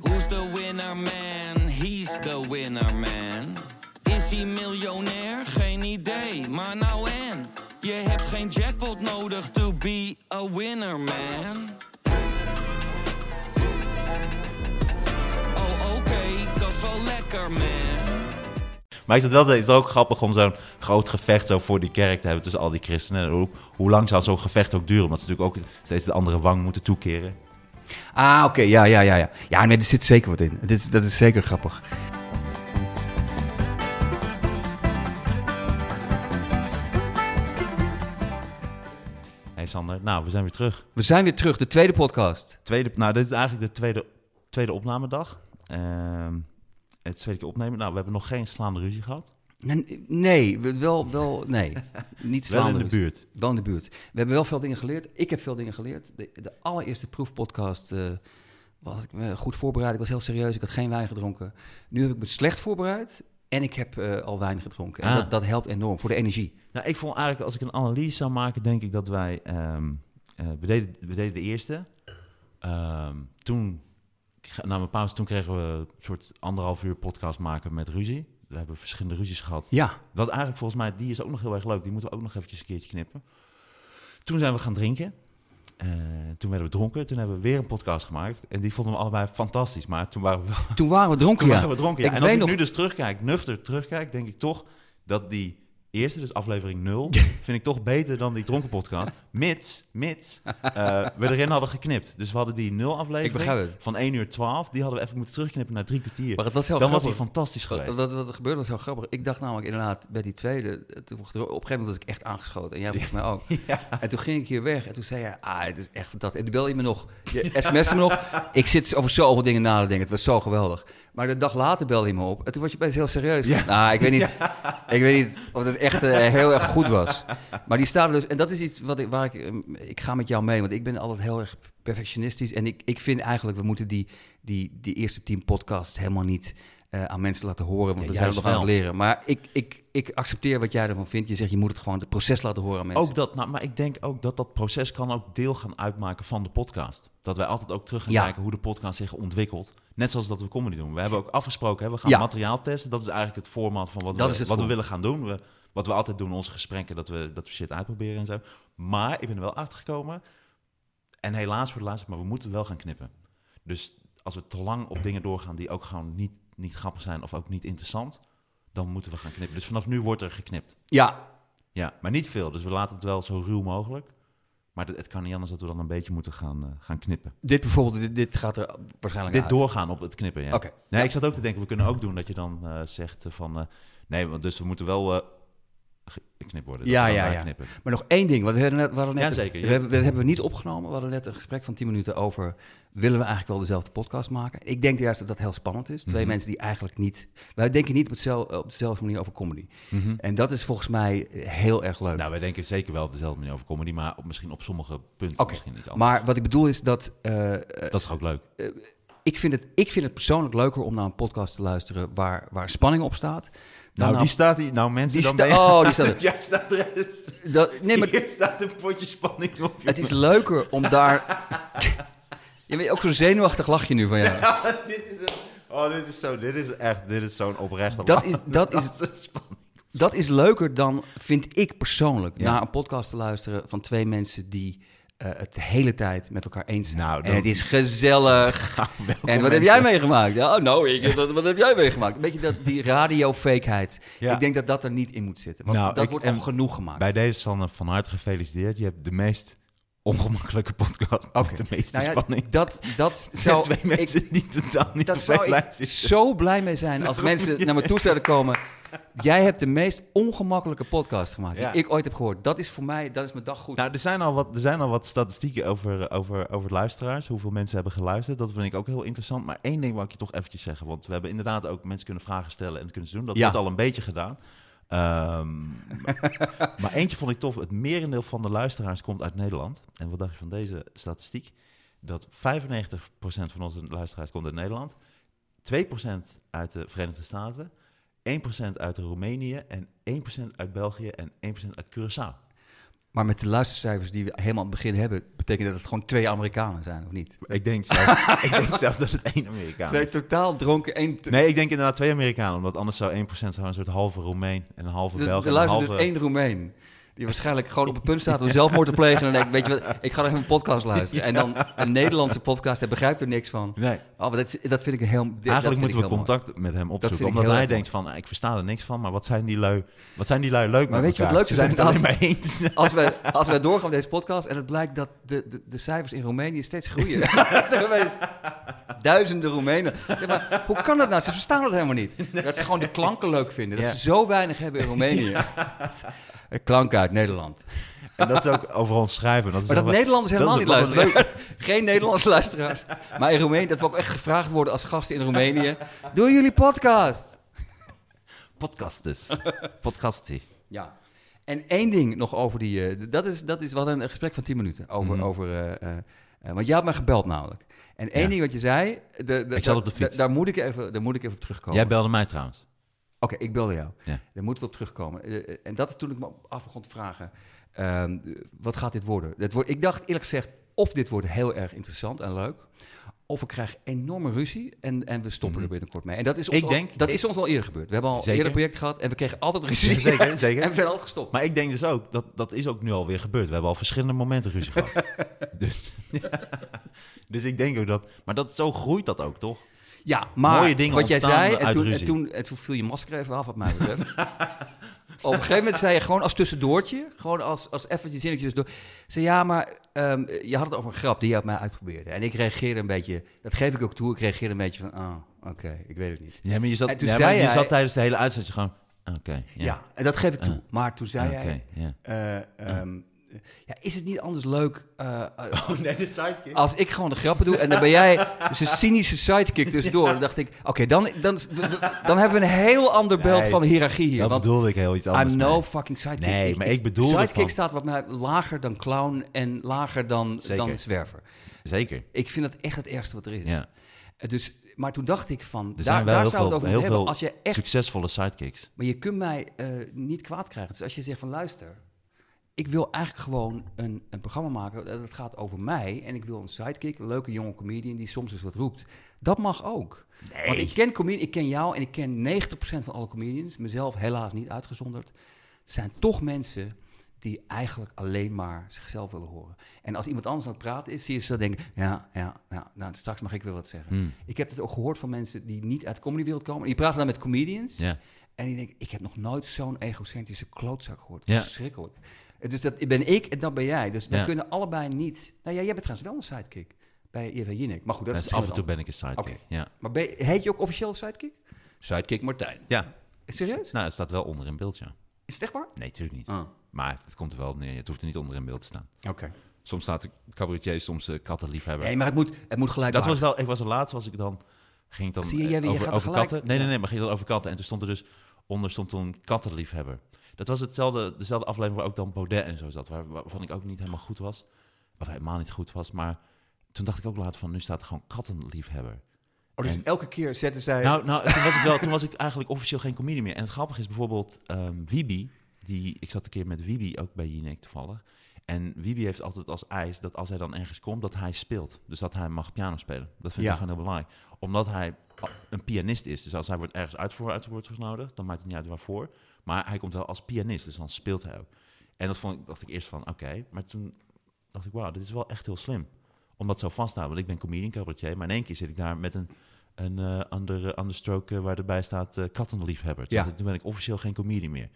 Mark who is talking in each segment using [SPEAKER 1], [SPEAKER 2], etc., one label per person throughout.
[SPEAKER 1] Who's the winner man? He's the winner man. Is hij miljonair? Geen idee, maar nou en. Je hebt geen jackpot nodig to be a winner man. Oh oké, dat is wel lekker man.
[SPEAKER 2] Maar ik zat wel, te- het is ook grappig om zo'n groot gevecht zo voor die kerk te hebben tussen al die christenen. En hoe, hoe lang zal zo'n gevecht ook duren? Omdat ze natuurlijk ook steeds de andere wang moeten toekeren.
[SPEAKER 3] Ah, oké, ja, ja, ja, ja. Ja, nee, er zit zeker wat in. Dit, is- dat is zeker grappig.
[SPEAKER 2] Hey Sander, nou, we zijn weer terug.
[SPEAKER 3] We zijn weer terug, de tweede podcast.
[SPEAKER 2] Tweede, nou, dit is eigenlijk de tweede, tweede opnamedag. Ehm, het tweede keer opnemen. Nou, we hebben nog geen slaande ruzie gehad.
[SPEAKER 3] Nee, Nee, we- wel, wel, nee. Niet
[SPEAKER 2] Wel
[SPEAKER 3] slaande
[SPEAKER 2] in de
[SPEAKER 3] ruzie.
[SPEAKER 2] buurt.
[SPEAKER 3] Wel in de buurt. We hebben wel veel dingen geleerd. Ik heb veel dingen geleerd. De, de allereerste proefpodcast eh, was ik me goed voorbereid. Ik was heel serieus. Ik had geen wijn gedronken. Nu heb ik me slecht voorbereid. En ik heb eh, al wijn gedronken. En
[SPEAKER 2] Ah.
[SPEAKER 3] dat, dat helpt enorm voor de energie.
[SPEAKER 2] Nou, ik vond eigenlijk, als ik een analyse zou maken, denk ik dat wij... ehm, eh, we, deden, we deden de eerste. Ehm, toen, na mijn pauze, toen kregen we een soort anderhalf uur podcast maken met ruzie. We hebben verschillende ruzies gehad.
[SPEAKER 3] Ja,
[SPEAKER 2] Wat eigenlijk volgens mij, die is ook nog heel erg leuk. Die moeten we ook nog eventjes een keertje knippen. Toen zijn we gaan drinken. Eh, toen werden we dronken. Toen hebben we weer een podcast gemaakt. En die vonden we allebei fantastisch. Maar toen waren we, wel-
[SPEAKER 3] toen waren we dronken.
[SPEAKER 2] toen
[SPEAKER 3] ja.
[SPEAKER 2] waren we dronken. ja.
[SPEAKER 3] Ik
[SPEAKER 2] En als
[SPEAKER 3] weet
[SPEAKER 2] ik
[SPEAKER 3] nog-
[SPEAKER 2] nu dus terugkijk, nuchter terugkijk, denk ik toch dat die eerste, dus aflevering 0, vind ik toch beter dan die dronken podcast. Mits, mits, eh, we erin hadden geknipt. Dus we hadden die 0
[SPEAKER 3] Ik
[SPEAKER 2] aflevering
[SPEAKER 3] begrijp het.
[SPEAKER 2] van 1 uur 12, die hadden we even moeten terugknippen naar drie kwartier.
[SPEAKER 3] Maar het was heel
[SPEAKER 2] Dan was die
[SPEAKER 3] grappig.
[SPEAKER 2] fantastisch geweest.
[SPEAKER 3] Wat, wat er gebeurde was heel grappig. Ik dacht namelijk inderdaad bij die tweede, eh, toen, op een gegeven moment was ik echt aangeschoten. En jij volgens mij ook. En toen ging ik hier weg en toen zei jij, ah, het is echt fantastisch. En toen belde je me nog, je sms'te me nog. Ik zit over zoveel dingen na te denken, het was zo geweldig. Maar de dag later belde je me op en toen was je opeens heel serieus. Van, Nou, ik weet, niet, ik weet niet of het echt eh, heel erg goed was. Maar die staan er dus, en dat is iets wat ik, waar ik, eh, ik ga met jou mee, want ik ben altijd heel erg perfectionistisch. En ik, ik vind eigenlijk, we moeten die, die, die eerste tien podcasts helemaal niet eh, aan mensen laten horen.
[SPEAKER 2] Ja,
[SPEAKER 3] Want we zijn er
[SPEAKER 2] juist
[SPEAKER 3] nog aan het
[SPEAKER 2] wel.
[SPEAKER 3] leren. Maar ik, ik, ik accepteer wat jij ervan vindt. Je zegt, je moet het gewoon het proces laten horen aan mensen.
[SPEAKER 2] Ook dat, nou, maar ik denk ook dat dat proces kan ook deel gaan uitmaken van de podcast. Dat wij altijd ook terug gaan
[SPEAKER 3] Ja.
[SPEAKER 2] kijken hoe de podcast zich ontwikkelt. Net zoals dat we comedy doen. We hebben ook afgesproken, hè, we gaan
[SPEAKER 3] Ja.
[SPEAKER 2] materiaal testen. Dat is eigenlijk het format van wat,
[SPEAKER 3] Dat
[SPEAKER 2] we,
[SPEAKER 3] is het
[SPEAKER 2] wat we
[SPEAKER 3] format.
[SPEAKER 2] willen gaan doen. We, wat we altijd doen, onze gesprekken, dat we, dat we shit uitproberen en zo. Maar ik ben er wel achter gekomen. En helaas voor de laatste, maar we moeten wel gaan knippen. Dus als we te lang op dingen doorgaan die ook gewoon niet, niet grappig zijn of ook niet interessant, dan moeten we gaan knippen. Dus vanaf nu wordt er geknipt.
[SPEAKER 3] Ja,
[SPEAKER 2] Ja, maar niet veel. Dus we laten het wel zo ruw mogelijk. Maar het, het kan niet anders dat we dan een beetje moeten gaan, eh, gaan knippen.
[SPEAKER 3] dit bijvoorbeeld, dit, dit gaat er waarschijnlijk
[SPEAKER 2] Dit
[SPEAKER 3] uit.
[SPEAKER 2] doorgaan op het knippen, ja.
[SPEAKER 3] Oké.
[SPEAKER 2] Nee, ik zat ook te denken, we kunnen ook doen dat je dan eh, zegt eh, van... eh, nee, want dus we moeten wel eh geknipt worden. Dat
[SPEAKER 3] Ja,
[SPEAKER 2] we dan
[SPEAKER 3] ja,
[SPEAKER 2] daar
[SPEAKER 3] ja.
[SPEAKER 2] Knippen.
[SPEAKER 3] Maar nog één ding, want we hadden net... We hadden net
[SPEAKER 2] Jazeker, ja.
[SPEAKER 3] we hebben, dat hebben we niet opgenomen. We hadden net een gesprek van 10 minuten over... willen we eigenlijk wel dezelfde podcast maken? Ik denk juist dat dat heel spannend is.
[SPEAKER 2] Mhm.
[SPEAKER 3] Twee mensen die eigenlijk niet... Wij denken niet op, hetzel, op dezelfde manier over comedy. En dat is volgens mij eh, heel erg leuk.
[SPEAKER 2] Mhm. Nou, wij denken zeker wel op dezelfde manier over comedy, maar op, misschien op sommige punten
[SPEAKER 3] Oké,
[SPEAKER 2] misschien iets anders.
[SPEAKER 3] maar wat ik bedoel is dat... eh,
[SPEAKER 2] dat is toch ook leuk? Nou,
[SPEAKER 3] ik vind, het, ik vind het persoonlijk leuker om naar een podcast te luisteren waar, waar spanning op staat. Dan
[SPEAKER 2] Nou,
[SPEAKER 3] naar-
[SPEAKER 2] die staat hier. Nou, mensen,
[SPEAKER 3] die
[SPEAKER 2] dan
[SPEAKER 3] sta-
[SPEAKER 2] ben je...
[SPEAKER 3] Oh, die staat er.
[SPEAKER 2] Jij staat er eens.
[SPEAKER 3] Dat, nee, maar
[SPEAKER 2] Hier staat een potje spanning op.
[SPEAKER 3] het is leuker om daar... Je weet ook zo'n zenuwachtig lachje nu van jou.
[SPEAKER 2] jongen. dit is een- Oh, dit is zo, dit is echt, dit is zo'n oprechte
[SPEAKER 3] Dat
[SPEAKER 2] lach.
[SPEAKER 3] is- dat is-
[SPEAKER 2] is een spanning.
[SPEAKER 3] Dat is leuker dan, vind ik persoonlijk,
[SPEAKER 2] Ja.
[SPEAKER 3] naar een podcast te luisteren van twee mensen die eh, het de hele tijd met elkaar eens zijn.
[SPEAKER 2] Nou,
[SPEAKER 3] En
[SPEAKER 2] dan-
[SPEAKER 3] het is gezellig. en wat heb jij meegemaakt? Ja, oh, nou, ik, wat, wat heb jij meegemaakt? Een beetje dat, die radiofakeheid.
[SPEAKER 2] Ja.
[SPEAKER 3] Ik denk dat dat er niet in moet zitten. Want
[SPEAKER 2] Nou,
[SPEAKER 3] dat
[SPEAKER 2] ik-
[SPEAKER 3] wordt
[SPEAKER 2] en
[SPEAKER 3] al genoeg gemaakt.
[SPEAKER 2] Bij deze, Sanne, van harte gefeliciteerd. Je hebt de meest ongemakkelijke podcast
[SPEAKER 3] Oké.
[SPEAKER 2] met de meeste
[SPEAKER 3] Nou ja,
[SPEAKER 2] spanning.
[SPEAKER 3] Dat, dat
[SPEAKER 2] Zo,
[SPEAKER 3] zou
[SPEAKER 2] twee
[SPEAKER 3] ik,
[SPEAKER 2] mensen die totaal niet
[SPEAKER 3] dat
[SPEAKER 2] op mijn
[SPEAKER 3] zou ik
[SPEAKER 2] lijst zitten.
[SPEAKER 3] zo blij mee zijn als mensen naar me toe zouden komen. Jij hebt de meest ongemakkelijke podcast gemaakt
[SPEAKER 2] Ja.
[SPEAKER 3] die ik ooit heb gehoord. Dat is voor mij, dat is mijn dag goed.
[SPEAKER 2] Nou, er zijn al wat, er zijn al wat statistieken over, eh, over, over luisteraars. Hoeveel mensen hebben geluisterd. Dat vind ik ook heel interessant. Maar één ding wil ik je toch eventjes zeggen. Want we hebben inderdaad ook mensen kunnen vragen stellen en dat kunnen ze doen. Dat
[SPEAKER 3] Ja.
[SPEAKER 2] wordt al een beetje gedaan. Ehm, maar, maar eentje vond ik tof. Het merendeel van de luisteraars komt uit Nederland. En wat dacht je van deze statistiek? Dat 95% van onze luisteraars komt uit Nederland. 2% uit de Verenigde Staten. 1% uit Roemenië en 1% uit België en 1% uit Curaçao.
[SPEAKER 3] Maar met de luistercijfers die we helemaal aan het begin hebben, betekent dat het gewoon twee Amerikanen zijn, of niet?
[SPEAKER 2] Ik denk zelfs, ik denk zelfs Nou, dat het één Amerikaan
[SPEAKER 3] Twee
[SPEAKER 2] is.
[SPEAKER 3] totaal dronken, één...
[SPEAKER 2] Nee, ik denk inderdaad twee Amerikanen. Omdat anders zou 1% zou een soort halve Roemeen en een halve
[SPEAKER 3] Er-
[SPEAKER 2] Belg
[SPEAKER 3] er
[SPEAKER 2] en een
[SPEAKER 3] luistert
[SPEAKER 2] halve...
[SPEAKER 3] dus één Roemeen. Die waarschijnlijk gewoon op het punt staat om zelfmoord te plegen. En dan denk ik, weet je wat, ik ga nog even een podcast luisteren. En dan een Nederlandse podcast, hij begrijpt er niks van.
[SPEAKER 2] Nee,
[SPEAKER 3] Oh, maar dat, dat vind ik heel... dit- dat vind
[SPEAKER 2] eigenlijk
[SPEAKER 3] ik
[SPEAKER 2] moeten we
[SPEAKER 3] heel mooi.
[SPEAKER 2] contact met hem
[SPEAKER 3] vind
[SPEAKER 2] opzoeken.
[SPEAKER 3] ik
[SPEAKER 2] Omdat
[SPEAKER 3] heel
[SPEAKER 2] hij
[SPEAKER 3] erg
[SPEAKER 2] denkt van, "Ah, ik versta er niks van, maar wat zijn die lui, wat zijn die lui leuk
[SPEAKER 3] Maar
[SPEAKER 2] met
[SPEAKER 3] weet je wat
[SPEAKER 2] elkaar?
[SPEAKER 3] leuk
[SPEAKER 2] Ze
[SPEAKER 3] is?
[SPEAKER 2] zijn het
[SPEAKER 3] Als-
[SPEAKER 2] alleen maar eens.
[SPEAKER 3] Als wij, als wij doorgaan met deze podcast en het blijkt dat de, de, de cijfers in Roemenië steeds groeien. Er geweest duizenden Roemenen. Zeg maar, hoe kan dat nou? Ze verstaan het helemaal niet. Dat ze gewoon de klanken leuk vinden. Dat
[SPEAKER 2] Ja.
[SPEAKER 3] ze zo weinig hebben in Roemenië. Klanken uit Nederland.
[SPEAKER 2] En dat is ook overal schrijven. Dat is
[SPEAKER 3] Maar dat
[SPEAKER 2] wel-
[SPEAKER 3] Nederlanders
[SPEAKER 2] dat
[SPEAKER 3] helemaal
[SPEAKER 2] is
[SPEAKER 3] niet
[SPEAKER 2] wel wat
[SPEAKER 3] luisteren. Geen Nederlandse luisteraars. Maar in Roemenië, dat we ook echt gevraagd worden als gasten in Roemenië. Doen jullie podcast?
[SPEAKER 2] Podcast dus. Podcastie.
[SPEAKER 3] Ja. En één ding nog over die... eh, dat, is, dat is wat een gesprek van 10 minuten. Over,
[SPEAKER 2] Mhm.
[SPEAKER 3] over, eh, eh, eh, want jij hebt mij gebeld namelijk. En één
[SPEAKER 2] Ja.
[SPEAKER 3] ding wat je zei... De, de-
[SPEAKER 2] Ik zat
[SPEAKER 3] da-
[SPEAKER 2] op de fiets.
[SPEAKER 3] da- Daar moet ik even, daar moet ik even op terugkomen.
[SPEAKER 2] Jij belde mij trouwens.
[SPEAKER 3] Oké, ik belde jou.
[SPEAKER 2] Ja.
[SPEAKER 3] Daar moeten we op terugkomen. Eh, eh, en dat is toen ik me af begon te vragen, ehm, wat gaat dit worden? Dat wordt, ik dacht eerlijk gezegd, of dit wordt heel erg interessant en leuk, of ik krijg enorme ruzie en, en we stoppen er binnenkort mee. En dat is ons,
[SPEAKER 2] Mhm. Ik
[SPEAKER 3] al,
[SPEAKER 2] denk-
[SPEAKER 3] dat is ons al eerder gebeurd. We hebben al
[SPEAKER 2] Zeker.
[SPEAKER 3] eerder een project gehad en we kregen altijd ruzie.
[SPEAKER 2] Ja, zeker,
[SPEAKER 3] En
[SPEAKER 2] zeker.
[SPEAKER 3] we zijn altijd gestopt.
[SPEAKER 2] Maar ik denk dus ook, dat, dat is ook nu alweer gebeurd. We hebben al verschillende momenten ruzie gehad. dus, dus ik denk ook dat... Maar dat, zo groeit dat ook, toch?
[SPEAKER 3] ja, maar
[SPEAKER 2] mooie dingen
[SPEAKER 3] wat jij
[SPEAKER 2] ontstaan
[SPEAKER 3] zei, en
[SPEAKER 2] uit
[SPEAKER 3] toen, en,
[SPEAKER 2] ruzie.
[SPEAKER 3] toen, en toen viel je masker even af, wat mij betreft. Op een gegeven moment zei je gewoon als tussendoortje, gewoon als, als eventjes zinnetjes door. Zei ja, maar ehm, je had het over een grap die je op mij uitprobeerde. En ik reageerde een beetje, dat geef ik ook toe, ik reageerde een beetje van, ah, oké, ik weet het niet.
[SPEAKER 2] Ja, maar je
[SPEAKER 3] En
[SPEAKER 2] zat,
[SPEAKER 3] toen
[SPEAKER 2] ja, maar
[SPEAKER 3] zei
[SPEAKER 2] je
[SPEAKER 3] jij-
[SPEAKER 2] zat tijdens de hele uitzendje gewoon... Oké,
[SPEAKER 3] Ja,
[SPEAKER 2] ja.
[SPEAKER 3] en dat geef ik toe.
[SPEAKER 2] Ja. Ah,
[SPEAKER 3] Maar toen zei
[SPEAKER 2] Oké,
[SPEAKER 3] jij,
[SPEAKER 2] ja.
[SPEAKER 3] eh, ehm, ja, is het niet anders leuk eh, eh,
[SPEAKER 2] Oh nee, de sidekick.
[SPEAKER 3] Als ik gewoon de grappen doe en dan ben jij dus een cynische sidekick tussendoor, dan dacht ik, oké, dan, dan, dan hebben we een heel ander beeld
[SPEAKER 2] Nee,
[SPEAKER 3] van hiërarchie hier.
[SPEAKER 2] Dat
[SPEAKER 3] Want
[SPEAKER 2] bedoelde ik heel iets
[SPEAKER 3] I'm
[SPEAKER 2] anders.
[SPEAKER 3] no
[SPEAKER 2] mee.
[SPEAKER 3] fucking sidekick.
[SPEAKER 2] Nee, maar ik bedoel
[SPEAKER 3] Sidekick
[SPEAKER 2] ervan.
[SPEAKER 3] staat wat mij lager dan clown en lager dan,
[SPEAKER 2] Zeker.
[SPEAKER 3] dan zwerver.
[SPEAKER 2] Zeker,
[SPEAKER 3] Ik vind dat echt het ergste wat er is.
[SPEAKER 2] ja.
[SPEAKER 3] Eh, Dus, maar toen dacht ik van,
[SPEAKER 2] Er
[SPEAKER 3] daar,
[SPEAKER 2] zijn wel
[SPEAKER 3] daar
[SPEAKER 2] heel
[SPEAKER 3] zou het
[SPEAKER 2] veel,
[SPEAKER 3] over
[SPEAKER 2] heel
[SPEAKER 3] moeten hebben.
[SPEAKER 2] veel
[SPEAKER 3] Als je echt
[SPEAKER 2] succesvolle sidekicks.
[SPEAKER 3] maar je kunt mij eh, niet kwaad krijgen. Dus als je zegt van luister, ik wil eigenlijk gewoon een, een programma maken eh, dat het gaat over mij. En ik wil een sidekick, een leuke jonge comedian die soms eens wat roept. Dat mag ook. Want ik ken, comedi- ik ken jou en ik ken 90% van alle comedians. Mezelf helaas niet uitgezonderd. Het zijn toch mensen die eigenlijk alleen maar zichzelf willen horen. En als iemand anders aan het praten is, zie je ze zo denken... ja, ja, ja nou, straks mag ik weer wat zeggen. Ik heb het ook gehoord van mensen die niet uit de comedywereld komen. Die praten dan met comedians.
[SPEAKER 2] Ja.
[SPEAKER 3] En ik denk, ik heb nog nooit zo'n egocentrische klootzak gehoord.
[SPEAKER 2] Ja.
[SPEAKER 3] Verschrikkelijk. En Dus dat ben ik en dat ben jij. Dus we
[SPEAKER 2] Ja.
[SPEAKER 3] kunnen allebei niet... Nou ja, jij bent trouwens wel een sidekick bij Eva Jinek. Maar goed, dat
[SPEAKER 2] Dus
[SPEAKER 3] is
[SPEAKER 2] af en
[SPEAKER 3] misschien
[SPEAKER 2] toe
[SPEAKER 3] wat
[SPEAKER 2] ben ik een sidekick.
[SPEAKER 3] Oké.
[SPEAKER 2] Ja.
[SPEAKER 3] anders. Maar ben, heet je ook officieel sidekick? Sidekick Martijn.
[SPEAKER 2] ja,
[SPEAKER 3] Serieus?
[SPEAKER 2] nou, het staat wel onder in beeld, ja.
[SPEAKER 3] Is het echt waar?
[SPEAKER 2] Nee, natuurlijk niet.
[SPEAKER 3] Ah,
[SPEAKER 2] Maar het komt er wel op neer. Het hoeft er niet onder in beeld te staan.
[SPEAKER 3] oké.
[SPEAKER 2] Soms staat de cabaretier, soms de kattenliefhebber.
[SPEAKER 3] Nee, maar het moet, het moet gelijk
[SPEAKER 2] dat was wel, ik was de laatste, was ik dan, ging ik dan
[SPEAKER 3] Zie je,
[SPEAKER 2] eh,
[SPEAKER 3] jij- jij gaat
[SPEAKER 2] over,
[SPEAKER 3] er
[SPEAKER 2] over
[SPEAKER 3] gelijk-
[SPEAKER 2] katten. Nee, nee, nee, maar ging ik dan over katten. En toen stond er dus, onder stond toen kattenliefhebber. Dat was hetzelfde, dezelfde aflevering waar ook dan Baudet en zo zat. Waar, waarvan ik ook niet helemaal goed was. Of helemaal niet goed was, maar toen dacht ik ook later van, nu staat er gewoon kattenliefhebber.
[SPEAKER 3] Oh, dus
[SPEAKER 2] En-
[SPEAKER 3] elke keer zetten zij...
[SPEAKER 2] Nou, nou toen, was ik wel, toen was ik eigenlijk officieel geen comedian meer. En het grappige is bijvoorbeeld ehm Wiebe. Die, ik zat een keer met Wiebe, ook bij Jinek toevallig. En Wiebe heeft altijd als eis dat als hij dan ergens komt, dat hij speelt. Dus dat hij mag piano spelen. Dat vind
[SPEAKER 3] Ja.
[SPEAKER 2] ik gewoon heel belangrijk. Omdat hij a- een pianist is. Dus als hij wordt ergens uit voor uit wordt genodigd, dan maakt het niet uit waarvoor. Maar hij komt wel als pianist, dus dan speelt hij ook. En dat vond ik, dacht ik eerst van, oké. Maar toen dacht ik, wauw, dit is wel echt heel slim. Om dat zo vast te houden. Want ik ben comedian cabaretier, maar in één keer zit ik daar met een, een eh andere understroke eh, waar erbij staat eh, kattenliefhebber. Toen
[SPEAKER 3] Ja.
[SPEAKER 2] dacht ik, Toen ben ik officieel geen comedian meer.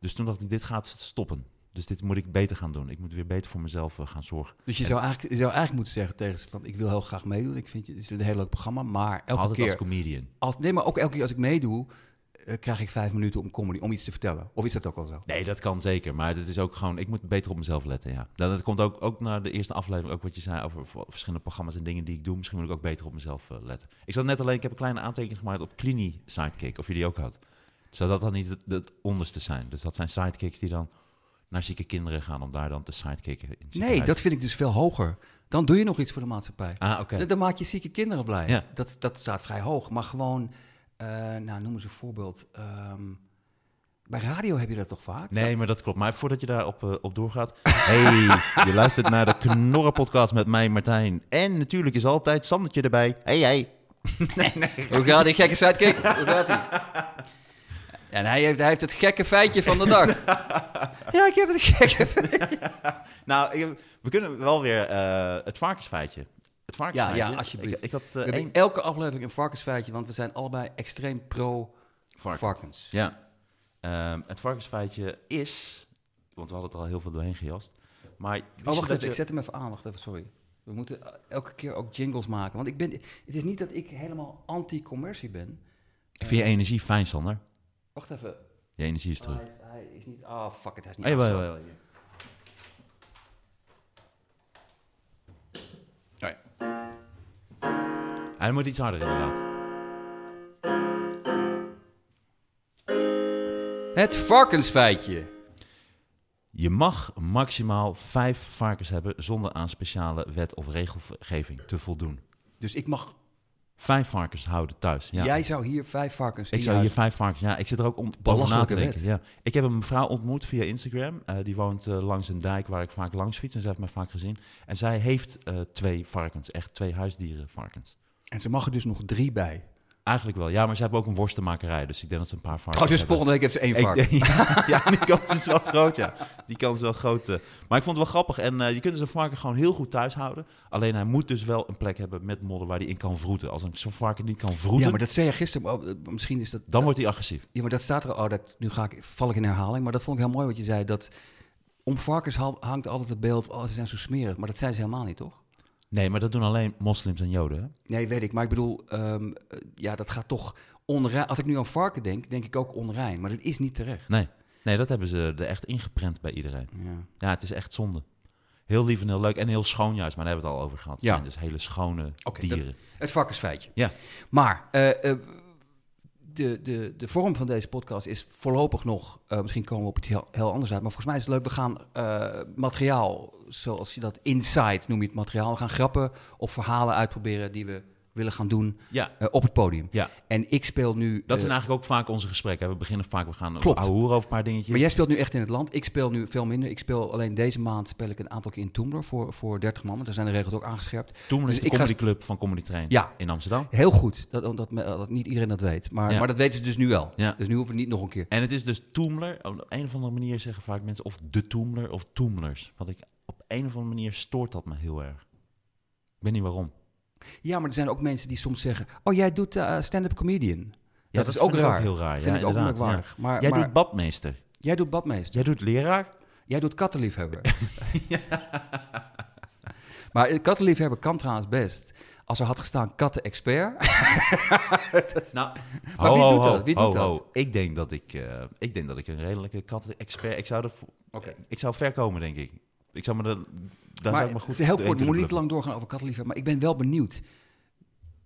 [SPEAKER 2] Dus toen dacht ik, dit gaat stoppen. Dus dit moet ik beter gaan doen. Ik moet weer beter voor mezelf eh, gaan zorgen.
[SPEAKER 3] Dus je zou, eigenlijk, je zou eigenlijk moeten zeggen tegen ze van... ik wil heel graag meedoen, ik vind je, het is een heel leuk programma... maar elke
[SPEAKER 2] Altijd
[SPEAKER 3] keer
[SPEAKER 2] als comedian.
[SPEAKER 3] Als, nee, maar ook elke keer als ik meedoe, eh, krijg ik vijf minuten om comedy, om iets te vertellen. Of is dat ook al zo?
[SPEAKER 2] Nee, dat kan zeker. Maar het is ook gewoon, ik moet beter op mezelf letten. Ja. Nou, dat komt ook, ook naar de eerste aflevering, ook wat je zei over v- verschillende programma's en dingen die ik doe. Misschien moet ik ook beter op mezelf eh, letten. Ik zat net alleen, ik heb een kleine aantekening gemaakt op Clini Sidekick, of je die ook had. Zou dat dan niet het, het onderste zijn? Dus dat zijn sidekicks die dan naar zieke kinderen gaan om daar dan te sidekicken. in het
[SPEAKER 3] Nee,
[SPEAKER 2] ziekenhuis.
[SPEAKER 3] dat vind ik dus veel hoger. Dan doe je nog iets voor de maatschappij.
[SPEAKER 2] Ah, oké.
[SPEAKER 3] Dan- Dan maak je zieke kinderen blij.
[SPEAKER 2] Ja.
[SPEAKER 3] Dat, dat staat vrij hoog. Maar gewoon, eh, nou, noem eens een voorbeeld. Ehm, Bij radio heb je dat toch vaak?
[SPEAKER 2] Nee, maar dat klopt. Maar voordat je daarop eh, op doorgaat. Hey, je luistert naar de Knorren podcast met mij, Martijn. En natuurlijk is altijd Sandertje erbij. Hey, hey.
[SPEAKER 3] Hoe gaat die gekke sidekick? Hoe gaat die? En hij heeft, hij heeft het gekke feitje van de dag. Ja, ik heb het gekke feitje.
[SPEAKER 2] Nou, ik- we kunnen wel weer eh, het varkensfeitje. Het varkensfeitje.
[SPEAKER 3] Ja, ja, alsjeblieft.
[SPEAKER 2] Ik, ik had eh,
[SPEAKER 3] We hebben
[SPEAKER 2] één
[SPEAKER 3] in elke aflevering een varkensfeitje, want we zijn allebei extreem pro
[SPEAKER 2] varken.
[SPEAKER 3] varkens.
[SPEAKER 2] Ja. Ehm, het varkensfeitje is, want we hadden het er al heel veel doorheen gejast. Maar wist
[SPEAKER 3] Oh,
[SPEAKER 2] je
[SPEAKER 3] wacht
[SPEAKER 2] dat
[SPEAKER 3] even, ik
[SPEAKER 2] je-
[SPEAKER 3] zet hem even aan. Wacht even, sorry. We moeten eh, elke keer ook jingles maken. Want ik ben, het is niet dat ik helemaal anti-commercie ben.
[SPEAKER 2] Ik vind je energie fijn, Sander.
[SPEAKER 3] Wacht even.
[SPEAKER 2] Je energie is
[SPEAKER 3] Oh,
[SPEAKER 2] terug.
[SPEAKER 3] hij, is, hij is niet... Oh, fuck het, hij is niet
[SPEAKER 2] Oh, jawel,
[SPEAKER 3] aangezet.
[SPEAKER 2] jawel, jawel.
[SPEAKER 3] Oh, ja.
[SPEAKER 2] Hij moet iets harder, inderdaad.
[SPEAKER 3] Het varkensfeitje.
[SPEAKER 2] Je mag maximaal vijf varkens hebben zonder aan speciale wet of regelgeving te voldoen.
[SPEAKER 3] Dus ik mag...
[SPEAKER 2] Vijf varkens houden thuis. Ja.
[SPEAKER 3] Jij zou hier vijf varkens in
[SPEAKER 2] Ik zou
[SPEAKER 3] huis-
[SPEAKER 2] hier vijf varkens. Ja, ik zit er ook om over na
[SPEAKER 3] Belachelijke
[SPEAKER 2] te denken.
[SPEAKER 3] wet.
[SPEAKER 2] Ja. Ik heb een mevrouw ontmoet via Instagram. Eh, die woont eh, langs een dijk waar ik vaak langs fiets. En zij heeft mij vaak gezien. En zij heeft eh, twee varkens. Echt twee huisdieren varkens.
[SPEAKER 3] En ze mag er dus nog drie bij.
[SPEAKER 2] Eigenlijk wel. Ja, maar zij hebben ook een worstenmakerij. Dus ik denk dat ze een paar varkens
[SPEAKER 3] Oh, dus
[SPEAKER 2] hebben.
[SPEAKER 3] volgende week heeft ze één
[SPEAKER 2] Ik
[SPEAKER 3] varken.
[SPEAKER 2] denk- ja, ja, die kans is wel groot, ja. Die kans is wel groot. eh. Maar ik vond het wel grappig. En eh, je kunt dus een varken gewoon heel goed thuis houden. Alleen hij moet dus wel een plek hebben met modder waar hij in kan vroeten. Als een zo'n varken niet kan vroeten,
[SPEAKER 3] Ja, maar dat zei je gisteren. maar, eh, misschien is dat...
[SPEAKER 2] dan wordt hij agressief.
[SPEAKER 3] Ja, maar dat staat er. Oh, dat, nu ga ik, val ik in herhaling. Maar dat vond ik heel mooi wat je zei. Dat om varkens ha- hangt altijd het beeld. Oh, ze zijn zo smerig. Maar dat zijn ze helemaal niet, toch?
[SPEAKER 2] Nee, maar dat doen alleen moslims en joden, hè?
[SPEAKER 3] Nee, weet ik. Maar ik bedoel, ehm, eh, ja, dat gaat toch onrein. Als ik nu aan varken denk, denk ik ook onrein. Maar dat is niet terecht.
[SPEAKER 2] Nee. nee, dat hebben ze er echt ingeprent bij iedereen.
[SPEAKER 3] Ja.
[SPEAKER 2] Ja, het is echt zonde. Heel lief en heel leuk en heel schoon juist, maar daar hebben we het al over gehad. Het
[SPEAKER 3] Ja.
[SPEAKER 2] zijn dus hele schone
[SPEAKER 3] Oké,
[SPEAKER 2] dieren.
[SPEAKER 3] dat- Het varkensfeitje.
[SPEAKER 2] Ja.
[SPEAKER 3] Maar eh, eh, de, de, de vorm van deze podcast is voorlopig nog... eh, misschien komen we op iets heel, heel anders uit. Maar volgens mij is het leuk. We gaan eh, materiaal, zoals je dat inside noem je het materiaal... We gaan grappen of verhalen uitproberen die we willen gaan doen
[SPEAKER 2] Ja,
[SPEAKER 3] eh, op het podium.
[SPEAKER 2] ja.
[SPEAKER 3] En ik speel nu...
[SPEAKER 2] Dat
[SPEAKER 3] eh,
[SPEAKER 2] zijn eigenlijk ook vaak onze gesprekken. hè. We beginnen vaak, we gaan
[SPEAKER 3] Klopt.
[SPEAKER 2] ouwe hoeren over een paar dingetjes.
[SPEAKER 3] Maar jij speelt nu echt in het land. Ik speel nu veel minder. Ik speel alleen deze maand speel ik een aantal keer in Toemler voor, voor 30 man. Want daar zijn de regels ook aangescherpt.
[SPEAKER 2] Toen
[SPEAKER 3] Dus
[SPEAKER 2] is de
[SPEAKER 3] ik ga-
[SPEAKER 2] comedyclub van Comedy Train
[SPEAKER 3] Ja.
[SPEAKER 2] in Amsterdam.
[SPEAKER 3] Heel goed. Dat, dat, me- dat niet iedereen dat weet. Maar,
[SPEAKER 2] Ja.
[SPEAKER 3] maar dat weten ze dus nu wel.
[SPEAKER 2] Ja.
[SPEAKER 3] Dus nu hoeven we het niet nog een keer.
[SPEAKER 2] En het is dus Toemler. Op een of andere manier zeggen vaak mensen of de Toemler of Toemlers. Wat ik op een of andere manier stoort dat me heel erg. Ik weet niet waarom.
[SPEAKER 3] Ja, maar er zijn ook mensen die soms zeggen... Oh, jij doet eh, stand-up comedian.
[SPEAKER 2] Ja,
[SPEAKER 3] dat, is ook
[SPEAKER 2] vind ik
[SPEAKER 3] raar.
[SPEAKER 2] heel raar.
[SPEAKER 3] vind
[SPEAKER 2] ja,
[SPEAKER 3] ik ook
[SPEAKER 2] inderdaad, ja.
[SPEAKER 3] merkwaardig. Maar,
[SPEAKER 2] Jij
[SPEAKER 3] maar
[SPEAKER 2] doet badmeester.
[SPEAKER 3] jij doet badmeester.
[SPEAKER 2] Jij doet leraar.
[SPEAKER 3] Jij doet kattenliefhebber. Maar eh, kattenliefhebber kan trouwens best. Als er had gestaan katten-expert...
[SPEAKER 2] Nou,
[SPEAKER 3] Maar wie doet dat? Wie doet dat?
[SPEAKER 2] Ik, denk dat ik, eh, ik denk dat ik een redelijke kattenexpert... Ik zou, er, vo- eh,
[SPEAKER 3] Oké.
[SPEAKER 2] ik zou ver komen, denk ik. Ik zou me er- daar
[SPEAKER 3] maar
[SPEAKER 2] zou ik me goed
[SPEAKER 3] het is
[SPEAKER 2] doorheen
[SPEAKER 3] heel kort, we
[SPEAKER 2] kunnen
[SPEAKER 3] moeten niet
[SPEAKER 2] bluffen.
[SPEAKER 3] lang doorgaan over kattenliefhebber, maar ik ben wel benieuwd.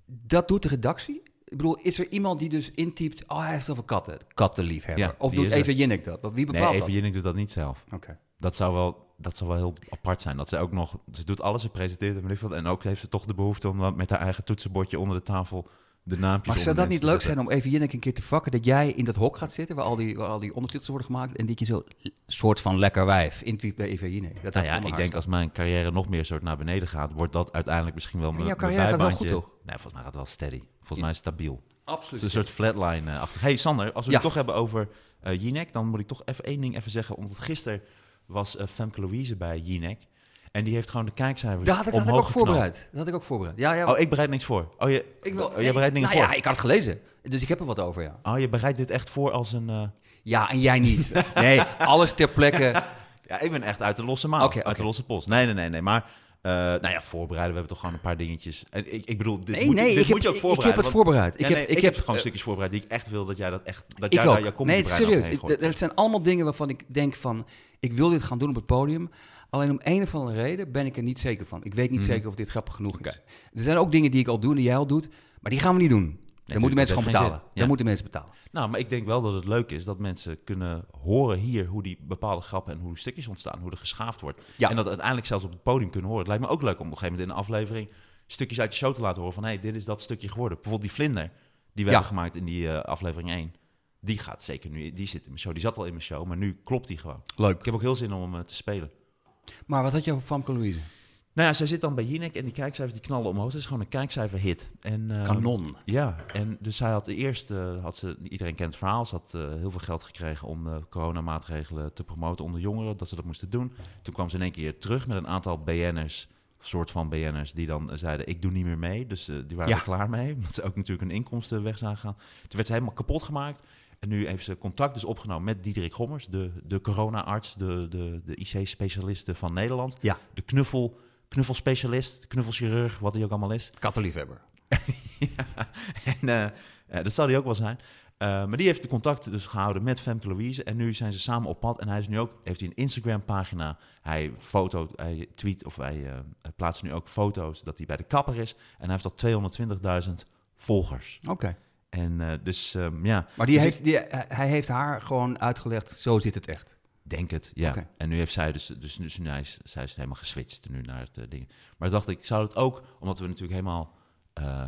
[SPEAKER 3] Dat doet de redactie? Ik bedoel, is er iemand die dus intypt, oh hij heeft het over katten, kattenliefhebber.
[SPEAKER 2] Ja,
[SPEAKER 3] of
[SPEAKER 2] die
[SPEAKER 3] doet
[SPEAKER 2] is er.
[SPEAKER 3] even Jinnik dat? Want Wie bepaalt
[SPEAKER 2] Nee, even
[SPEAKER 3] dat?
[SPEAKER 2] Jinnik doet dat niet zelf.
[SPEAKER 3] Oké.
[SPEAKER 2] Dat zou wel, dat zou wel heel apart zijn. Dat ze ook nog... Ze doet alles, ze presenteert het manier En ook heeft ze toch de behoefte om dan met haar eigen toetsenbordje onder de tafel de naampjes
[SPEAKER 3] Maar
[SPEAKER 2] onder
[SPEAKER 3] zou dat
[SPEAKER 2] mensen
[SPEAKER 3] niet
[SPEAKER 2] te
[SPEAKER 3] leuk
[SPEAKER 2] zetten.
[SPEAKER 3] zijn om even Jinnik een keer te vakken, dat jij in dat hok gaat zitten waar al die, waar al die ondertitels worden gemaakt en dat je zo, soort van lekker wijf, intweet bij even Jinnik. Dat
[SPEAKER 2] Nou
[SPEAKER 3] dat
[SPEAKER 2] ja,
[SPEAKER 3] onder
[SPEAKER 2] ik
[SPEAKER 3] haar
[SPEAKER 2] denk
[SPEAKER 3] staat.
[SPEAKER 2] als mijn carrière nog meer soort naar beneden gaat... wordt dat uiteindelijk misschien wel mijn
[SPEAKER 3] jouw
[SPEAKER 2] mijn
[SPEAKER 3] carrière gaat wel
[SPEAKER 2] bijbaantje.
[SPEAKER 3] goed, toch?
[SPEAKER 2] Nee, volgens mij gaat het wel steady. Volgens
[SPEAKER 3] Ja.
[SPEAKER 2] mij stabiel.
[SPEAKER 3] Absoluut.
[SPEAKER 2] Het is een soort flatline-achtig. hey Sander, als we
[SPEAKER 3] Dus, eh, Ja.
[SPEAKER 2] het toch hebben over eh Jinek, dan moet ik toch even één ding even zeggen. Omdat gisteren was eh, Femke Louise bij Jinek. En die heeft gewoon de kijkcijfers
[SPEAKER 3] Daar had ik, dat had ik ook
[SPEAKER 2] omhoog geknald.
[SPEAKER 3] voorbereid. Dat had ik ook voorbereid. Ja, ja.
[SPEAKER 2] Oh, ik bereid niks voor. Oh, je,
[SPEAKER 3] ik wil,
[SPEAKER 2] oh, jij bereidt dingen
[SPEAKER 3] nou
[SPEAKER 2] voor.
[SPEAKER 3] ja, ik had het gelezen, dus ik heb er wat over, ja.
[SPEAKER 2] Oh, je bereidt dit echt voor als een... eh,
[SPEAKER 3] Ja, en jij niet. Nee, alles ter plekke.
[SPEAKER 2] Ja, ik ben echt uit de losse maan.
[SPEAKER 3] Oké,
[SPEAKER 2] uit
[SPEAKER 3] oké.
[SPEAKER 2] de losse post. Nee, nee, nee, nee. Maar, eh, nou ja, voorbereiden. We hebben toch gewoon een paar dingetjes. En ik, ik bedoel, dit,
[SPEAKER 3] Nee,
[SPEAKER 2] moet, je-
[SPEAKER 3] nee,
[SPEAKER 2] dit
[SPEAKER 3] ik heb,
[SPEAKER 2] moet je ook
[SPEAKER 3] ik-
[SPEAKER 2] voorbereiden.
[SPEAKER 3] Ik heb het
[SPEAKER 2] want-
[SPEAKER 3] voorbereid. Ik
[SPEAKER 2] Nee,
[SPEAKER 3] heb,
[SPEAKER 2] nee,
[SPEAKER 3] ik, heb,
[SPEAKER 2] gewoon
[SPEAKER 3] eh,
[SPEAKER 2] stukjes voorbereid die ik echt wil dat jij dat echt... Dat
[SPEAKER 3] ik
[SPEAKER 2] jij daar
[SPEAKER 3] ook.
[SPEAKER 2] je comedy
[SPEAKER 3] nee, het is
[SPEAKER 2] brein
[SPEAKER 3] serieus.
[SPEAKER 2] overheen
[SPEAKER 3] Ik-
[SPEAKER 2] gooit.
[SPEAKER 3] d- Dat zijn allemaal dingen waarvan ik denk van... ik wil dit gaan doen op het podium. Alleen om een of andere reden ben ik er niet zeker van. Ik weet
[SPEAKER 2] Mhm.
[SPEAKER 3] niet zeker of dit grappig genoeg is. Er zijn ook dingen die ik al doe en die jij al doet... maar die gaan we niet doen. Dan moeten
[SPEAKER 2] tuurlijk,
[SPEAKER 3] mensen
[SPEAKER 2] dat
[SPEAKER 3] gewoon
[SPEAKER 2] heeft geen
[SPEAKER 3] betalen.
[SPEAKER 2] zin. Ja.
[SPEAKER 3] Dan moeten mensen betalen.
[SPEAKER 2] Nou, maar ik denk wel dat het leuk is dat mensen kunnen horen hier hoe die bepaalde grappen en hoe die stukjes ontstaan, hoe er geschaafd wordt.
[SPEAKER 3] Ja.
[SPEAKER 2] En dat uiteindelijk zelfs op het podium kunnen horen. Het lijkt me ook leuk om op een gegeven moment in een aflevering stukjes uit je show te laten horen van hé, hey, dit is dat stukje geworden. Bijvoorbeeld die vlinder die we
[SPEAKER 3] Ja.
[SPEAKER 2] hebben gemaakt in die eh, aflevering 1. Die gaat zeker nu, die zit in mijn show. Die zat al in mijn show, maar nu klopt die gewoon. Ik
[SPEAKER 3] Leuk.
[SPEAKER 2] heb ook heel zin om hem eh, te spelen.
[SPEAKER 3] Maar wat had je over Famke Louise?
[SPEAKER 2] Nou ja, zij zit dan bij Jinek en die kijkcijfers die knallen omhoog. Dat is gewoon een kijkcijferhit. En, eh,
[SPEAKER 3] Kanon.
[SPEAKER 2] Ja, en dus zij had eerst, eh, had ze, iedereen kent het verhaal, ze had eh, heel veel geld gekregen om eh, coronamaatregelen te promoten onder jongeren, dat ze dat moesten doen. Toen kwam ze in één keer terug met een aantal BN'ers, soort van BN'ers, die dan eh, zeiden, ik doe niet meer mee. Dus eh, die waren
[SPEAKER 3] Ja.
[SPEAKER 2] er klaar mee, omdat ze ook natuurlijk hun inkomsten weg zijn gegaan. Toen werd ze helemaal kapot gemaakt. En nu heeft ze contact dus opgenomen met Diederik Gommers, de, de corona-arts, de, de, de IC-specialiste van Nederland.
[SPEAKER 3] Ja.
[SPEAKER 2] De knuffel, knuffelspecialist, knuffelchirurg, wat hij ook allemaal is.
[SPEAKER 3] Kattenliefhebber.
[SPEAKER 2] En eh, eh, dat zal hij ook wel zijn. Eh, maar die heeft de contacten dus gehouden met Femke Louise. En nu zijn ze samen op pad. En hij is nu ook, heeft hij een Instagram pagina. Hij, foto, hij tweet of hij, eh, hij plaatst nu ook foto's dat hij bij de kapper is. En hij heeft al 220.000 volgers.
[SPEAKER 3] Oké.
[SPEAKER 2] En eh, dus ehm, ja,
[SPEAKER 3] Maar die
[SPEAKER 2] Dus
[SPEAKER 3] heeft, die, hij hij heeft haar gewoon uitgelegd, zo zit het echt.
[SPEAKER 2] denk het. Ja.
[SPEAKER 3] Oké.
[SPEAKER 2] En nu heeft zij dus, dus, dus nu hij is, zij is helemaal geswitcht nu naar het eh, ding. Maar dacht ik, zou het ook, omdat we natuurlijk helemaal eh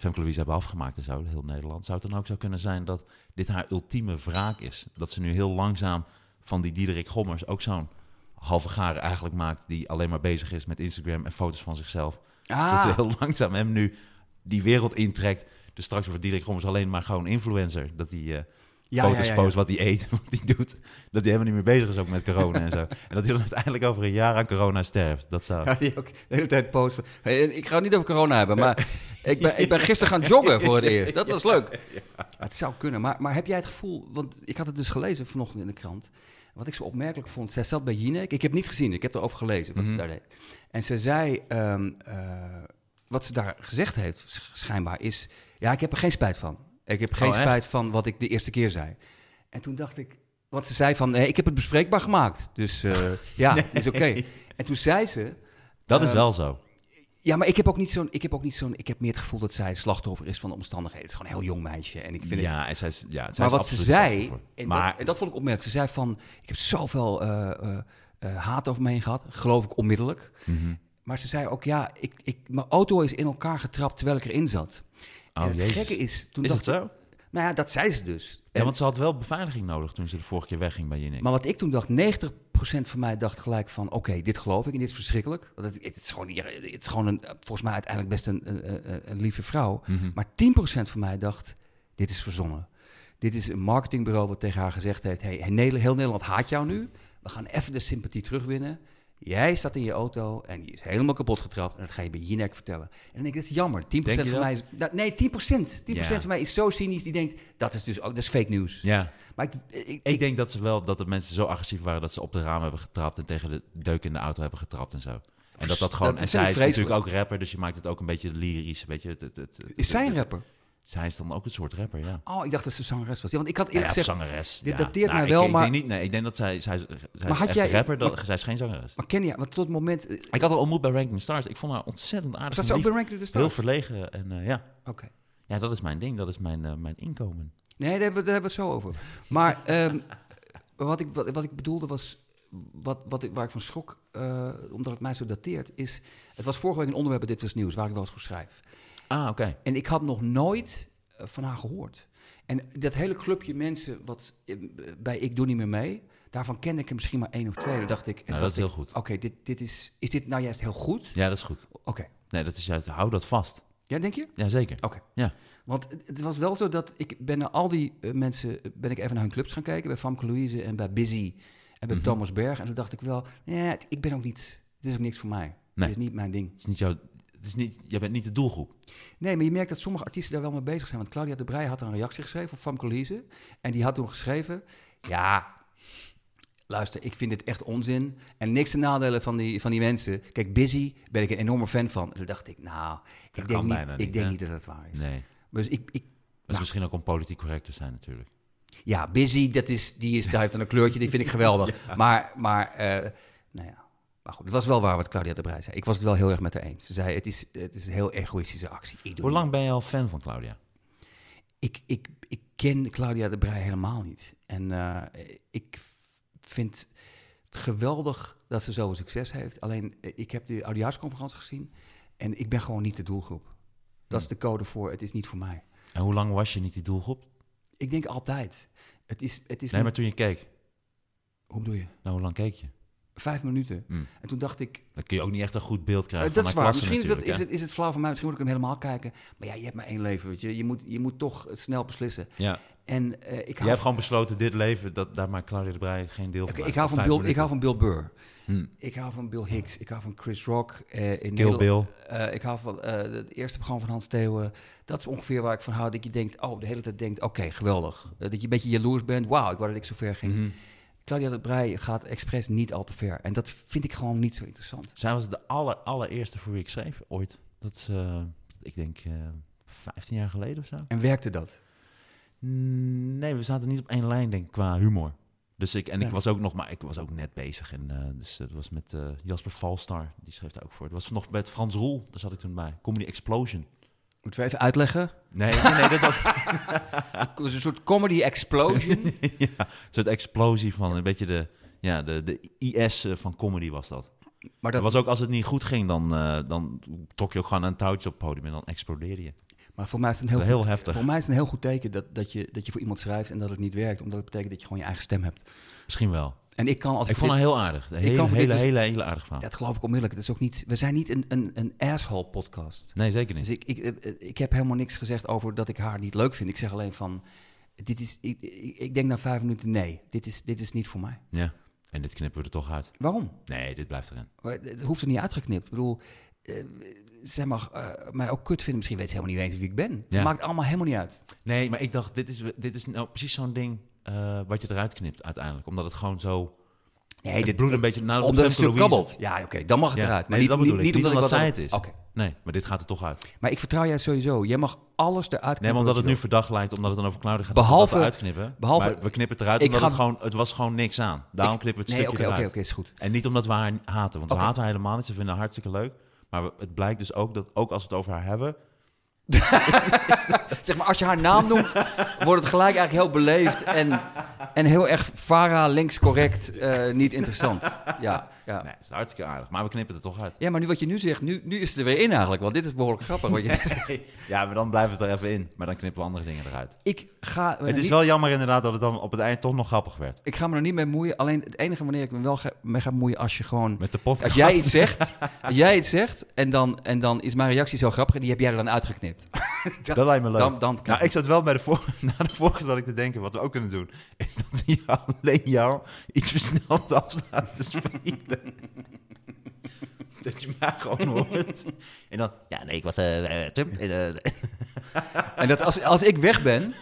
[SPEAKER 2] Femke Louise hebben afgemaakt en zo, heel Nederland, zou het dan ook zo kunnen zijn dat dit haar ultieme wraak is? Dat ze nu heel langzaam van die Diederik Gommers ook zo'n halve garen eigenlijk maakt, die alleen maar bezig is met Instagram en foto's van zichzelf.
[SPEAKER 3] Ah.
[SPEAKER 2] Dat ze heel langzaam hem nu die wereld intrekt. Dus straks wordt Diederik Gommers alleen maar gewoon influencer. Dat hij eh,
[SPEAKER 3] Ja,
[SPEAKER 2] foto's
[SPEAKER 3] ja, ja, ja.
[SPEAKER 2] post wat hij eet, wat hij doet. Dat hij helemaal niet meer bezig is ook met corona en zo. En dat hij dan uiteindelijk over een jaar aan corona sterft. Dat zou...
[SPEAKER 3] Ja, die ook de hele tijd posten. Hey, ik ga het niet over corona hebben, maar ik ben, ik ben gisteren gaan joggen voor het eerst. Dat was leuk. Het zou kunnen, maar, maar heb jij het gevoel... Want ik had het dus gelezen vanochtend in de krant. Wat ik zo opmerkelijk vond, zij zat bij Jinek. Ik heb niet gezien, ik heb erover gelezen wat ze daar deed. En ze zei, ehm, eh, wat ze daar gezegd heeft sch- schijnbaar is... Ja, ik heb er geen spijt van. Ik heb geen
[SPEAKER 2] echt?
[SPEAKER 3] spijt van wat ik de eerste keer zei. En toen dacht ik, want ze zei van, nee, ik heb het bespreekbaar gemaakt. Dus eh, ja, is oké. En toen zei ze,
[SPEAKER 2] Dat is
[SPEAKER 3] Ehm,
[SPEAKER 2] wel zo.
[SPEAKER 3] ja, maar ik heb ook niet zo'n. Ik heb ook niet zo'n. Ik heb meer het gevoel dat zij slachtoffer is van de omstandigheden. Het is gewoon een heel jong meisje. En ik vind het.
[SPEAKER 2] Ja, en zij is, ja, zij
[SPEAKER 3] Maar
[SPEAKER 2] is
[SPEAKER 3] wat ze
[SPEAKER 2] absoluut
[SPEAKER 3] zei.
[SPEAKER 2] slachtoffer.
[SPEAKER 3] En,
[SPEAKER 2] maar
[SPEAKER 3] dat, en dat vond ik opmerkelijk. Ze zei van. Ik heb zoveel eh, eh, eh, haat over me heen gehad. Geloof ik onmiddellijk.
[SPEAKER 2] Mhm.
[SPEAKER 3] Maar ze zei ook. Ja, ik, ik, mijn auto is in elkaar getrapt terwijl ik erin zat.
[SPEAKER 2] Oh,
[SPEAKER 3] en het
[SPEAKER 2] jezus.
[SPEAKER 3] gekke is. Toen
[SPEAKER 2] is dat
[SPEAKER 3] dacht ik.
[SPEAKER 2] zo?
[SPEAKER 3] Nou ja, dat zei ze dus.
[SPEAKER 2] Ja,
[SPEAKER 3] En-
[SPEAKER 2] want ze had wel beveiliging nodig toen ze de vorige keer wegging bij Jinek.
[SPEAKER 3] Maar wat ik toen dacht, 90% van mij dacht gelijk van... oké, dit geloof ik en dit is verschrikkelijk. Want het, het is gewoon, ja, het is gewoon een, volgens mij uiteindelijk best een, een, een- een lieve vrouw.
[SPEAKER 2] Mhm.
[SPEAKER 3] Maar 10% van mij dacht, dit is verzonnen. Dit is een marketingbureau wat tegen haar gezegd heeft... hey, heel Nederland- heel Nederland haat jou nu. We gaan even de sympathie terugwinnen. Jij staat in je auto en die is helemaal kapot getrapt. En dat ga je bij Jinek vertellen. En dan denk ik, dat is jammer. 10%
[SPEAKER 2] Denk
[SPEAKER 3] van
[SPEAKER 2] je dat?
[SPEAKER 3] mij is... dat- nee, 10%. 10%
[SPEAKER 2] Ja.
[SPEAKER 3] van mij is zo cynisch. Die denkt, dat is dus ook dat is fake nieuws.
[SPEAKER 2] Ja.
[SPEAKER 3] Maar ik, ik, ik,
[SPEAKER 2] Ik denk dat ze wel dat de mensen zo agressief waren dat ze op de ramen hebben getrapt en tegen de deuk in de auto hebben getrapt en zo. En dat dat gewoon.
[SPEAKER 3] Dat
[SPEAKER 2] en
[SPEAKER 3] vind ik
[SPEAKER 2] zij is
[SPEAKER 3] vreselijk.
[SPEAKER 2] natuurlijk ook rapper, dus je maakt het ook een beetje lyrisch. Weet je, het, het, het, het-
[SPEAKER 3] is zij een
[SPEAKER 2] het-
[SPEAKER 3] rapper?
[SPEAKER 2] Zij is dan ook een soort rapper, ja.
[SPEAKER 3] Oh, ik dacht dat ze zangeres was. Ja, want ik had
[SPEAKER 2] Nou Ja,
[SPEAKER 3] eerlijk
[SPEAKER 2] of
[SPEAKER 3] gezegd...
[SPEAKER 2] zangeres.
[SPEAKER 3] dit
[SPEAKER 2] ja.
[SPEAKER 3] dateert
[SPEAKER 2] Nou,
[SPEAKER 3] mij
[SPEAKER 2] ik-
[SPEAKER 3] wel,
[SPEAKER 2] ik,
[SPEAKER 3] maar-
[SPEAKER 2] denk niet, nee, ik denk dat zij, zij, zij, zij
[SPEAKER 3] had
[SPEAKER 2] is echt
[SPEAKER 3] jij-
[SPEAKER 2] een rapper, dat,
[SPEAKER 3] maar-
[SPEAKER 2] zij is geen zangeres.
[SPEAKER 3] Maar ken je, want tot het moment... eh,
[SPEAKER 2] Ik had haar ontmoet bij Ranking Stars. Ik vond haar ontzettend aardig.
[SPEAKER 3] Zat
[SPEAKER 2] en
[SPEAKER 3] ze ook
[SPEAKER 2] lief.
[SPEAKER 3] bij Ranking de Stars?
[SPEAKER 2] Heel verlegen en eh, ja.
[SPEAKER 3] Oké.
[SPEAKER 2] Ja, dat is mijn ding. Dat is mijn, eh, mijn inkomen.
[SPEAKER 3] Nee, daar hebben, we, daar hebben we het zo over. Maar ehm, wat, ik, wat, wat ik bedoelde was... Wat, wat ik, waar ik van schrok, eh, omdat het mij zo dateert, is... Het was vorige week een onderwerp bij Dit Was Nieuws, waar ik wel eens voor schrijf.
[SPEAKER 2] Ah, oké.
[SPEAKER 3] En ik had nog nooit eh, van haar gehoord. En dat hele clubje mensen wat eh, bij Ik Doe Niet Meer Mee... Daarvan ken ik er misschien maar één of twee. Toen dacht ik...
[SPEAKER 2] Nou, dat
[SPEAKER 3] dacht
[SPEAKER 2] is heel
[SPEAKER 3] ik,
[SPEAKER 2] goed.
[SPEAKER 3] Oké, dit, dit is... Is dit nou juist heel goed?
[SPEAKER 2] Ja, dat is goed.
[SPEAKER 3] Oké.
[SPEAKER 2] Nee, dat is juist. Hou dat vast.
[SPEAKER 3] Ja, denk je?
[SPEAKER 2] Jazeker.
[SPEAKER 3] Oké.
[SPEAKER 2] Ja.
[SPEAKER 3] Want het- het was wel zo dat ik ben naar al die eh, mensen eh, ben ik even naar hun clubs gaan kijken. Bij Famke Louise en bij Busy en
[SPEAKER 2] Mhm.
[SPEAKER 3] bij Thomas Berg. En toen dacht ik wel, nee, het- ik ben ook niet, dit is ook niks voor mij.
[SPEAKER 2] Nee.
[SPEAKER 3] Dit is niet mijn ding.
[SPEAKER 2] Het is niet jouw. Het is niet, jij bent niet de doelgroep.
[SPEAKER 3] Nee, maar je merkt dat sommige artiesten daar wel mee bezig zijn. Want Claudia de Breij had een reactie geschreven op Famke Louise. En die had toen geschreven, ja, luister, ik vind dit echt onzin. En niks te nadelen van die, van die mensen. Kijk, Busy ben ik een enorme fan van. En toen dacht ik, nou, ik denk,
[SPEAKER 2] kan
[SPEAKER 3] niet,
[SPEAKER 2] bijna
[SPEAKER 3] ik
[SPEAKER 2] niet,
[SPEAKER 3] denk
[SPEAKER 2] hè?
[SPEAKER 3] niet dat dat waar is.
[SPEAKER 2] Nee.
[SPEAKER 3] Dus ik, ik,
[SPEAKER 2] Dat is misschien ook om politiek correct te zijn natuurlijk.
[SPEAKER 3] Ja, Busy, dat is, die is, daar heeft dan een kleurtje, die vind ik geweldig. Maar, maar, eh, nou ja. Maar goed, het was wel waar wat Claudia de Breij zei. Ik was het wel heel erg met haar eens. Ze zei, het is, het is een heel egoïstische actie. Ik doe
[SPEAKER 2] Hoe lang ben je al fan van Claudia?
[SPEAKER 3] Ik, ik, ik ken Claudia de Breij helemaal niet. En eh, ik vind het geweldig dat ze zo'n succes heeft. Alleen, eh, ik heb de oudejaarsconferentie gezien en ik ben
[SPEAKER 2] Hmm.
[SPEAKER 3] gewoon niet de doelgroep. Dat is de code voor, het is niet voor mij.
[SPEAKER 2] En hoe lang was je niet die doelgroep?
[SPEAKER 3] Ik denk altijd. Het is, het is
[SPEAKER 2] Nee, maar toen je keek,
[SPEAKER 3] Hoe bedoel je?
[SPEAKER 2] nou, hoe lang keek je?
[SPEAKER 3] Vijf minuten.
[SPEAKER 2] Mm.
[SPEAKER 3] En toen dacht ik,
[SPEAKER 2] Dan kun je ook niet echt een goed beeld
[SPEAKER 3] Eh,
[SPEAKER 2] krijgen
[SPEAKER 3] dat
[SPEAKER 2] van
[SPEAKER 3] is
[SPEAKER 2] mijn
[SPEAKER 3] waar.
[SPEAKER 2] klasse
[SPEAKER 3] Misschien is, dat, is,
[SPEAKER 2] natuurlijk,
[SPEAKER 3] het, is het flauw van mij. Misschien moet ik hem helemaal kijken. Maar ja, je hebt maar één leven. Weet je. Je, moet, je moet toch eh, snel beslissen.
[SPEAKER 2] hè? Ja.
[SPEAKER 3] En eh, ik
[SPEAKER 2] Je
[SPEAKER 3] hou,
[SPEAKER 2] hebt gewoon besloten, dit leven, dat, daar maakt Claudia de Breij geen deel
[SPEAKER 3] ik,
[SPEAKER 2] van.
[SPEAKER 3] ik
[SPEAKER 2] uit.
[SPEAKER 3] hou van
[SPEAKER 2] Vijf
[SPEAKER 3] Bill, ik
[SPEAKER 2] minuten.
[SPEAKER 3] hou van Bill Burr.
[SPEAKER 2] Hmm.
[SPEAKER 3] Ik hou van Bill Hicks. Ik hou van Chris Rock. eh, in
[SPEAKER 2] Kill
[SPEAKER 3] Nederland-
[SPEAKER 2] Bill.
[SPEAKER 3] Eh, ik hou van eh, het eerste programma van Hans Theeuwen. Dat is ongeveer waar ik van hou. Dat je denkt, oh, de hele tijd denkt, oké, geweldig. Eh, dat je een beetje jaloers bent. Wauw, ik wou dat ik zo ver ging.
[SPEAKER 2] Mhm.
[SPEAKER 3] Claudia de Breij gaat expres niet al te ver. En dat vind ik gewoon niet zo interessant.
[SPEAKER 2] Zij was de aller, allereerste voor wie ik schreef ooit. Dat is, eh, ik denk, eh 15 jaar geleden of zo.
[SPEAKER 3] En werkte dat?
[SPEAKER 2] Mm, Nee, we zaten niet op één lijn, denk ik, qua humor. Dus ik, en
[SPEAKER 3] Ja.
[SPEAKER 2] ik was ook nog, maar ik was ook net bezig. En, eh, dus dat was met eh, Jasper Valstar, die schreef daar ook voor. Dat was nog met Frans Roel, daar zat ik toen bij. Comedy Explosion.
[SPEAKER 3] Moeten we even uitleggen?
[SPEAKER 2] Nee, nee, nee, dat was
[SPEAKER 3] Het was een soort comedy explosion.
[SPEAKER 2] ja, een soort explosie van een beetje de, ja, de, de IS van comedy was dat. Dat
[SPEAKER 3] Maar dat,
[SPEAKER 2] was ook, als het niet goed ging, dan, eh, dan trok je ook gewoon aan een touwtje op het podium en dan explodeerde je.
[SPEAKER 3] maar voor mij is het een heel,
[SPEAKER 2] Heel
[SPEAKER 3] goed,
[SPEAKER 2] heftig.
[SPEAKER 3] Voor mij is het een heel goed teken dat, dat, je, dat je voor iemand schrijft en dat het niet werkt. Omdat het betekent dat je gewoon je eigen stem hebt.
[SPEAKER 2] Misschien wel.
[SPEAKER 3] En ik kan als
[SPEAKER 2] Ik vond
[SPEAKER 3] dit-
[SPEAKER 2] haar heel aardig. Een
[SPEAKER 3] Ik
[SPEAKER 2] hele,
[SPEAKER 3] kan
[SPEAKER 2] hele,
[SPEAKER 3] voor
[SPEAKER 2] hele,
[SPEAKER 3] dit dus-
[SPEAKER 2] hele, aardige vrouw.
[SPEAKER 3] Dat geloof ik onmiddellijk. Het is ook niet, we zijn niet een, een, een asshole podcast.
[SPEAKER 2] Nee, zeker niet.
[SPEAKER 3] Dus ik, ik, eh, eh, ik heb helemaal niks gezegd over dat ik haar niet leuk vind. Ik zeg alleen van, dit is, ik, ik, ik denk na vijf minuten, nee, dit is, dit is niet voor mij.
[SPEAKER 2] Ja. En dit knippen we er toch uit.
[SPEAKER 3] Waarom?
[SPEAKER 2] Nee, dit blijft erin.
[SPEAKER 3] Maar Het hoeft er niet uitgeknipt. Ik bedoel, eh, zij mag eh, mij ook kut vinden. Misschien weet ze helemaal niet eens wie ik ben.
[SPEAKER 2] Ja.
[SPEAKER 3] Maakt allemaal helemaal niet uit.
[SPEAKER 2] Nee, maar ik dacht, dit is, dit is nou precies zo'n ding eh, wat je eruit knipt uiteindelijk. Omdat het gewoon zo...
[SPEAKER 3] Nee,
[SPEAKER 2] het bloed een beetje naar
[SPEAKER 3] omdat het stuk kabbelt. Ja, oké, dan mag het
[SPEAKER 2] Ja,
[SPEAKER 3] eruit. Maar
[SPEAKER 2] nee,
[SPEAKER 3] niet,
[SPEAKER 2] dat
[SPEAKER 3] niet,
[SPEAKER 2] bedoel ik.
[SPEAKER 3] niet
[SPEAKER 2] Niet
[SPEAKER 3] omdat, ik
[SPEAKER 2] omdat
[SPEAKER 3] wat-
[SPEAKER 2] zij het is.
[SPEAKER 3] Oké,
[SPEAKER 2] Nee, maar dit gaat er toch uit.
[SPEAKER 3] maar ik vertrouw jij sowieso. Jij mag alles eruit
[SPEAKER 2] Nee,
[SPEAKER 3] knippen
[SPEAKER 2] maar omdat
[SPEAKER 3] wat
[SPEAKER 2] het
[SPEAKER 3] je
[SPEAKER 2] nu verdacht lijkt, omdat het dan over Claudia gaat,
[SPEAKER 3] Behalve-
[SPEAKER 2] dat we uitknippen.
[SPEAKER 3] behalve-
[SPEAKER 2] maar we knippen het eruit
[SPEAKER 3] Ik
[SPEAKER 2] omdat
[SPEAKER 3] ga-
[SPEAKER 2] het gewoon, het was gewoon niks aan.
[SPEAKER 3] wil.
[SPEAKER 2] Daarom
[SPEAKER 3] Ik-
[SPEAKER 2] knippen we het
[SPEAKER 3] Nee,
[SPEAKER 2] stukje
[SPEAKER 3] oké, oké,
[SPEAKER 2] eruit.
[SPEAKER 3] oké, is goed.
[SPEAKER 2] En niet omdat we haar haten, want
[SPEAKER 3] Oké.
[SPEAKER 2] we haten haar helemaal niet. Ze vinden haar hartstikke leuk. Maar we- het blijkt dus ook dat, ook als we het over haar hebben...
[SPEAKER 3] Zeg maar, als je haar naam noemt, wordt het gelijk eigenlijk heel beleefd en, en heel erg Farah links correct, eh, niet interessant. Ja, ja.
[SPEAKER 2] Nee, het is hartstikke aardig. Maar we knippen het er toch uit.
[SPEAKER 3] ja, maar nu wat je nu zegt, nu, nu is het er weer in eigenlijk, want dit is behoorlijk grappig. Wat je,
[SPEAKER 2] Ja, maar dan blijft het er even in. Maar dan knippen we andere dingen eruit.
[SPEAKER 3] ik ga.
[SPEAKER 2] Het is
[SPEAKER 3] Oh, niet-
[SPEAKER 2] wel jammer inderdaad dat het dan op het eind toch nog grappig werd.
[SPEAKER 3] Ik ga me er niet mee moeien. Alleen het enige wanneer ik me wel ga, mee ga moeien als je gewoon.
[SPEAKER 2] Met de podcast.
[SPEAKER 3] Als jij iets zegt, als jij iets zegt en, dan, en dan is mijn reactie zo grappig en die heb jij er dan uitgeknipt.
[SPEAKER 2] Dat lijkt me leuk.
[SPEAKER 3] Dan- dan-
[SPEAKER 2] nou, ik zat wel bij de vorige, na de vorige zat ik te denken, wat we ook kunnen doen, is dat we jou, alleen jou iets versneld af laten spelen. dat je mij gewoon hoort. En dan, ja nee, ik was eh, eh, Trump. en, eh,
[SPEAKER 3] En dat als, als ik weg ben,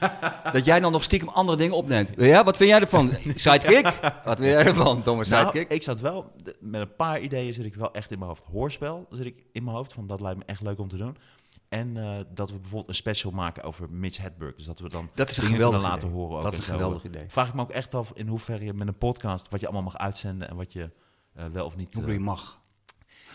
[SPEAKER 3] dat jij dan nog stiekem andere dingen opneemt. Ja, wat vind jij ervan? Sidekick? Wat vind jij ervan, domme
[SPEAKER 2] Nou,
[SPEAKER 3] sidekick?
[SPEAKER 2] ik zat wel, de- met een paar ideeën zit ik wel echt in mijn hoofd. Hoorspel zit ik in mijn hoofd, want dat lijkt me echt leuk om te doen. En eh, dat we bijvoorbeeld een special maken over Mitch Hedberg. Dus dat we dan
[SPEAKER 3] Dat is een
[SPEAKER 2] dingen
[SPEAKER 3] geweldig
[SPEAKER 2] kunnen laten
[SPEAKER 3] idee.
[SPEAKER 2] horen. ook
[SPEAKER 3] Dat
[SPEAKER 2] en
[SPEAKER 3] is een
[SPEAKER 2] zo.
[SPEAKER 3] geweldig idee.
[SPEAKER 2] Vraag ik me ook echt af in hoeverre je met een podcast... wat je allemaal mag uitzenden en wat je eh, wel of niet...
[SPEAKER 3] Hoe
[SPEAKER 2] eh,
[SPEAKER 3] bedoel je mag?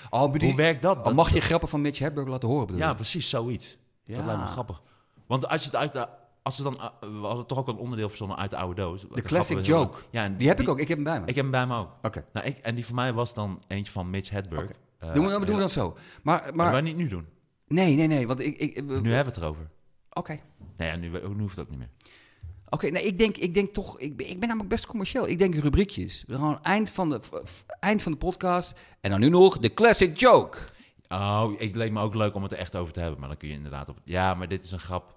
[SPEAKER 3] Oh, bedoel,
[SPEAKER 2] hoe werkt dat?
[SPEAKER 3] oh,
[SPEAKER 2] Dat-
[SPEAKER 3] mag je grappen van Mitch Hedberg laten horen? Bedoel
[SPEAKER 2] Ja,
[SPEAKER 3] je?
[SPEAKER 2] precies, zoiets.
[SPEAKER 3] Ja.
[SPEAKER 2] Dat lijkt me grappig. Want als je het uit de... Als we, dan, eh, we hadden toch ook een onderdeel verzonnen uit de oude doos.
[SPEAKER 3] De classic
[SPEAKER 2] Grappig, heel
[SPEAKER 3] joke.
[SPEAKER 2] leuk. Ja, en
[SPEAKER 3] Die heb ik ook, ik heb hem bij me.
[SPEAKER 2] Ik heb hem bij me ook.
[SPEAKER 3] Oké.
[SPEAKER 2] Nou, ik, en die voor mij was dan eentje van Mitch Hedberg.
[SPEAKER 3] Oké.
[SPEAKER 2] Eh,
[SPEAKER 3] doen, we, doen we dat zo. Maar,
[SPEAKER 2] Maar,
[SPEAKER 3] maar
[SPEAKER 2] niet nu doen.
[SPEAKER 3] nee, nee, nee. Want ik. ik eh,
[SPEAKER 2] Nu
[SPEAKER 3] Oké.
[SPEAKER 2] hebben we het erover.
[SPEAKER 3] Oké,
[SPEAKER 2] Nou ja, nu, nu hoeft het ook niet meer.
[SPEAKER 3] nee, ik denk, ik denk toch. Ik ben, ik ben namelijk best commercieel. Ik denk rubriekjes. Gewoon eind van de, v- v- eind van de podcast. En dan nu nog de classic joke.
[SPEAKER 2] Oh, het leek me ook leuk om het er echt over te hebben. Maar dan kun je inderdaad op... Ja, maar dit is een grap.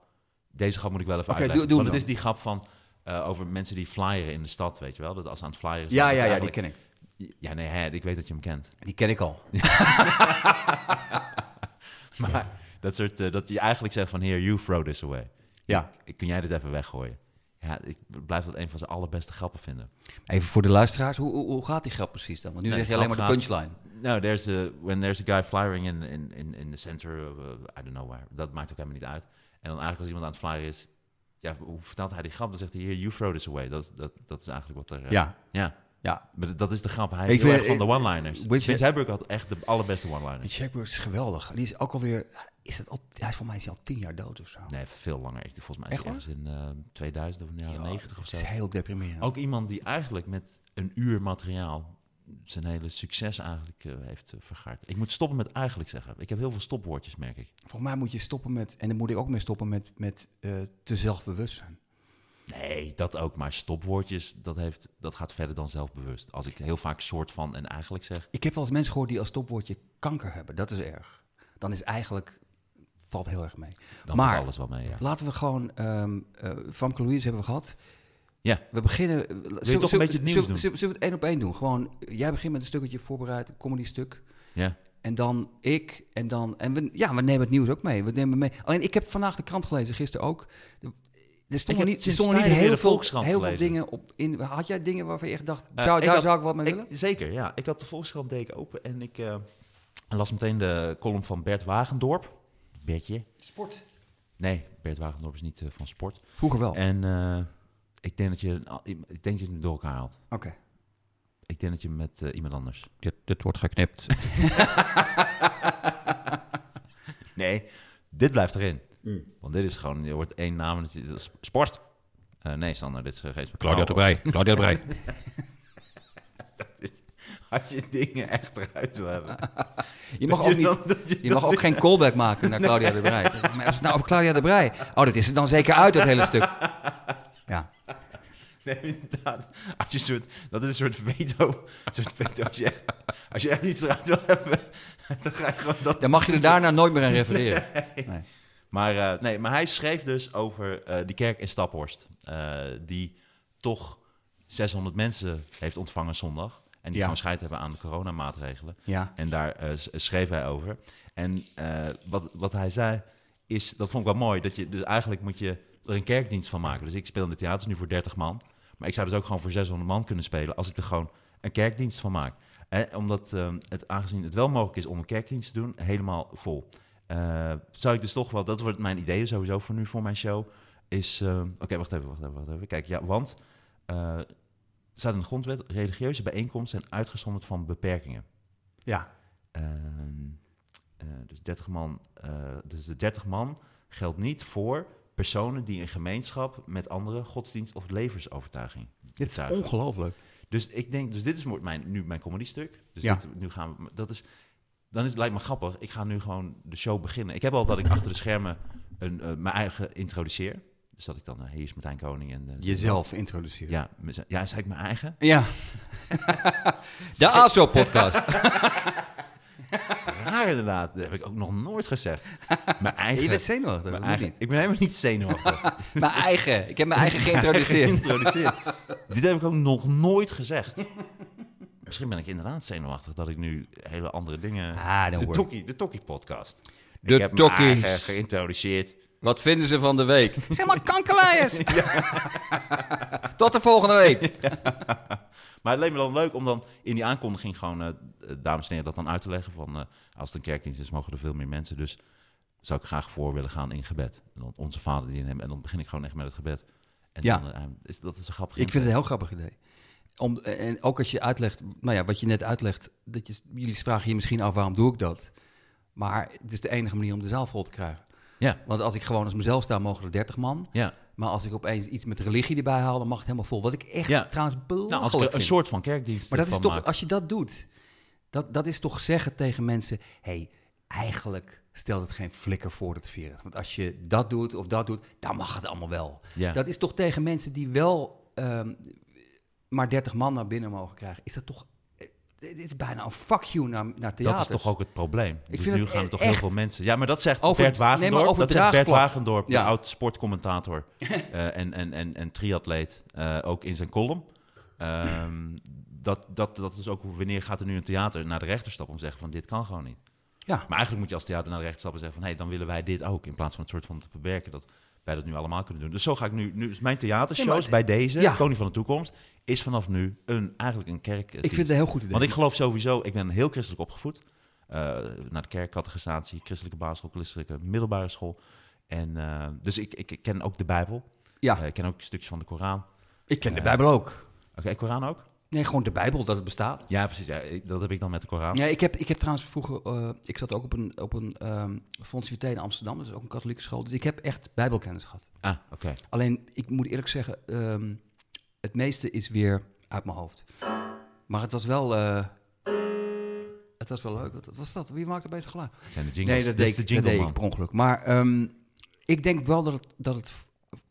[SPEAKER 2] Deze grap moet ik wel even
[SPEAKER 3] Oké,
[SPEAKER 2] uitleggen.
[SPEAKER 3] doe- doe
[SPEAKER 2] Want het
[SPEAKER 3] hem
[SPEAKER 2] is die grap van... eh, over mensen die flyeren in de stad, weet je wel? Dat als ze aan het flyeren zijn...
[SPEAKER 3] Ja,
[SPEAKER 2] dat
[SPEAKER 3] ja,
[SPEAKER 2] ze
[SPEAKER 3] ja, die
[SPEAKER 2] eigenlijk-
[SPEAKER 3] ken ik.
[SPEAKER 2] Ja, nee, hè, ik weet dat je hem kent.
[SPEAKER 3] Die ken ik al.
[SPEAKER 2] Maar dat soort... eh, dat je eigenlijk zegt van... Here, you throw this away.
[SPEAKER 3] Ja.
[SPEAKER 2] Kun jij dit even weggooien? Ja, ik blijf dat een van zijn allerbeste grappen vinden.
[SPEAKER 3] Even voor de luisteraars, hoe, hoe, hoe gaat die grap precies dan? Want nu
[SPEAKER 2] Nee,
[SPEAKER 3] zeg je alleen maar de
[SPEAKER 2] grap gaat-
[SPEAKER 3] punchline.
[SPEAKER 2] No, there's a when there's a guy flying in in in, in the center of uh, I don't know where. Dat maakt ook helemaal niet uit. En dan eigenlijk als iemand aan het flyer is, ja, hoe vertelt hij die grap? Dan zegt hij hier, you throw this away. Dat dat dat is eigenlijk wat er. eh,
[SPEAKER 3] Ja.
[SPEAKER 2] Ja.
[SPEAKER 3] Ja.
[SPEAKER 2] Maar dat is de grap. Hij
[SPEAKER 3] Ik
[SPEAKER 2] is heel
[SPEAKER 3] vind-
[SPEAKER 2] erg van de
[SPEAKER 3] ik-
[SPEAKER 2] one-liners.
[SPEAKER 3] Which-
[SPEAKER 2] Vince Hedberg had echt de allerbeste one-liners.
[SPEAKER 3] Mitch Hedberg is geweldig. Die is ook alweer, is dat al, hij is voor mij is hij al tien jaar dood of zo.
[SPEAKER 2] Nee, veel langer. Ik volgens mij is
[SPEAKER 3] Echt
[SPEAKER 2] hij ergens in eh, 2000 of in de jaren
[SPEAKER 3] Ja,
[SPEAKER 2] 90 of
[SPEAKER 3] het
[SPEAKER 2] zo.
[SPEAKER 3] is heel deprimerend.
[SPEAKER 2] Ook iemand die eigenlijk met een uur materiaal zijn hele succes eigenlijk eh, heeft eh, vergaard. Ik moet stoppen met eigenlijk zeggen. Ik heb heel veel stopwoordjes, merk ik.
[SPEAKER 3] Volgens mij moet je stoppen met, en dan moet ik ook mee stoppen met, met eh, te zelfbewust zijn.
[SPEAKER 2] Nee, dat ook. Maar stopwoordjes, dat, heeft, dat gaat verder dan zelfbewust. Als ik heel vaak soort van en eigenlijk zeg.
[SPEAKER 3] Ik heb wel eens mensen gehoord die als stopwoordje kanker hebben. Dat is erg. Dan is eigenlijk... Valt heel erg mee.
[SPEAKER 2] Dan
[SPEAKER 3] Maar-
[SPEAKER 2] gaat alles wel mee. Ja.
[SPEAKER 3] Laten we gewoon... ehm eh Famke Louise hebben we gehad.
[SPEAKER 2] Ja.
[SPEAKER 3] We beginnen... Wil
[SPEAKER 2] toch een beetje het nieuws doen?
[SPEAKER 3] Zullen we het één op één doen? Gewoon, eh, jij begint met een stuk dat je hebt voorbereid, een comedy stuk.
[SPEAKER 2] ja.
[SPEAKER 3] En dan ik en dan... En we, ja, we nemen het nieuws ook mee. We nemen mee. Alleen ik heb vandaag de krant gelezen, gisteren ook. Er stonden
[SPEAKER 2] heb
[SPEAKER 3] niet, er
[SPEAKER 2] sinds
[SPEAKER 3] stonden niet
[SPEAKER 2] tijden weer
[SPEAKER 3] heel,
[SPEAKER 2] de
[SPEAKER 3] veel,
[SPEAKER 2] Volkskrant
[SPEAKER 3] heel veel
[SPEAKER 2] gelezen.
[SPEAKER 3] dingen op in. Had jij dingen waarvan je echt dacht,
[SPEAKER 2] Eh,
[SPEAKER 3] zou,
[SPEAKER 2] ik
[SPEAKER 3] daar
[SPEAKER 2] had-
[SPEAKER 3] zou ik wat mee
[SPEAKER 2] Ik-
[SPEAKER 3] willen?
[SPEAKER 2] Zeker, ja. Ik had de Volkskrant deed ik open en ik eh, las meteen de column van Bert Wagendorp. Bertje?
[SPEAKER 3] Sport.
[SPEAKER 2] Nee, Bert Wagendorp is niet eh, van sport.
[SPEAKER 3] Vroeger wel.
[SPEAKER 2] En eh, ik, denk dat je, een- ik denk dat je het door elkaar haalt.
[SPEAKER 3] Oké.
[SPEAKER 2] Ik denk dat je met eh, iemand anders.
[SPEAKER 4] Dit, dit wordt geknipt.
[SPEAKER 2] Nee, dit blijft erin. Want dit is gewoon, je wordt één naam. en het is- is Sport. Eh, nee, Sander, dit is eh, geen
[SPEAKER 4] Claudia de Brij. Claudia de Brij.
[SPEAKER 2] Als je dingen echt eruit wil hebben.
[SPEAKER 3] Je mag
[SPEAKER 2] Dat
[SPEAKER 3] ook,
[SPEAKER 2] je
[SPEAKER 3] niet,
[SPEAKER 2] dan- dat je
[SPEAKER 3] je mag ook geen callback maken naar Claudia de Brij. Maar als het nou over Claudia de Brij... Oh, dat is er dan zeker uit, dat hele stuk. Ja.
[SPEAKER 2] Nee, inderdaad. Als je een soort, dat is een soort veto. Een soort veto. Als je, echt, als je echt iets eruit wil hebben, dan ga je gewoon dat...
[SPEAKER 3] Dan mag je er daarna nooit meer aan refereren. Nee.
[SPEAKER 2] Maar, eh, nee, maar hij schreef dus over eh, die kerk in Staphorst. eh, die toch 600 mensen heeft ontvangen zondag. En die
[SPEAKER 3] Ja.
[SPEAKER 2] gewoon scheid hebben aan de coronamaatregelen.
[SPEAKER 3] Ja.
[SPEAKER 2] En daar eh, s- schreef hij over. En eh, wat, wat hij zei, is, dat vond ik wel mooi. Dat je, dus eigenlijk moet je er een kerkdienst van maken. Dus ik speel in de theaters nu voor 30 man. Maar ik zou dus ook gewoon voor 600 man kunnen spelen als ik er gewoon een kerkdienst van maak. Hè, omdat ehm, het, aangezien het wel mogelijk is om een kerkdienst te doen, helemaal vol. Eh, zou ik dus toch wel, dat wordt mijn idee sowieso voor nu voor mijn show. Is, ehm, oké, wacht even, wacht even, wacht even. Kijk, ja, want eh staat in de grondwet, religieuze bijeenkomsten zijn uitgezonderd van beperkingen.
[SPEAKER 3] Ja.
[SPEAKER 2] Ehm, eh, dus, 30 man, eh, dus de 30 man geldt niet voor personen die een gemeenschap met andere godsdienst of levensovertuiging
[SPEAKER 3] Dit is
[SPEAKER 2] betuigen.
[SPEAKER 3] ongelooflijk.
[SPEAKER 2] Dus ik denk, dus dit is mo- mijn, nu mijn comedy stuk. Dus
[SPEAKER 3] Ja.
[SPEAKER 2] dit, nu gaan we, dat is, dan is, lijkt me grappig, ik ga nu gewoon de show beginnen. Ik heb al dat ik achter de schermen een, eh, mijn eigen introduceer. Dus dat ik dan, eh, hier is Martijn Koning en... eh,
[SPEAKER 3] Jezelf introduceren.
[SPEAKER 2] Ja, mez- ja, zei ik mijn eigen?
[SPEAKER 3] Ja. De ASO-podcast.
[SPEAKER 2] Raar inderdaad, dat heb ik ook nog nooit gezegd. Mijn eigen...
[SPEAKER 3] Je bent zenuwachtig.
[SPEAKER 2] mijn
[SPEAKER 3] dat moet
[SPEAKER 2] eigen
[SPEAKER 3] niet.
[SPEAKER 2] ik ben helemaal niet zenuwachtig.
[SPEAKER 3] Mijn eigen. Ik heb mijn eigen geïntroduceerd.
[SPEAKER 2] geïntroduceerd. Dit heb ik ook nog nooit gezegd. Misschien ben ik inderdaad zenuwachtig dat ik nu hele andere dingen...
[SPEAKER 3] Ah, don't
[SPEAKER 2] de
[SPEAKER 3] worry.
[SPEAKER 2] Tokkie, de Tokkie podcast.
[SPEAKER 3] De
[SPEAKER 2] ik heb me
[SPEAKER 3] Tokkies.
[SPEAKER 2] eigen geïntroduceerd.
[SPEAKER 3] Wat vinden ze van de week? Zeg maar kankerleiers. Tot de volgende week.
[SPEAKER 2] Maar het leek me dan leuk om dan in die aankondiging gewoon, eh, dames en heren, dat dan uit te leggen. Van, eh, als het een kerkdienst is, mogen er veel meer mensen. Dus zou ik graag voor willen gaan in gebed. En dan onze vader die in hem. En dan begin ik gewoon echt met het gebed. En
[SPEAKER 3] Ja.
[SPEAKER 2] dan, eh, is, dat is een grappig
[SPEAKER 3] Ik vind het een heel grappig idee. Om, en ook als je uitlegt, nou ja, wat je net uitlegt, dat je, jullie vragen je misschien af waarom doe ik dat. Maar het is de enige manier om de zaal vol te krijgen.
[SPEAKER 2] Ja.
[SPEAKER 3] Want als ik gewoon als mezelf sta, mogen er 30 man.
[SPEAKER 2] Ja.
[SPEAKER 3] Maar als ik opeens iets met religie erbij haal, dan mag het helemaal vol. Wat ik echt
[SPEAKER 2] Ja.
[SPEAKER 3] trouwens belachelijk
[SPEAKER 2] Nou, als ik er een
[SPEAKER 3] vind.
[SPEAKER 2] soort van kerkdienst
[SPEAKER 3] Maar dat is
[SPEAKER 2] van
[SPEAKER 3] toch,
[SPEAKER 2] maak.
[SPEAKER 3] als je dat doet, dat, dat is toch zeggen tegen mensen: hé, hey, eigenlijk stelt het geen flikker voor dat virus. Want als je dat doet of dat doet, dan mag het allemaal wel.
[SPEAKER 2] Ja.
[SPEAKER 3] Dat is toch tegen mensen die wel ehm, maar 30 man naar binnen mogen krijgen. Is dat toch. eh, Dit is bijna een fuck you naar, naar theater.
[SPEAKER 2] Dat is toch ook het probleem. dus
[SPEAKER 3] vind
[SPEAKER 2] nu
[SPEAKER 3] het
[SPEAKER 2] gaan
[SPEAKER 3] e-
[SPEAKER 2] er toch
[SPEAKER 3] echt-
[SPEAKER 2] heel veel mensen. Ja, maar dat zegt
[SPEAKER 3] Over-
[SPEAKER 2] Bert Wagendorp.
[SPEAKER 3] nee, maar over
[SPEAKER 2] dat zegt Bert
[SPEAKER 3] draagvlak.
[SPEAKER 2] Wagendorp,
[SPEAKER 3] Ja.
[SPEAKER 2] de oud sportcommentator eh, en, en, en, en triatleet, eh, ook in zijn column. Ehm, dat, dat, dat is ook hoe- wanneer gaat er nu een theater naar de rechter stappen om te zeggen van dit kan gewoon niet.
[SPEAKER 3] Ja.
[SPEAKER 2] Maar eigenlijk moet je als theater naar de rechter stappen en zeggen van hé, dan willen wij dit ook. In plaats van het soort van te beperken dat wij dat nu allemaal kunnen doen. Dus zo ga ik nu, nu is mijn theatershows
[SPEAKER 3] Nee, maar het-
[SPEAKER 2] bij deze,
[SPEAKER 3] Ja.
[SPEAKER 2] Koning van de Toekomst, is vanaf nu een, eigenlijk een kerk.
[SPEAKER 3] Ik vind het een heel goed idee.
[SPEAKER 2] Want ik geloof sowieso, ik ben heel christelijk opgevoed. Eh, naar de kerk, catechisatie, christelijke basisschool, christelijke middelbare school. En, eh, dus ik, ik ik ken ook de Bijbel.
[SPEAKER 3] ja,
[SPEAKER 2] Eh, ik ken ook stukjes van de Koran. Oké,
[SPEAKER 3] ik ken de
[SPEAKER 2] eh,
[SPEAKER 3] Bijbel ook.
[SPEAKER 2] Koran ook?
[SPEAKER 3] Nee, gewoon de Bijbel dat het bestaat.
[SPEAKER 2] Ja, precies. Ja, ik- dat heb ik dan met de Koran.
[SPEAKER 3] Ja, ik heb, ik heb trouwens vroeger, eh, ik zat ook op een, op een ehm Fonds Vitae in Amsterdam, dat is ook een katholieke school, dus ik heb echt bijbelkennis gehad.
[SPEAKER 2] Ah, oké.
[SPEAKER 3] Alleen, ik moet eerlijk zeggen, ehm, het meeste is weer uit mijn hoofd. Maar het was wel, eh, het was wel leuk. Wat, wat was dat? Wie maakte bij zijn geluid?
[SPEAKER 2] Dat zijn de jingles.
[SPEAKER 3] Nee, dat
[SPEAKER 2] Dit
[SPEAKER 3] deed,
[SPEAKER 2] is
[SPEAKER 3] ik-
[SPEAKER 2] de jingle,
[SPEAKER 3] dat deed
[SPEAKER 2] man.
[SPEAKER 3] ik per ongeluk. Maar ehm, ik denk wel dat het, dat het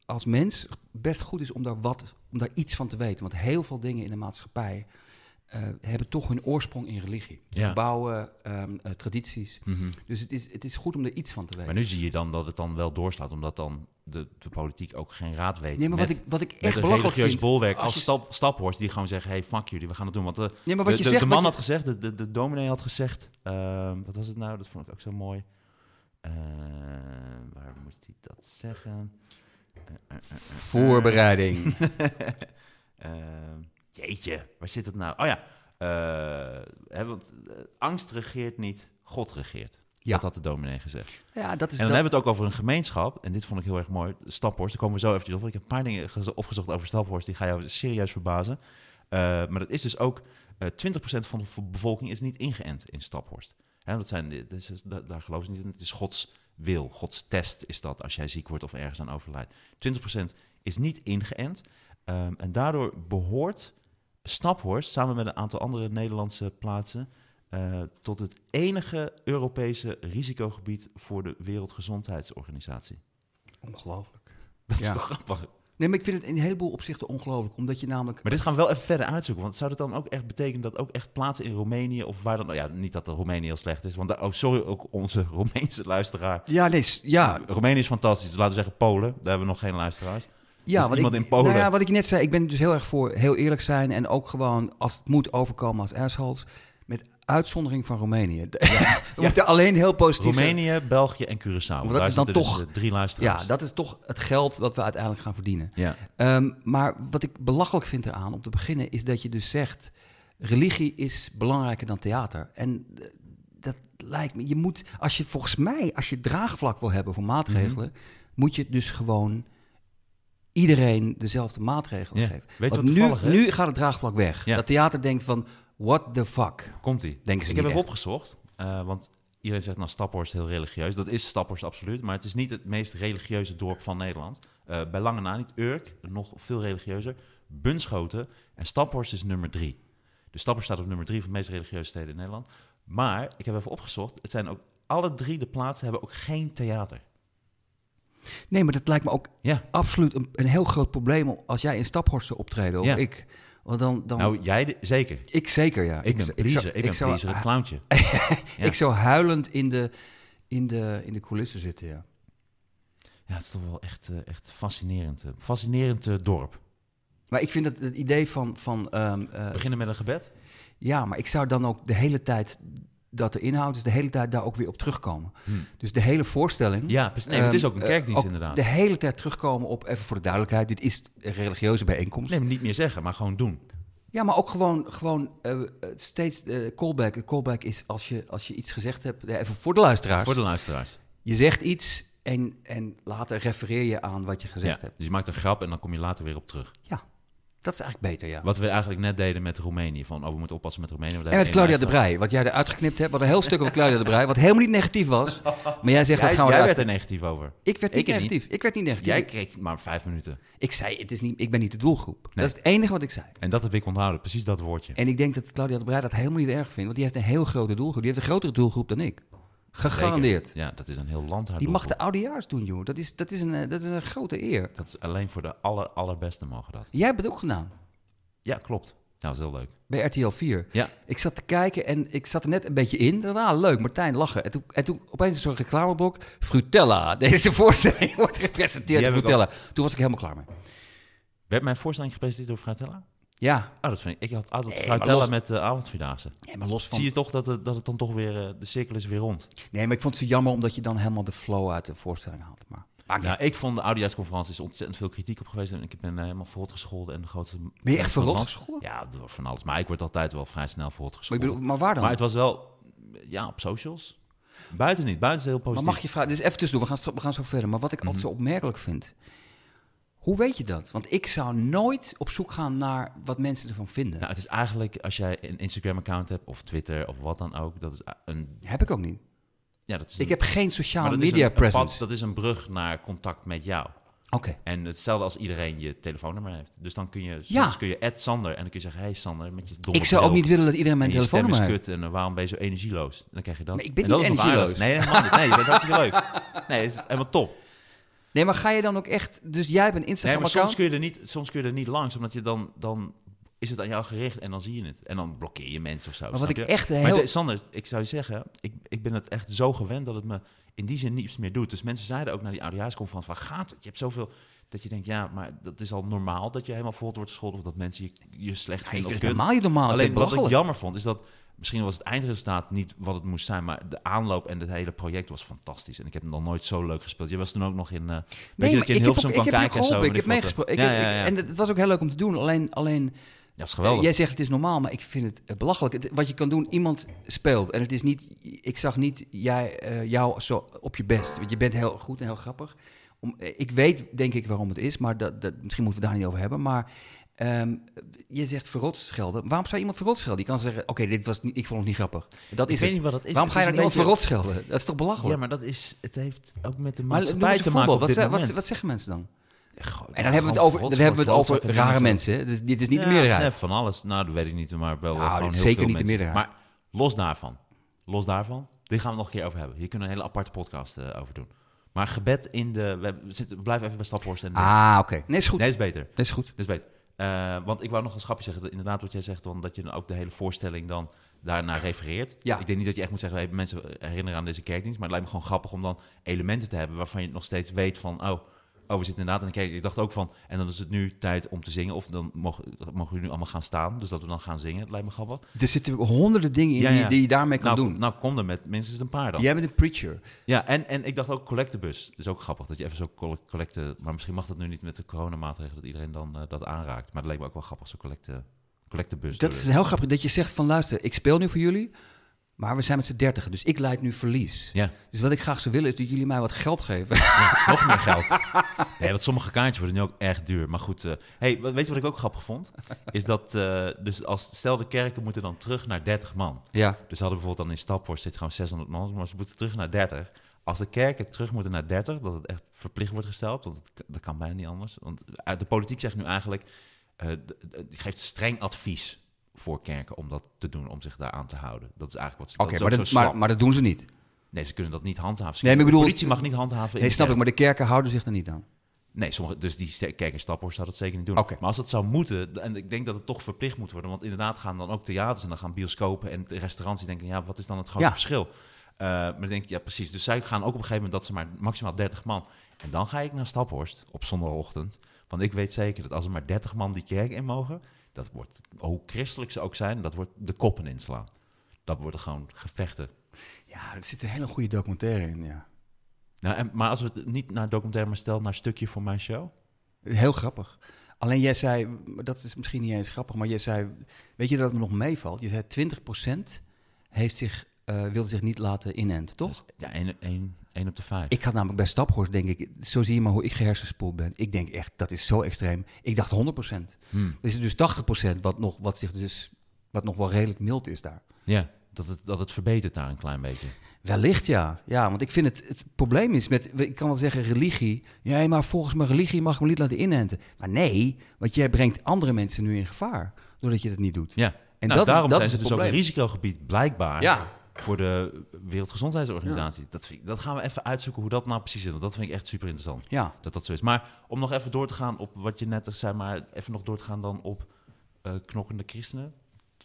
[SPEAKER 3] als mens best goed is om daar, wat, om daar iets van te weten. Want heel veel dingen in de maatschappij eh, hebben toch hun oorsprong in religie.
[SPEAKER 2] Ja.
[SPEAKER 3] Gebouwen, ehm, eh, tradities. Dus het is, het is goed om er iets van te weten.
[SPEAKER 2] Mhm. Maar nu zie je dan dat het dan wel doorslaat, omdat dan de, de politiek ook geen raad weet.
[SPEAKER 3] nee, maar wat
[SPEAKER 2] met-
[SPEAKER 3] ik, wat ik
[SPEAKER 2] met
[SPEAKER 3] echt
[SPEAKER 2] een
[SPEAKER 3] belachelijk
[SPEAKER 2] religieus
[SPEAKER 3] vind...
[SPEAKER 2] bolwerk als,
[SPEAKER 3] je-
[SPEAKER 2] stap, staphorst die gewoon zeggen, hey, fuck jullie, we gaan het doen. Want eh, de,
[SPEAKER 3] Nee, maar wat
[SPEAKER 2] de,
[SPEAKER 3] je
[SPEAKER 2] de-
[SPEAKER 3] zegt...
[SPEAKER 2] de man
[SPEAKER 3] wat
[SPEAKER 2] had gezegd, de, de, de dominee had gezegd, ehm, wat was het nou? Dat vond ik ook zo mooi. Eh, waar moest hij dat zeggen?
[SPEAKER 3] je- Voorbereiding.
[SPEAKER 2] Ehm, jeetje, waar zit het nou? Oh ja, eh, hè, want eh, angst regeert niet, God regeert.
[SPEAKER 3] Ja.
[SPEAKER 2] Dat had de dominee gezegd.
[SPEAKER 3] ja, dat is
[SPEAKER 2] en dan
[SPEAKER 3] dat-
[SPEAKER 2] hebben we het ook over een gemeenschap. En dit vond ik heel erg mooi. Staphorst, daar komen we zo eventjes op. want Ik heb een paar dingen gez- opgezocht over Staphorst. Die ga jou serieus verbazen. Eh, maar dat is dus ook... eh 20% van de v- bevolking is niet ingeënt in Staphorst. Hè, dat zijn, dit is, da- daar geloven ze niet in. Het is Gods wil. Gods test is dat als jij ziek wordt of ergens aan overlijdt. 20% is niet ingeënt. Ehm, en daardoor behoort Staphorst... samen met een aantal andere Nederlandse plaatsen... eh, tot het enige Europese risicogebied voor de Wereldgezondheidsorganisatie.
[SPEAKER 3] Ongelooflijk.
[SPEAKER 2] Dat
[SPEAKER 3] Ja.
[SPEAKER 2] is toch grappig?
[SPEAKER 3] Nee, maar ik vind het in een heleboel opzichten ongelooflijk. Omdat je namelijk...
[SPEAKER 2] Maar dit gaan we wel even verder uitzoeken. Want zou dat dan ook echt betekenen dat ook echt plaatsen in Roemenië of waar dan... Nou Ja, niet dat de Roemenië heel slecht is. Want daar- oh, sorry, ook onze Roemeense luisteraar.
[SPEAKER 3] Ja, nee, s- ja,
[SPEAKER 2] Roemenië is fantastisch. Laten we zeggen Polen. Daar hebben we nog geen luisteraars.
[SPEAKER 3] Ja,
[SPEAKER 2] Dus
[SPEAKER 3] wat
[SPEAKER 2] iemand
[SPEAKER 3] ik,
[SPEAKER 2] in Polen.
[SPEAKER 3] nou ja, wat ik net zei, ik ben dus heel erg voor heel eerlijk zijn en ook gewoon als het moet overkomen als assholes. Met uitzondering van Roemenië. We moeten alleen heel positief zijn.
[SPEAKER 2] Roemenië, België en Curaçao.
[SPEAKER 3] dat
[SPEAKER 2] Daar
[SPEAKER 3] is
[SPEAKER 2] zitten
[SPEAKER 3] dan
[SPEAKER 2] dus,
[SPEAKER 3] toch-
[SPEAKER 2] eh, drie luisteraars.
[SPEAKER 3] Ja, dat is toch het geld wat we uiteindelijk gaan verdienen.
[SPEAKER 2] Ja.
[SPEAKER 3] Ehm, maar wat ik belachelijk vind eraan om te beginnen is dat je dus zegt: religie is belangrijker dan theater. En eh, dat lijkt me, je moet, als je volgens mij, als je draagvlak wil hebben voor maatregelen,
[SPEAKER 2] Mhm.
[SPEAKER 3] moet je dus gewoon iedereen dezelfde maatregelen
[SPEAKER 2] Ja.
[SPEAKER 3] geven.
[SPEAKER 2] Weet je
[SPEAKER 3] Want
[SPEAKER 2] wat toevallig
[SPEAKER 3] nu,
[SPEAKER 2] is?
[SPEAKER 3] nu gaat het draagvlak weg.
[SPEAKER 2] Ja.
[SPEAKER 3] Dat theater denkt van: what the fuck?
[SPEAKER 2] Komt-ie.
[SPEAKER 3] Denken ze
[SPEAKER 2] Ik heb
[SPEAKER 3] niet
[SPEAKER 2] hem opgezocht, eh, want iedereen zegt nou Staphorst heel religieus. Dat is Staphorst absoluut, maar het is niet het meest religieuze dorp van Nederland. Eh, bij lange na niet. Urk, nog veel religieuzer. Bunschoten en Staphorst is nummer drie. Dus Staphorst staat op nummer drie van de meest religieuze steden in Nederland. Maar ik heb even opgezocht, het zijn ook alle drie de plaatsen hebben ook geen theater.
[SPEAKER 3] Nee, maar dat lijkt me ook
[SPEAKER 2] Ja.
[SPEAKER 3] absoluut een, een heel groot probleem als jij in Staphorst zou optreden of
[SPEAKER 2] Ja.
[SPEAKER 3] ik. Want dan, dan,
[SPEAKER 2] Nou, jij de- zeker.
[SPEAKER 3] Ik zeker, ja.
[SPEAKER 2] Ik ben
[SPEAKER 3] zou-
[SPEAKER 2] Pleaser,
[SPEAKER 3] zou-
[SPEAKER 2] ik ben
[SPEAKER 3] zou-
[SPEAKER 2] Pleaser, het
[SPEAKER 3] ah,
[SPEAKER 2] clowntje. ja.
[SPEAKER 3] Ik zou huilend in de, in de, in de coulissen zitten, ja.
[SPEAKER 2] Ja, het is toch wel echt, eh, echt fascinerend. eh, Fascinerend eh, dorp.
[SPEAKER 3] Maar ik vind dat het idee van... van ehm, eh,
[SPEAKER 2] Beginnen met een gebed.
[SPEAKER 3] ja, maar ik zou dan ook de hele tijd dat er inhoud is, de hele tijd daar ook weer op terugkomen. Dus de hele voorstelling...
[SPEAKER 2] Hmm. Ja, precies. Nee, maar het is
[SPEAKER 3] ehm,
[SPEAKER 2] ook een
[SPEAKER 3] eh,
[SPEAKER 2] kerkdienst
[SPEAKER 3] ook
[SPEAKER 2] inderdaad.
[SPEAKER 3] De hele tijd terugkomen op, even voor de duidelijkheid, dit is een religieuze bijeenkomst.
[SPEAKER 2] Nee, maar niet meer zeggen, maar gewoon doen.
[SPEAKER 3] Ja, maar ook gewoon, gewoon eh, eh, steeds eh, callback. Een callback is als je, als je iets gezegd hebt, eh, even voor de luisteraars.
[SPEAKER 2] Voor de luisteraars.
[SPEAKER 3] Je zegt iets en, en later refereer je aan wat je gezegd
[SPEAKER 2] Ja.
[SPEAKER 3] hebt.
[SPEAKER 2] Dus je maakt een grap en dan kom je later weer op terug.
[SPEAKER 3] Ja, dat is eigenlijk beter, ja.
[SPEAKER 2] Wat we eigenlijk net deden met Roemenië. Van, oh, we moeten oppassen met Roemenië. want we
[SPEAKER 3] en met
[SPEAKER 2] hebben
[SPEAKER 3] Claudia
[SPEAKER 2] één
[SPEAKER 3] de
[SPEAKER 2] luisteraar.
[SPEAKER 3] Brij, wat jij eruit geknipt hebt. Wat een heel stuk over Claudia de Brij, wat helemaal niet negatief was. Maar jij zegt, dat
[SPEAKER 2] Jij,
[SPEAKER 3] gaan we
[SPEAKER 2] jij
[SPEAKER 3] eruit.
[SPEAKER 2] werd er negatief over.
[SPEAKER 3] Ik werd niet
[SPEAKER 2] Ik niet.
[SPEAKER 3] negatief. Ik werd niet negatief.
[SPEAKER 2] Jij
[SPEAKER 3] Ik-
[SPEAKER 2] kreeg maar vijf minuten.
[SPEAKER 3] Ik zei, het is niet, ik ben niet de doelgroep.
[SPEAKER 2] Nee.
[SPEAKER 3] Dat is het enige wat ik zei.
[SPEAKER 2] En dat heb ik onthouden. Precies dat woordje.
[SPEAKER 3] En ik denk dat Claudia de Brij dat helemaal niet erg vindt. Want die heeft een heel grote doelgroep. Die heeft een grotere doelgroep dan ik. Gegarandeerd.
[SPEAKER 2] Zeker. Ja, dat is een heel land haar
[SPEAKER 3] Die mag de
[SPEAKER 2] doelgroep.
[SPEAKER 3] oudejaars doen, joh. Dat is, dat is, een, eh, dat is een grote eer.
[SPEAKER 2] Dat is alleen voor de aller, allerbeste mogen dat.
[SPEAKER 3] Jij hebt het ook gedaan.
[SPEAKER 2] Ja, klopt. Ja, dat is heel leuk.
[SPEAKER 3] Bij RTL 4.
[SPEAKER 2] Ja.
[SPEAKER 3] Ik zat te kijken en ik zat er net een beetje in. Daarna ah, leuk, Martijn lachen. En toen, en toen opeens zo'n reclameblok. Frutella. Deze voorstelling wordt gepresenteerd
[SPEAKER 2] Die
[SPEAKER 3] door
[SPEAKER 2] heb ik
[SPEAKER 3] Frutella. Toen was ik helemaal klaar mee.
[SPEAKER 2] Werd mijn voorstelling gepresenteerd door Fruitella?
[SPEAKER 3] Ja,
[SPEAKER 2] Oh, dat vind ik. Ik had altijd
[SPEAKER 3] Nee,
[SPEAKER 2] Fruitella
[SPEAKER 3] maar los-
[SPEAKER 2] met de avondvierdaagse.
[SPEAKER 3] nee, maar los van...
[SPEAKER 2] Zie je toch dat het, dat het dan toch weer... eh, de cirkel is weer rond.
[SPEAKER 3] Nee, maar ik vond het zo jammer omdat je dan helemaal de flow uit de voorstelling haalt. Maar...
[SPEAKER 2] Nou, ik vond de oudejaarsconferentie is ontzettend veel kritiek op geweest. En ik ben eh, helemaal verrot gescholden. En de grootste
[SPEAKER 3] Ben
[SPEAKER 2] van
[SPEAKER 3] je echt
[SPEAKER 2] het
[SPEAKER 3] verrot
[SPEAKER 2] land.
[SPEAKER 3] gescholden?
[SPEAKER 2] Ja, door van alles. Maar ik word altijd wel vrij snel verrot
[SPEAKER 3] Maar, ik
[SPEAKER 2] gescholden.
[SPEAKER 3] bedoel, maar waar dan?
[SPEAKER 2] Maar
[SPEAKER 3] Maar,
[SPEAKER 2] het was wel, ja, op socials. Buiten niet. Buiten is het heel positief. Mhm.
[SPEAKER 3] mag je vragen... Dit is even tussendoor, we gaan, stra- we gaan zo verder. Maar wat ik altijd zo opmerkelijk vind... Hoe weet je dat? Want ik zou nooit op zoek gaan naar wat mensen ervan vinden.
[SPEAKER 2] Nou, het is eigenlijk, als jij een Instagram-account hebt of Twitter of wat dan ook, dat is een...
[SPEAKER 3] Heb ik ook niet.
[SPEAKER 2] Ja, dat is
[SPEAKER 3] Ik
[SPEAKER 2] een-
[SPEAKER 3] heb geen
[SPEAKER 2] maar
[SPEAKER 3] sociale
[SPEAKER 2] dat
[SPEAKER 3] media
[SPEAKER 2] is een, een
[SPEAKER 3] presence.
[SPEAKER 2] pad, dat is een brug naar contact met jou.
[SPEAKER 3] Oké.
[SPEAKER 2] En hetzelfde als iedereen je telefoonnummer heeft. Dus dan kun je, soms
[SPEAKER 3] Ja.
[SPEAKER 2] kun je add Sander en dan kun je zeggen, hey Sander, met je domme
[SPEAKER 3] Ik zou ook
[SPEAKER 2] bril.
[SPEAKER 3] niet willen dat iedereen mijn
[SPEAKER 2] en je stem
[SPEAKER 3] telefoonnummer
[SPEAKER 2] is
[SPEAKER 3] heeft.
[SPEAKER 2] kut en eh, waarom ben je zo energieloos? En dan krijg je dat.
[SPEAKER 3] Maar ik ben
[SPEAKER 2] En dat
[SPEAKER 3] niet
[SPEAKER 2] is nog aardig.
[SPEAKER 3] energieloos.
[SPEAKER 2] Nee, helemaal niet. Nee, je bent hartstikke leuk. Nee, het is helemaal top.
[SPEAKER 3] Nee, maar ga je dan ook echt... Dus jij hebt
[SPEAKER 2] Nee,
[SPEAKER 3] een
[SPEAKER 2] maar
[SPEAKER 3] Instagram-account?
[SPEAKER 2] soms kun, je er niet, soms kun je er niet langs, omdat je dan, dan is het aan jou gericht en dan zie je het. En dan blokkeer je mensen of zo.
[SPEAKER 3] maar wat
[SPEAKER 2] snap
[SPEAKER 3] ik
[SPEAKER 2] je?
[SPEAKER 3] echt
[SPEAKER 2] Maar
[SPEAKER 3] heel...
[SPEAKER 2] de- Sander, ik zou je zeggen, ik, ik ben het echt zo gewend dat het me in die zin niets meer doet. Dus mensen zeiden ook naar die oudejaarsconferentie van, waar gaat het? Je hebt zoveel... Dat je denkt, ja, maar dat is al normaal dat je helemaal vol wordt gescholden... of dat mensen je, je slecht
[SPEAKER 3] Ik
[SPEAKER 2] vinden
[SPEAKER 3] vind
[SPEAKER 2] of
[SPEAKER 3] het
[SPEAKER 2] kut.
[SPEAKER 3] helemaal niet normaal. Ik
[SPEAKER 2] Alleen
[SPEAKER 3] vind het
[SPEAKER 2] wat ik
[SPEAKER 3] Ah, belachelijk.
[SPEAKER 2] jammer vond, is dat misschien was het eindresultaat niet wat het moest zijn... maar de aanloop en het hele project was fantastisch. En ik heb hem nog nooit zo leuk gespeeld. Je was toen ook nog in... eh, weet je dat
[SPEAKER 3] maar
[SPEAKER 2] je
[SPEAKER 3] ik
[SPEAKER 2] in
[SPEAKER 3] heb
[SPEAKER 2] Hilversum
[SPEAKER 3] ook-
[SPEAKER 2] kan
[SPEAKER 3] ik heb je
[SPEAKER 2] kijken en zo?
[SPEAKER 3] geholpen, Ik
[SPEAKER 2] met
[SPEAKER 3] heb
[SPEAKER 2] die foto.
[SPEAKER 3] meegesproken. Ik
[SPEAKER 2] Ja,
[SPEAKER 3] heb-
[SPEAKER 2] ja,
[SPEAKER 3] ik-
[SPEAKER 2] ja.
[SPEAKER 3] En het was ook heel leuk om te doen. Alleen, alleen
[SPEAKER 2] Ja, is geweldig.
[SPEAKER 3] Jij zegt het is normaal, maar ik vind het eh, belachelijk. Het- wat je kan doen, iemand speelt. En het is niet, ik zag niet jij, eh, jou zo op je best. Want je bent heel goed en heel grappig. Om, eh, ik weet denk ik waarom het is, maar dat, dat, misschien moeten we het daar niet over hebben. Maar ehm, je zegt verrot schelden. Waarom zou iemand verrot schelden? Die kan zeggen, oké, dit was niet, ik vond het niet grappig. Dat
[SPEAKER 2] Ik weet
[SPEAKER 3] is het.
[SPEAKER 2] niet wat dat is.
[SPEAKER 3] waarom ga
[SPEAKER 2] Het
[SPEAKER 3] je dan
[SPEAKER 2] is een
[SPEAKER 3] iemand verrot schelden? Dat is
[SPEAKER 2] beetje-
[SPEAKER 3] toch belachelijk?
[SPEAKER 2] Ja, maar dat is... Het heeft ook met de
[SPEAKER 3] Maar noem
[SPEAKER 2] maatschappij
[SPEAKER 3] eens een
[SPEAKER 2] te maken
[SPEAKER 3] voorbeeld.
[SPEAKER 2] op
[SPEAKER 3] Wat,
[SPEAKER 2] dit
[SPEAKER 3] ze- wat,
[SPEAKER 2] moment.
[SPEAKER 3] wat zeggen mensen dan?
[SPEAKER 2] Goh,
[SPEAKER 3] En
[SPEAKER 2] ja,
[SPEAKER 3] dan hebben we het
[SPEAKER 2] gewoon
[SPEAKER 3] over, dan
[SPEAKER 2] verrot,
[SPEAKER 3] hebben we het
[SPEAKER 2] verrot,
[SPEAKER 3] over
[SPEAKER 2] verrot,
[SPEAKER 3] rare
[SPEAKER 2] verrot.
[SPEAKER 3] mensen. hè? Dus dit is niet de
[SPEAKER 2] Ja,
[SPEAKER 3] meerderheid.
[SPEAKER 2] nee, van alles. Nou, dat weet ik niet, maar wel
[SPEAKER 3] Nou,
[SPEAKER 2] gewoon heel
[SPEAKER 3] zeker
[SPEAKER 2] veel
[SPEAKER 3] niet de
[SPEAKER 2] mensen.
[SPEAKER 3] meerderheid.
[SPEAKER 2] Maar los daarvan. Los daarvan. Dit gaan we nog een keer over hebben. Hier kunnen we een hele aparte podcast eh, over doen. Maar gebed in de... We, hebben- we zitten, we blijven even bij Staphorst. En
[SPEAKER 3] Ah, oké. Nee, is goed.
[SPEAKER 2] Nee, is beter.
[SPEAKER 3] Dat is goed.
[SPEAKER 2] Dit is beter. Dus Eh, want ik wou nog een schapje zeggen. dat Inderdaad, wat jij zegt, dan, dat je dan ook de hele voorstelling dan daarna refereert.
[SPEAKER 3] Ja.
[SPEAKER 2] Ik denk niet dat je echt moet zeggen, hey, mensen herinneren aan deze kerkdienst. Maar het lijkt me gewoon grappig om dan elementen te hebben waarvan je nog steeds weet van, oh, oh we zitten inderdaad in een kerk. Ik dacht ook van, en dan is het nu tijd om te zingen. Of dan mogen, mogen jullie nu allemaal gaan staan. Dus dat we dan gaan zingen, het lijkt me grappig.
[SPEAKER 3] Er zitten honderden dingen in
[SPEAKER 2] Ja,
[SPEAKER 3] die,
[SPEAKER 2] ja.
[SPEAKER 3] die je daarmee kan
[SPEAKER 2] nou,
[SPEAKER 3] doen.
[SPEAKER 2] nou, kom er met minstens een paar dan.
[SPEAKER 3] Jij bent een preacher.
[SPEAKER 2] Ja, en, en ik dacht ook collectebus. Dat is ook grappig dat je even zo coll- collecte... Maar misschien mag dat nu niet met de coronamaatregelen... dat iedereen dan eh, dat aanraakt. Maar dat leek me ook wel grappig, zo'n collecte, Eh, collectebus.
[SPEAKER 3] Dat is heel grappig dat je zegt van luister, ik speel nu voor jullie, maar we zijn met z'n dertigen, dus ik leid nu verlies.
[SPEAKER 2] Ja,
[SPEAKER 3] Dus wat ik graag zou willen is dat jullie mij wat geld geven.
[SPEAKER 2] nog meer geld. Nee, want sommige kaartjes worden nu ook echt duur. Maar goed, eh, hey, wat- weet je wat ik ook grappig vond? Is dat, eh, dus als, stel de kerken moeten dan terug naar 30 man.
[SPEAKER 3] ja.
[SPEAKER 2] Dus ze hadden bijvoorbeeld dan in Staphorst zit gewoon 600 man, maar ze moeten terug naar 30. Als de kerken terug moeten naar 30, dat het echt verplicht wordt gesteld, want het- dat kan bijna niet anders. Want uit de politiek zegt nu eigenlijk, eh, d- d- die geeft streng advies voor kerken om dat te doen, om zich daar aan te houden. Dat is eigenlijk wat ze dat
[SPEAKER 3] Oké,
[SPEAKER 2] is
[SPEAKER 3] maar,
[SPEAKER 2] ook
[SPEAKER 3] dat-
[SPEAKER 2] zo
[SPEAKER 3] maar,
[SPEAKER 2] slap.
[SPEAKER 3] maar dat doen ze niet.
[SPEAKER 2] Nee, ze kunnen dat niet handhaven. Ze
[SPEAKER 3] Nee, maar ik
[SPEAKER 2] kunnen-
[SPEAKER 3] bedoel-
[SPEAKER 2] de politie mag niet handhaven. in
[SPEAKER 3] Nee,
[SPEAKER 2] de
[SPEAKER 3] snap ik,
[SPEAKER 2] kerk.
[SPEAKER 3] maar de kerken houden zich er niet aan.
[SPEAKER 2] Nee, sommige, dus die ste- kerk in Staphorst zou dat zeker niet doen.
[SPEAKER 3] Oké.
[SPEAKER 2] Maar als dat zou moeten, d- en ik denk dat het toch verplicht moet worden, want inderdaad gaan dan ook theaters en dan gaan bioscopen en restaurants die denken, ja, wat is dan het grote
[SPEAKER 3] Ja.
[SPEAKER 2] verschil? Eh, maar dan denk ik, ja, precies. Dus zij gaan ook op een gegeven moment dat ze maar maximaal 30 man. En dan ga ik naar Staphorst op zondagochtend, want ik weet zeker dat als er maar 30 man die kerk in mogen, dat wordt, hoe christelijk ze ook zijn, dat wordt de koppen inslaan. Dat worden gewoon gevechten.
[SPEAKER 3] Ja, er zit een hele goede documentaire in, ja.
[SPEAKER 2] Nou, en, maar als we het niet naar documentaire, maar stel naar stukje voor mijn show.
[SPEAKER 3] Heel grappig. Alleen jij zei, maar dat is misschien niet eens grappig, maar jij zei, weet je dat het me nog meevalt? Je zei 20% heeft zich, eh, wilde zich niet laten inenten, toch?
[SPEAKER 2] Ja, 1 op de 5.
[SPEAKER 3] Ik had namelijk bij Staphorst, denk ik, zo zie je maar hoe ik gehersenspoeld ben. Ik denk echt, dat is zo extreem. Ik dacht 100%.
[SPEAKER 2] Hmm.
[SPEAKER 3] Dus het is dus 80% wat nog, wat zich dus, wat nog wel redelijk mild is daar.
[SPEAKER 2] Ja, dat het, dat het verbetert daar een klein beetje.
[SPEAKER 3] Wellicht ja. Ja, want ik vind het, het probleem is met, ik kan wel zeggen religie. Ja, maar volgens mijn religie mag ik me niet laten inenten. Maar nee, want jij brengt andere mensen nu in gevaar, doordat je dat niet doet.
[SPEAKER 2] Ja.
[SPEAKER 3] En
[SPEAKER 2] En
[SPEAKER 3] dat is-
[SPEAKER 2] daarom
[SPEAKER 3] dat
[SPEAKER 2] zijn
[SPEAKER 3] is
[SPEAKER 2] ze
[SPEAKER 3] het
[SPEAKER 2] dus ook een
[SPEAKER 3] probleem.
[SPEAKER 2] risicogebied, blijkbaar,
[SPEAKER 3] Ja.
[SPEAKER 2] voor de Wereldgezondheidsorganisatie. Dat, vind ik- dat gaan we even uitzoeken hoe dat nou precies zit, want dat vind ik echt super interessant.
[SPEAKER 3] Ja.
[SPEAKER 2] Dat dat zo is. Maar om nog even door te gaan op wat je net zei, maar even nog door te gaan dan op eh, knokkende christenen.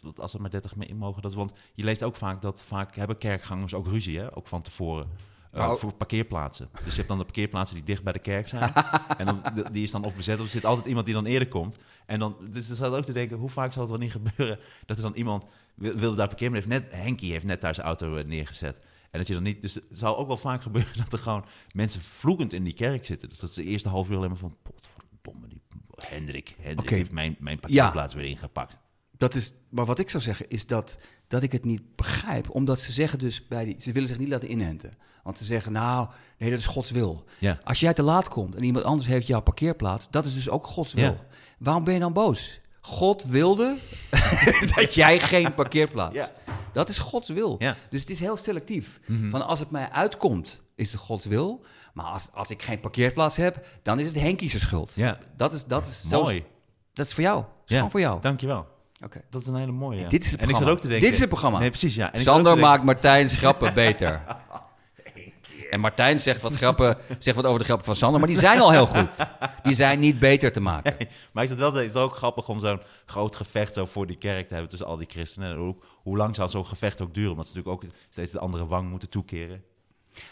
[SPEAKER 2] Dat als er maar 30 mee in mogen. Dat, want je leest ook vaak dat vaak hebben kerkgangers ook ruzie, hè? ook van tevoren. Eh,
[SPEAKER 3] Nou.
[SPEAKER 2] voor parkeerplaatsen. Dus je hebt dan de parkeerplaatsen die dicht bij de kerk zijn. en dan, de- die is dan of bezet, of er zit altijd iemand die dan eerder komt. En dan, dus er staat ook te denken, hoe vaak zal het wel niet gebeuren... dat er dan iemand wil- wilde daar parkeren, maar heeft net, Henkie heeft net daar zijn auto eh, neergezet. En dat je dan niet... Dus het zou ook wel vaak gebeuren dat er gewoon mensen vloekend in die kerk zitten. Dus dat ze de eerste half uur alleen maar van... Potverdomme, die Hendrik, Hendrik
[SPEAKER 3] Oké.
[SPEAKER 2] heeft mijn, mijn parkeerplaats weer ingepakt.
[SPEAKER 3] Dat is, maar wat ik zou zeggen is dat, dat ik het niet begrijp. Omdat ze zeggen dus, bij die, ze willen zich niet laten inenten. Want ze zeggen, nou, nee, dat is Gods wil.
[SPEAKER 2] Ja.
[SPEAKER 3] Als jij te laat komt en iemand anders heeft jouw parkeerplaats, dat is dus ook Gods wil.
[SPEAKER 2] Ja.
[SPEAKER 3] Waarom ben je dan boos? God wilde dat jij geen parkeerplaats.
[SPEAKER 2] Ja.
[SPEAKER 3] Dat is Gods wil.
[SPEAKER 2] Ja. Mhm.
[SPEAKER 3] Dus het is heel selectief. Van als het mij uitkomt, is het Gods wil. Maar als, als ik geen parkeerplaats heb, dan is het Henkie zijn schuld.
[SPEAKER 2] Ja.
[SPEAKER 3] Dat is, dat is zo-
[SPEAKER 2] Mooi.
[SPEAKER 3] Dat is voor jou. Dat is gewoon voor jou.
[SPEAKER 2] Dankjewel.
[SPEAKER 3] Oké.
[SPEAKER 2] Dat is een hele mooie. ja.
[SPEAKER 3] Dit is het
[SPEAKER 2] en ik zat
[SPEAKER 3] programma.
[SPEAKER 2] ook te denken.
[SPEAKER 3] Dit is het programma.
[SPEAKER 2] Nee, precies. Ja. En ik zat ook
[SPEAKER 3] Sander
[SPEAKER 2] te denken-
[SPEAKER 3] maakt Martijn schrappen beter. En Martijn zegt wat, grappen, zegt wat over de grappen van Sander, maar die zijn al heel goed. Die zijn niet beter te maken.
[SPEAKER 2] Maar is het wel is het ook grappig om zo'n groot gevecht zo voor die kerk te hebben tussen al die christenen? En hoe, hoe lang zal zo'n gevecht ook duren? Omdat ze natuurlijk ook steeds de andere wang moeten toekeren.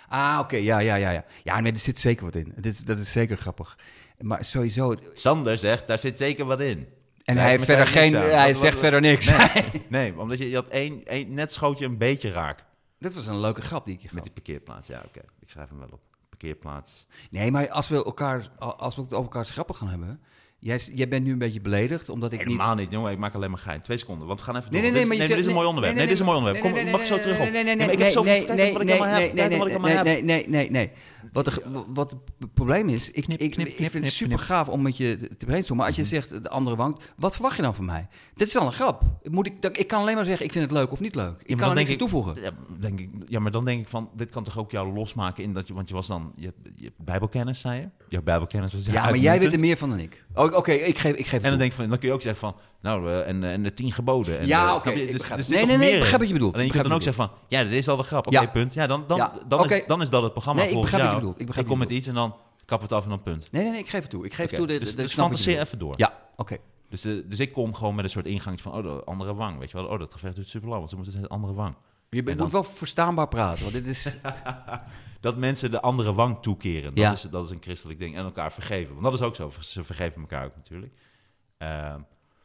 [SPEAKER 3] Ah, oké, ja, ja, ja, ja. Ja, nee, er zit zeker wat in. Dit, is- dat is zeker grappig. Maar sowieso...
[SPEAKER 2] Sander zegt, daar zit zeker wat in.
[SPEAKER 3] En
[SPEAKER 2] Daar
[SPEAKER 3] hij, heeft
[SPEAKER 2] heeft
[SPEAKER 3] verder
[SPEAKER 2] Martijn
[SPEAKER 3] geen,
[SPEAKER 2] niks aan.
[SPEAKER 3] hij
[SPEAKER 2] Wat-
[SPEAKER 3] zegt
[SPEAKER 2] wat-
[SPEAKER 3] verder niks.
[SPEAKER 2] Nee, nee omdat je, je had één, één, net schoot je een beetje raak
[SPEAKER 3] Dat was een leuke grap die ik je
[SPEAKER 2] met
[SPEAKER 3] gaf.
[SPEAKER 2] die parkeerplaats. Ja, oké. Ik schrijf hem wel op. Parkeerplaats.
[SPEAKER 3] Nee, maar als we, elkaar, als we het over elkaar grappen gaan hebben... Jij, s- jij bent nu een beetje beledigd, omdat ik niet...
[SPEAKER 2] Helemaal niet, jongen. Ik maak alleen maar gein. Twee seconden, want we gaan even
[SPEAKER 3] Nee,
[SPEAKER 2] door.
[SPEAKER 3] nee, nee,
[SPEAKER 2] dit, is-
[SPEAKER 3] maar je
[SPEAKER 2] nee, dit
[SPEAKER 3] zegt-
[SPEAKER 2] is een mooi onderwerp. Nee,
[SPEAKER 3] nee,
[SPEAKER 2] dit is een mooi onderwerp. Kom,
[SPEAKER 3] nee, nee,
[SPEAKER 2] mag ik zo
[SPEAKER 3] nee,
[SPEAKER 2] terug op?
[SPEAKER 3] nee, nee, nee,
[SPEAKER 2] Ja, maar ik
[SPEAKER 3] nee,
[SPEAKER 2] heb zoveel
[SPEAKER 3] nee,
[SPEAKER 2] verteld wat ik
[SPEAKER 3] nee,
[SPEAKER 2] allemaal heb.
[SPEAKER 3] nee,
[SPEAKER 2] Kijk dan wat ik
[SPEAKER 3] nee,
[SPEAKER 2] allemaal heb.
[SPEAKER 3] nee, nee, nee, nee, nee. Wat, de- wat het probleem is, ik,
[SPEAKER 2] Knip,
[SPEAKER 3] ik,
[SPEAKER 2] knip, knip,
[SPEAKER 3] ik vind
[SPEAKER 2] knip, Mhm.
[SPEAKER 3] het super gaaf om met je te brainstormen. Maar als je zegt, de andere wankt, wat verwacht je dan van mij? Dit is al een grap. Moet ik, dat- ik kan alleen maar zeggen, ik vind het leuk of niet leuk. Ik
[SPEAKER 2] Ja, maar
[SPEAKER 3] kan
[SPEAKER 2] dan
[SPEAKER 3] er
[SPEAKER 2] denk
[SPEAKER 3] niks aan
[SPEAKER 2] ik-
[SPEAKER 3] toevoegen.
[SPEAKER 2] Ja, denk ik, ja, maar dan denk ik van, dit kan toch ook jou losmaken in dat je, want je was dan, je, hebt- je hebt bijbelkennis, zei je? Jouw bijbelkennis was
[SPEAKER 3] Ja, maar jij weet er
[SPEAKER 2] uitmuntend.
[SPEAKER 3] meer van dan ik. Oh, Oké, ik geef, ik geef
[SPEAKER 2] En
[SPEAKER 3] toe.
[SPEAKER 2] dan denk ik van, dan kun je ook zeggen van, nou, eh, en, eh, en de tien geboden. En,
[SPEAKER 3] Ja,
[SPEAKER 2] eh,
[SPEAKER 3] oké,
[SPEAKER 2] snap je?
[SPEAKER 3] ik
[SPEAKER 2] Dus-
[SPEAKER 3] begrijp
[SPEAKER 2] dus
[SPEAKER 3] het.
[SPEAKER 2] er
[SPEAKER 3] Nee,
[SPEAKER 2] zit
[SPEAKER 3] nee, nee,
[SPEAKER 2] nog
[SPEAKER 3] ik
[SPEAKER 2] meer
[SPEAKER 3] begrijp
[SPEAKER 2] in.
[SPEAKER 3] wat je bedoelt.
[SPEAKER 2] Alleen je
[SPEAKER 3] Ik
[SPEAKER 2] kunt dan ook
[SPEAKER 3] begrijp
[SPEAKER 2] zeggen van, ja, dit is al de grap. Oké,
[SPEAKER 3] Ja.
[SPEAKER 2] punt. Ja, dan, dan,
[SPEAKER 3] Ja,
[SPEAKER 2] dan, is,
[SPEAKER 3] oké.
[SPEAKER 2] dan is dat het programma
[SPEAKER 3] Nee, ik
[SPEAKER 2] volgens
[SPEAKER 3] begrijp
[SPEAKER 2] jou.
[SPEAKER 3] wat je bedoelt. Ik begrijp
[SPEAKER 2] kom
[SPEAKER 3] wat
[SPEAKER 2] met
[SPEAKER 3] je
[SPEAKER 2] iets en dan kap het af en dan punt.
[SPEAKER 3] Nee, nee, nee, ik geef het toe. Ik geef
[SPEAKER 2] Oké,
[SPEAKER 3] toe. de-
[SPEAKER 2] dus
[SPEAKER 3] de-
[SPEAKER 2] dus
[SPEAKER 3] ik snap wat je
[SPEAKER 2] fantaseer
[SPEAKER 3] bedoelt.
[SPEAKER 2] even door.
[SPEAKER 3] Ja, oké.
[SPEAKER 2] Dus, eh, dus ik kom gewoon met een soort ingang van, oh, de andere wang, weet je wel. Oh, dat gevecht duurt super lang, want ze moeten de andere wang.
[SPEAKER 3] Je be-
[SPEAKER 2] En dan-
[SPEAKER 3] moet wel verstaanbaar praten, want dit is...
[SPEAKER 2] Dat mensen de andere wang toekeren, dat,
[SPEAKER 3] Ja.
[SPEAKER 2] is, dat is een christelijk ding. En elkaar vergeven, want dat is ook zo. Ze vergeven elkaar ook natuurlijk. Ehm,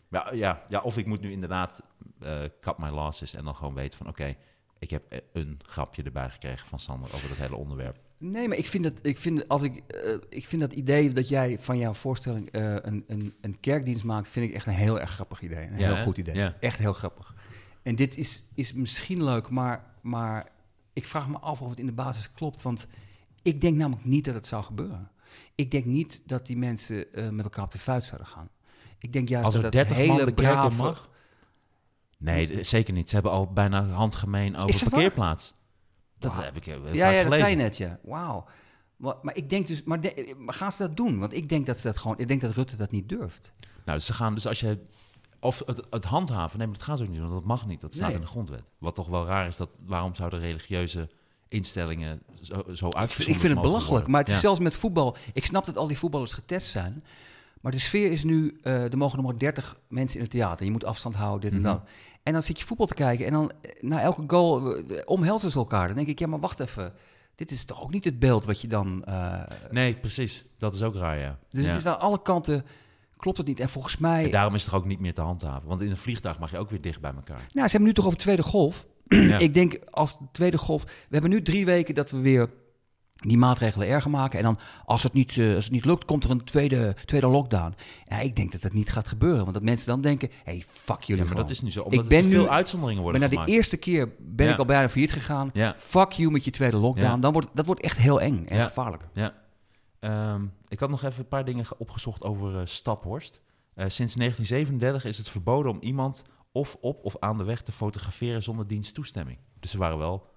[SPEAKER 2] maar ja, ja, of ik moet nu inderdaad eh cut my losses en dan gewoon weten van, oké, ik heb eh, een grapje erbij gekregen van Sander over dat hele onderwerp.
[SPEAKER 3] Nee, maar ik vind dat, ik vind, als ik, eh, ik vind dat idee dat jij van jouw voorstelling eh, een, een, een kerkdienst maakt, vind ik echt een heel erg grappig idee. Een
[SPEAKER 2] Ja,
[SPEAKER 3] heel
[SPEAKER 2] hè?
[SPEAKER 3] goed idee.
[SPEAKER 2] Ja.
[SPEAKER 3] Echt heel grappig. En dit is, is misschien leuk, maar, maar ik vraag me af of het in de basis klopt. Want ik denk namelijk niet dat het zou gebeuren. Ik denk niet dat die mensen eh, met elkaar op de vuist zouden gaan. Ik denk juist
[SPEAKER 2] Als
[SPEAKER 3] dat
[SPEAKER 2] er
[SPEAKER 3] dat
[SPEAKER 2] 30 man
[SPEAKER 3] hele
[SPEAKER 2] de kerk in
[SPEAKER 3] brave...
[SPEAKER 2] mag? Nee, d- zeker niet. Ze hebben al bijna handgemeen over
[SPEAKER 3] Is dat waar?
[SPEAKER 2] parkeerplaats. Dat heb ik eh, heel
[SPEAKER 3] Ja,
[SPEAKER 2] vaak
[SPEAKER 3] ja, dat
[SPEAKER 2] gelezen.
[SPEAKER 3] zei je net, ja. Wauw. Maar, maar ik denk dus, maar, de- maar gaan ze dat doen? Want ik denk dat ze dat gewoon, ik denk dat Rutte dat niet durft.
[SPEAKER 2] Nou, dus ze gaan dus als je. Of het, het handhaven, nee, maar dat gaan ze ook niet doen, want dat mag niet. Dat staat
[SPEAKER 3] Nee.
[SPEAKER 2] in de grondwet. Wat toch wel raar is, dat waarom zouden religieuze instellingen zo, zo
[SPEAKER 3] Ik vind, ik vind het belachelijk, maar het is zelfs met voetbal. Ik snap dat al die voetballers getest zijn. Maar de sfeer is nu, eh, er mogen nog maar 30 mensen in het theater. Je moet afstand houden, dit en dat. En dan zit je voetbal te kijken en dan eh, na elke goal eh, omhelzen ze elkaar. Dan denk ik, ja, maar wacht even. Dit is toch ook niet het beeld wat je dan... eh,
[SPEAKER 2] Nee, precies. Dat is ook raar, ja.
[SPEAKER 3] dus
[SPEAKER 2] Ja.
[SPEAKER 3] het is aan alle kanten, klopt het niet. En volgens mij...
[SPEAKER 2] En daarom is het er ook niet meer te handhaven. Want in een vliegtuig mag je ook weer dicht bij elkaar.
[SPEAKER 3] Nou, ze hebben nu toch over tweede golf.
[SPEAKER 2] Ja.
[SPEAKER 3] Ik denk als de tweede golf. We hebben nu drie weken dat we weer die maatregelen erger maken. En dan, als het niet, eh, als het niet lukt, komt er een tweede, tweede lockdown. Ja, ik denk dat dat niet gaat gebeuren. Want dat mensen dan denken: hey, fuck jullie.
[SPEAKER 2] Ja, maar
[SPEAKER 3] gewoon.
[SPEAKER 2] dat is nu zo. Omdat
[SPEAKER 3] ik ben
[SPEAKER 2] er te veel
[SPEAKER 3] nu-
[SPEAKER 2] uitzonderingen
[SPEAKER 3] Maar
[SPEAKER 2] worden
[SPEAKER 3] na
[SPEAKER 2] gemaakt.
[SPEAKER 3] de eerste keer ben
[SPEAKER 2] Ja.
[SPEAKER 3] ik al bijna failliet gegaan.
[SPEAKER 2] Ja.
[SPEAKER 3] Fuck you met je tweede lockdown.
[SPEAKER 2] Ja.
[SPEAKER 3] Dan wordt, dat wordt echt heel eng en
[SPEAKER 2] Ja.
[SPEAKER 3] gevaarlijk.
[SPEAKER 2] Ja. Ehm, ik had nog even een paar dingen ge- opgezocht over eh, Staphorst. Eh, sinds 1937 is het verboden om iemand of op of aan de weg te fotograferen zonder diens toestemming. Dus ze waren wel.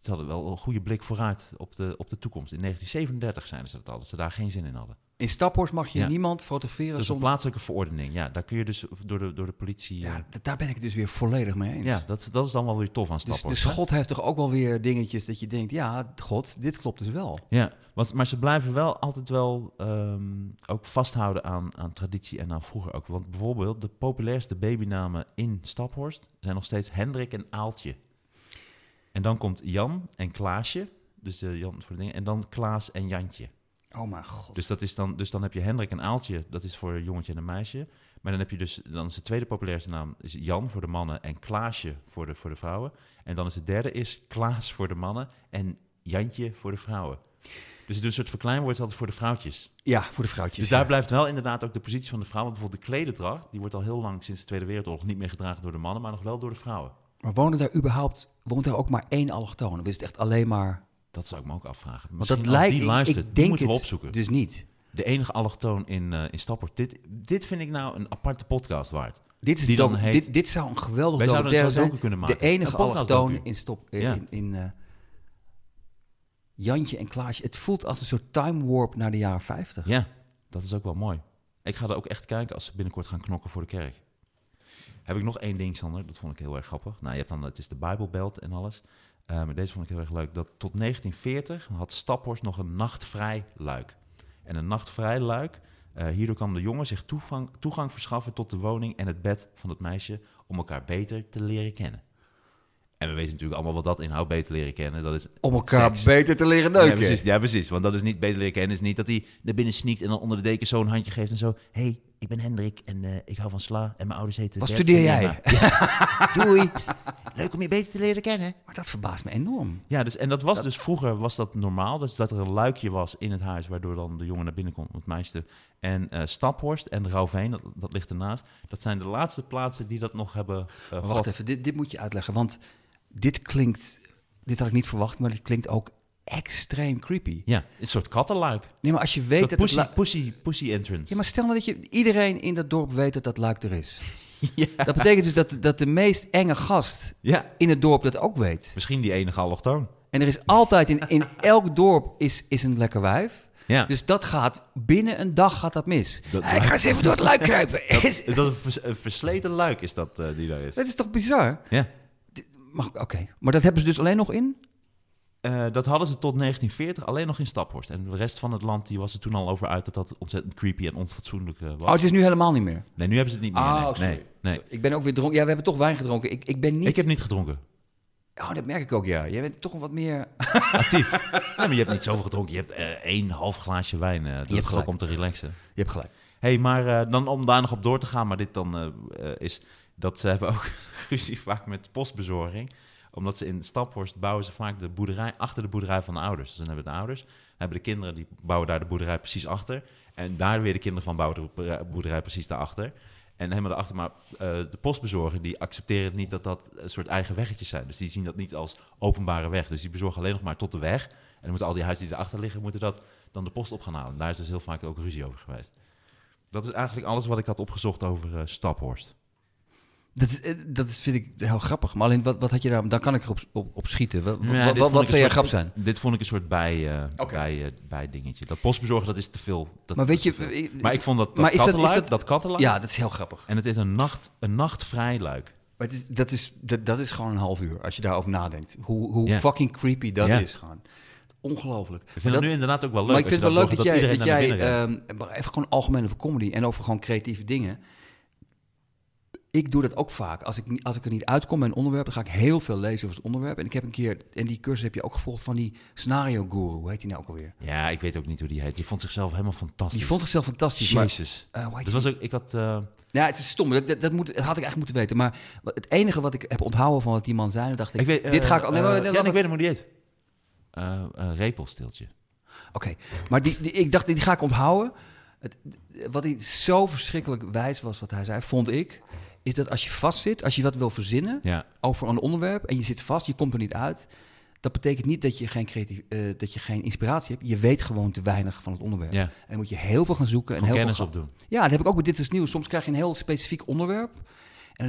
[SPEAKER 2] Ze hadden wel een goede blik vooruit op de, op de toekomst. In 1937 zijn ze dat al, dat ze daar geen zin in hadden.
[SPEAKER 3] In Staphorst mag je
[SPEAKER 2] Ja.
[SPEAKER 3] niemand fotograferen
[SPEAKER 2] Dat is een
[SPEAKER 3] zonder...
[SPEAKER 2] plaatselijke verordening. Ja, daar kun je dus door de, door de politie... eh,
[SPEAKER 3] Ja,
[SPEAKER 2] Ja,
[SPEAKER 3] d- daar ben ik dus weer volledig mee eens.
[SPEAKER 2] dat, dat is dan wel weer tof aan
[SPEAKER 3] Dus,
[SPEAKER 2] Staphorst.
[SPEAKER 3] dus
[SPEAKER 2] hè?
[SPEAKER 3] God heeft toch ook wel weer dingetjes dat je denkt, ja, God, dit klopt dus wel.
[SPEAKER 2] Ja, want, maar ze blijven wel altijd wel ehm, ook vasthouden aan, aan traditie en aan vroeger ook. Want bijvoorbeeld de populairste babynamen in Staphorst zijn nog steeds Hendrik en Aaltje. En dan komt Jan en Klaasje, dus eh, Jan voor de dingen, en dan Klaas en Jantje.
[SPEAKER 3] Oh mijn god.
[SPEAKER 2] Dus, dat is dan, dus dan heb je Hendrik en Aaltje, dat is voor een jongetje en een meisje. Maar dan heb je dus, dan is de tweede populairste naam is Jan voor de mannen en Klaasje voor de, voor de vrouwen. En dan is de derde is Klaas voor de mannen en Jantje voor de vrouwen. Dus het is een soort verkleinwoord altijd voor de vrouwtjes.
[SPEAKER 3] ja, voor de vrouwtjes.
[SPEAKER 2] Dus daar
[SPEAKER 3] ja.
[SPEAKER 2] blijft wel inderdaad ook de positie van de vrouwen. Bijvoorbeeld de klededracht, die wordt al heel lang sinds de Tweede Wereldoorlog niet meer gedragen door de mannen, maar nog wel door de vrouwen.
[SPEAKER 3] Maar wonen daar überhaupt, woont daar ook maar één allochtoon? Of is het echt alleen maar...
[SPEAKER 2] Dat zou ik me ook afvragen.
[SPEAKER 3] Want
[SPEAKER 2] Misschien als die
[SPEAKER 3] ik-
[SPEAKER 2] luistert, die
[SPEAKER 3] ik, denk
[SPEAKER 2] moeten we
[SPEAKER 3] het
[SPEAKER 2] opzoeken.
[SPEAKER 3] dus niet.
[SPEAKER 2] De enige allochtoon in, eh in Staphorst. Dit, dit vind ik nou een aparte podcast waard.
[SPEAKER 3] Dit, is
[SPEAKER 2] Die dan
[SPEAKER 3] docu-
[SPEAKER 2] heet-
[SPEAKER 3] dit, dit zou een geweldige
[SPEAKER 2] Wij zouden
[SPEAKER 3] documentaire
[SPEAKER 2] het zo
[SPEAKER 3] zijn.
[SPEAKER 2] docu kunnen maken.
[SPEAKER 3] De enige
[SPEAKER 2] Een podcast
[SPEAKER 3] allochtoon
[SPEAKER 2] docu.
[SPEAKER 3] in stop... eh,
[SPEAKER 2] Ja.
[SPEAKER 3] in, in, eh, Jantje en Klaasje. Het voelt als een soort time warp naar de jaren 50.
[SPEAKER 2] Ja, dat is ook wel mooi. Ik ga er ook echt kijken als ze binnenkort gaan knokken voor de kerk. Heb ik nog één ding, Sander? Dat vond ik heel erg grappig. Nou, je hebt dan, het is de Bijbelbelt en alles. Eh, maar deze vond ik heel erg leuk. Dat tot 1940 had Staphorst nog een nachtvrij luik. En een nachtvrij luik, eh, hierdoor kan de jongen zich toegang, toegang verschaffen tot de woning en het bed van het meisje om elkaar beter te leren kennen. En we weten natuurlijk allemaal wat dat inhoudt, beter leren kennen. Dat is
[SPEAKER 3] Om elkaar
[SPEAKER 2] seks.
[SPEAKER 3] beter te leren
[SPEAKER 2] Ja,
[SPEAKER 3] neuken.
[SPEAKER 2] precies, ja, precies. Want dat is niet beter leren kennen. is niet dat hij naar binnen sneakt en dan onder de deken zo'n handje geeft en zo. Hé, hey, ik ben Hendrik en eh, ik hou van sla en mijn ouders heten...
[SPEAKER 3] Wat
[SPEAKER 2] Bert
[SPEAKER 3] studeer
[SPEAKER 2] en
[SPEAKER 3] jij?
[SPEAKER 2] Emma. Ja. Doei. Leuk om je beter te leren kennen.
[SPEAKER 3] Maar dat verbaast me enorm.
[SPEAKER 2] Ja, dus, en dat was dus vroeger was dat normaal. Dus dat er een luikje was in het huis, waardoor dan de jongen naar binnen kon, het meisje. te- En eh, Staphorst en Rauwveen, dat, dat ligt ernaast. Dat zijn de laatste plaatsen die dat nog hebben eh,
[SPEAKER 3] Maar
[SPEAKER 2] gehad.
[SPEAKER 3] wacht even, dit, dit moet je uitleggen. Want dit klinkt, dit had ik niet verwacht, maar dit klinkt ook extreem creepy.
[SPEAKER 2] Ja, een soort kattenluik.
[SPEAKER 3] Nee, maar als je weet
[SPEAKER 2] Dat
[SPEAKER 3] dat, het
[SPEAKER 2] pussy,
[SPEAKER 3] lu-
[SPEAKER 2] pussy, pussy entrance.
[SPEAKER 3] Ja, maar stel nou dat je, iedereen in dat dorp weet dat dat luik er is. Dat betekent dus dat, dat de meest enge gast
[SPEAKER 2] ja,
[SPEAKER 3] in het dorp dat ook weet.
[SPEAKER 2] misschien die enige allochtoon.
[SPEAKER 3] En er is altijd, in, in elk dorp is, is een lekker wijf.
[SPEAKER 2] Ja.
[SPEAKER 3] Dus dat gaat, binnen een dag gaat dat mis.
[SPEAKER 2] Dat-
[SPEAKER 3] Hey, ik ga eens even door het luik kruipen. Dat, is,
[SPEAKER 2] Is dat een, vers- een versleten luik is dat eh, die daar is?
[SPEAKER 3] dat is toch bizar?
[SPEAKER 2] Ja.
[SPEAKER 3] Mag ik- Oké, maar dat hebben ze dus alleen nog in?
[SPEAKER 2] Eh, dat hadden ze tot 1940 alleen nog in Staphorst. En de rest van het land die was er toen al over uit dat dat ontzettend creepy en onfatsoenlijk eh, was.
[SPEAKER 3] Oh, het is nu helemaal niet meer.
[SPEAKER 2] Nee, nu hebben ze het niet meer.
[SPEAKER 3] Oh,
[SPEAKER 2] nee,
[SPEAKER 3] sorry.
[SPEAKER 2] nee, nee.
[SPEAKER 3] Ik ben ook weer dronken. Ja, we hebben toch wijn gedronken. Ik, ik ben niet...
[SPEAKER 2] Ik heb niet gedronken.
[SPEAKER 3] Oh, dat merk ik ook, ja. Jij bent toch wat meer...
[SPEAKER 2] Actief. nee, maar je hebt niet zoveel gedronken. Je hebt eh, één half glaasje wijn. eh dat is
[SPEAKER 3] gelijk.
[SPEAKER 2] ook om te relaxen.
[SPEAKER 3] Je hebt gelijk.
[SPEAKER 2] hey, maar eh, dan om daar nog op door te gaan, maar dit dan eh, eh, is dat ze hebben ook ruzie vaak met postbezorging. Omdat ze in Staphorst bouwen ze vaak de boerderij achter de boerderij van de ouders. Dus dan hebben de ouders, dan hebben de kinderen die bouwen daar de boerderij precies achter. En daar weer de kinderen van bouwen de boerderij- boerderij precies daarachter. En helemaal daarachter, maar eh, de postbezorger die accepteren niet dat dat een soort eigen weggetjes zijn. Dus die zien dat niet als openbare weg. Dus die bezorgen alleen nog maar tot de weg. En dan moeten al die huizen die erachter liggen, moeten dat dan de post op gaan halen. En daar is dus heel vaak ook ruzie over geweest. Dat is eigenlijk alles wat ik had opgezocht over eh, Staphorst.
[SPEAKER 3] Dat, is- eh, dat is, vind ik heel grappig. Maar alleen, wat, wat had je daar... Daar kan ik erop op, op schieten. Wat,
[SPEAKER 2] Ja,
[SPEAKER 3] wat,
[SPEAKER 2] dit
[SPEAKER 3] wat,
[SPEAKER 2] vond
[SPEAKER 3] wat
[SPEAKER 2] ik
[SPEAKER 3] zou jij
[SPEAKER 2] een
[SPEAKER 3] grap
[SPEAKER 2] soort-
[SPEAKER 3] zijn?
[SPEAKER 2] Dit vond ik een soort bij, eh
[SPEAKER 3] Oké.
[SPEAKER 2] bij, eh bij dingetje. Dat postbezorgen, dat is te veel. Dat,
[SPEAKER 3] Maar weet
[SPEAKER 2] dat is
[SPEAKER 3] je...
[SPEAKER 2] te veel.
[SPEAKER 3] eh,
[SPEAKER 2] maar ik vond dat, dat
[SPEAKER 3] maar is dat- is
[SPEAKER 2] kattenluik, dat,
[SPEAKER 3] dat-
[SPEAKER 2] kattenluik.
[SPEAKER 3] Ja, dat is heel grappig.
[SPEAKER 2] En het is een, nacht, een nachtvrij luik.
[SPEAKER 3] Maar het is- dat, is, dat, dat is gewoon een half uur, als je daarover nadenkt. Hoe, hoe
[SPEAKER 2] Ja.
[SPEAKER 3] fucking creepy dat
[SPEAKER 2] Ja.
[SPEAKER 3] is gewoon. Ongelooflijk.
[SPEAKER 2] Ik
[SPEAKER 3] Maar
[SPEAKER 2] vind
[SPEAKER 3] dat-
[SPEAKER 2] het nu inderdaad ook wel leuk.
[SPEAKER 3] maar ik
[SPEAKER 2] als
[SPEAKER 3] vind
[SPEAKER 2] je
[SPEAKER 3] het wel leuk
[SPEAKER 2] hoort,
[SPEAKER 3] dat jij, dat
[SPEAKER 2] iedereen daar
[SPEAKER 3] jij
[SPEAKER 2] naar binnen rent.
[SPEAKER 3] ehm, maar even gewoon algemeen over comedy en over gewoon creatieve dingen. Ik doe dat ook vaak. Als ik, niet- als ik er niet uitkom bij een onderwerp, dan ga ik heel veel lezen over het onderwerp. En ik heb een keer, en die cursus heb je ook gevolgd van die scenario guru, hoe heet die nou ook alweer?
[SPEAKER 2] Ja, ik weet ook niet hoe die heet. Die vond zichzelf helemaal fantastisch.
[SPEAKER 3] Die vond zichzelf fantastisch, maar...
[SPEAKER 2] Jezus.
[SPEAKER 3] eh, hoe heet
[SPEAKER 2] dat was ook, ik had... eh,
[SPEAKER 3] Ja, het is stom. Dat, dat, dat moet, dat had ik eigenlijk moeten weten. Maar wat- het enige wat ik heb onthouden van wat die man zei, dan dacht ik,
[SPEAKER 2] ik weet, eh,
[SPEAKER 3] dit ga ik...
[SPEAKER 2] eh,
[SPEAKER 3] nee, maar- nee,
[SPEAKER 2] ja,
[SPEAKER 3] laat
[SPEAKER 2] en ik weet hem hoe die heet. Eh eh, repelsteeltje.
[SPEAKER 3] Oké, maar die, die, ik dacht, die ga ik onthouden. Het, wat hij zo verschrikkelijk wijs was, wat hij zei, vond ik, is dat als je vastzit, als je wat wil verzinnen
[SPEAKER 2] Ja.
[SPEAKER 3] over een onderwerp en je zit vast, je komt er niet uit, dat betekent niet dat je geen, creatief, eh, dat je geen inspiratie hebt. Je weet gewoon te weinig van het onderwerp.
[SPEAKER 2] Ja.
[SPEAKER 3] En dan moet je heel veel gaan zoeken. En
[SPEAKER 2] Gewoon
[SPEAKER 3] heel
[SPEAKER 2] kennis
[SPEAKER 3] veel gaan-
[SPEAKER 2] opdoen.
[SPEAKER 3] Ja, dat heb ik ook bij Dit is het Nieuws. Soms krijg je een heel specifiek onderwerp en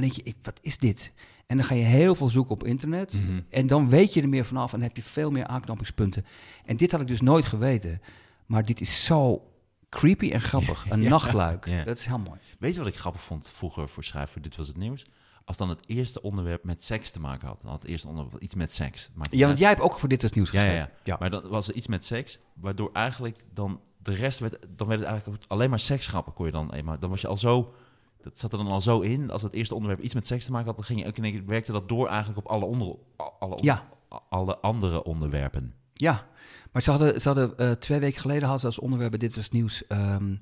[SPEAKER 3] dan denk je, ik, wat is dit? En dan ga je heel veel zoeken op internet.
[SPEAKER 2] Mhm.
[SPEAKER 3] En dan weet je er meer vanaf en heb je veel meer aanknopingspunten. En dit had ik dus nooit geweten. Maar dit is zo creepy en grappig. Een nachtluik.
[SPEAKER 2] ja.
[SPEAKER 3] Dat is heel mooi.
[SPEAKER 2] Weet je wat ik grappig vond vroeger voor schrijven? voor Dit was het nieuws. Als dan het eerste onderwerp met seks te maken had. Dan had het eerste onderwerp iets met seks. Maakt niet
[SPEAKER 3] Ja, want
[SPEAKER 2] uit.
[SPEAKER 3] jij hebt ook voor Dit is het Nieuws
[SPEAKER 2] ja, ja,
[SPEAKER 3] geschreven.
[SPEAKER 2] ja. Maar dan was er iets met seks. Waardoor eigenlijk dan de rest werd. Dan werd het eigenlijk alleen maar seksgrappen kon je dan eenmaal. Dan was je al zo. Dat zat er dan al zo in. Als het eerste onderwerp iets met seks te maken had. Dan ging je ook in één keer. Werkte dat door eigenlijk op alle, onder, alle, on-
[SPEAKER 3] Ja.
[SPEAKER 2] alle andere onderwerpen.
[SPEAKER 3] Ja, maar ze hadden, ze hadden eh, twee weken geleden hadden ze als onderwerp bij Dit was het Nieuws... ehm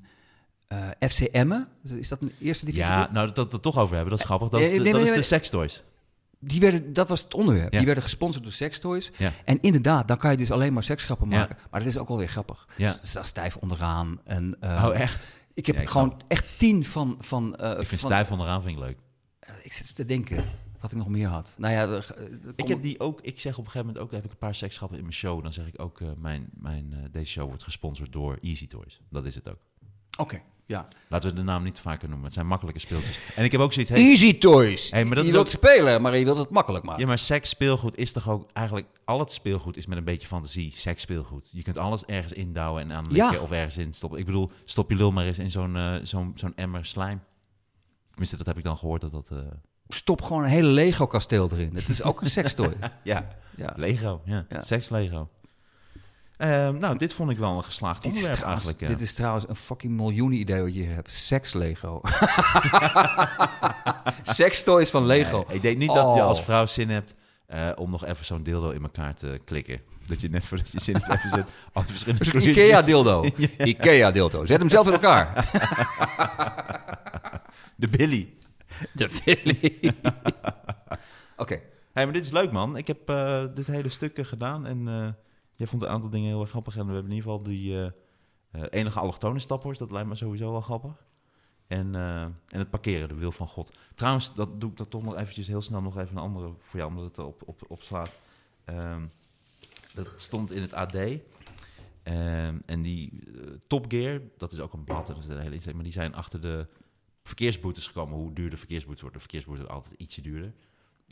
[SPEAKER 3] eh, FC Emmen. Is dat een eerste divisie?
[SPEAKER 2] Ja, nou dat we het toch over hebben. Dat is grappig. Dat is
[SPEAKER 3] Eh,
[SPEAKER 2] de,
[SPEAKER 3] nee,
[SPEAKER 2] dat
[SPEAKER 3] nee,
[SPEAKER 2] is de
[SPEAKER 3] nee.
[SPEAKER 2] sextoys.
[SPEAKER 3] Die werden, dat was het onderwerp.
[SPEAKER 2] Ja.
[SPEAKER 3] Die werden gesponsord door Sextoys.
[SPEAKER 2] Ja.
[SPEAKER 3] En inderdaad, dan kan je dus alleen maar seksgrappen
[SPEAKER 2] Ja.
[SPEAKER 3] maken. Maar dat is ook wel weer grappig. Dus
[SPEAKER 2] Ja.
[SPEAKER 3] Ze staan stijf onderaan. En, eh,
[SPEAKER 2] Oh, echt?
[SPEAKER 3] Ik heb
[SPEAKER 2] Ja, ik
[SPEAKER 3] gewoon
[SPEAKER 2] snap
[SPEAKER 3] echt tien van... van eh,
[SPEAKER 2] Ik vind
[SPEAKER 3] van-
[SPEAKER 2] stijf onderaan vind ik leuk.
[SPEAKER 3] Eh, Ik zit te denken wat ik nog meer had. Nou ja, eh, eh,
[SPEAKER 2] Ik
[SPEAKER 3] kom-
[SPEAKER 2] heb die ook, ik zeg op een gegeven moment ook, heb ik een paar sekschappen in mijn show. Dan zeg ik ook, eh, mijn, mijn, eh, deze show wordt gesponsord door Easy Toys. Dat is het ook.
[SPEAKER 3] Oké, ja.
[SPEAKER 2] Laten we de naam niet te vaker noemen. Het zijn makkelijke speeltjes. En ik heb ook zoiets, hey,
[SPEAKER 3] Easy Toys.
[SPEAKER 2] Hey, maar dat
[SPEAKER 3] je
[SPEAKER 2] is
[SPEAKER 3] wilt
[SPEAKER 2] ook-
[SPEAKER 3] spelen, maar je wilt het makkelijk maken.
[SPEAKER 2] ja, maar seks speelgoed is toch ook eigenlijk, al het speelgoed is met een beetje fantasie seks speelgoed. Je kunt alles ergens indouwen en aanlikken
[SPEAKER 3] Ja.
[SPEAKER 2] of ergens in stoppen. Ik bedoel, stop je lul maar eens in zo'n eh, zo'n zo'n emmer slijm. Tenminste, dat heb ik dan gehoord dat dat eh,
[SPEAKER 3] stop gewoon een hele Lego-kasteel erin. Het is ook een sextoy.
[SPEAKER 2] Ja,
[SPEAKER 3] Ja.
[SPEAKER 2] Lego. Ja.
[SPEAKER 3] Ja.
[SPEAKER 2] Seks Lego. Ehm, nou, dit vond ik wel een geslaagd
[SPEAKER 3] Dit is,
[SPEAKER 2] onderwerp
[SPEAKER 3] trouwens,
[SPEAKER 2] eigenlijk. eh. ja.
[SPEAKER 3] dit is trouwens een fucking miljoenen idee wat je hier hebt. Seks-Lego. Sextoys van Lego.
[SPEAKER 2] Nee, ik denk niet dat je
[SPEAKER 3] Oh.
[SPEAKER 2] als vrouw zin hebt eh, om nog even zo'n dildo in elkaar te klikken. Dat je net voordat je zin hebt even Oh, zet al die verschillende
[SPEAKER 3] Een soort
[SPEAKER 2] kleurtjes.
[SPEAKER 3] Ikea-dildo. Ikea-dildo. Zet hem zelf in elkaar.
[SPEAKER 2] De Billy.
[SPEAKER 3] De Philly. Oké.
[SPEAKER 2] Hey, maar dit is leuk man. Ik heb eh, dit hele stuk eh, gedaan en eh, jij vond een aantal dingen heel erg grappig. En we hebben in ieder geval die eh, eh, enige allochtone stappers. Dat lijkt me sowieso wel grappig. En, eh, en het parkeren, de wil van God. Trouwens, dat doe ik dat toch nog eventjes heel snel nog even een andere voor jou, omdat het op, op, opslaat. Ehm, dat stond in het AD. Ehm, en die eh, Top Gear, dat is ook een blad en dat is een hele iets. Maar die zijn achter de verkeersboetes gekomen. Hoe duur de verkeersboetes worden. De verkeersboetes worden altijd ietsje duurder.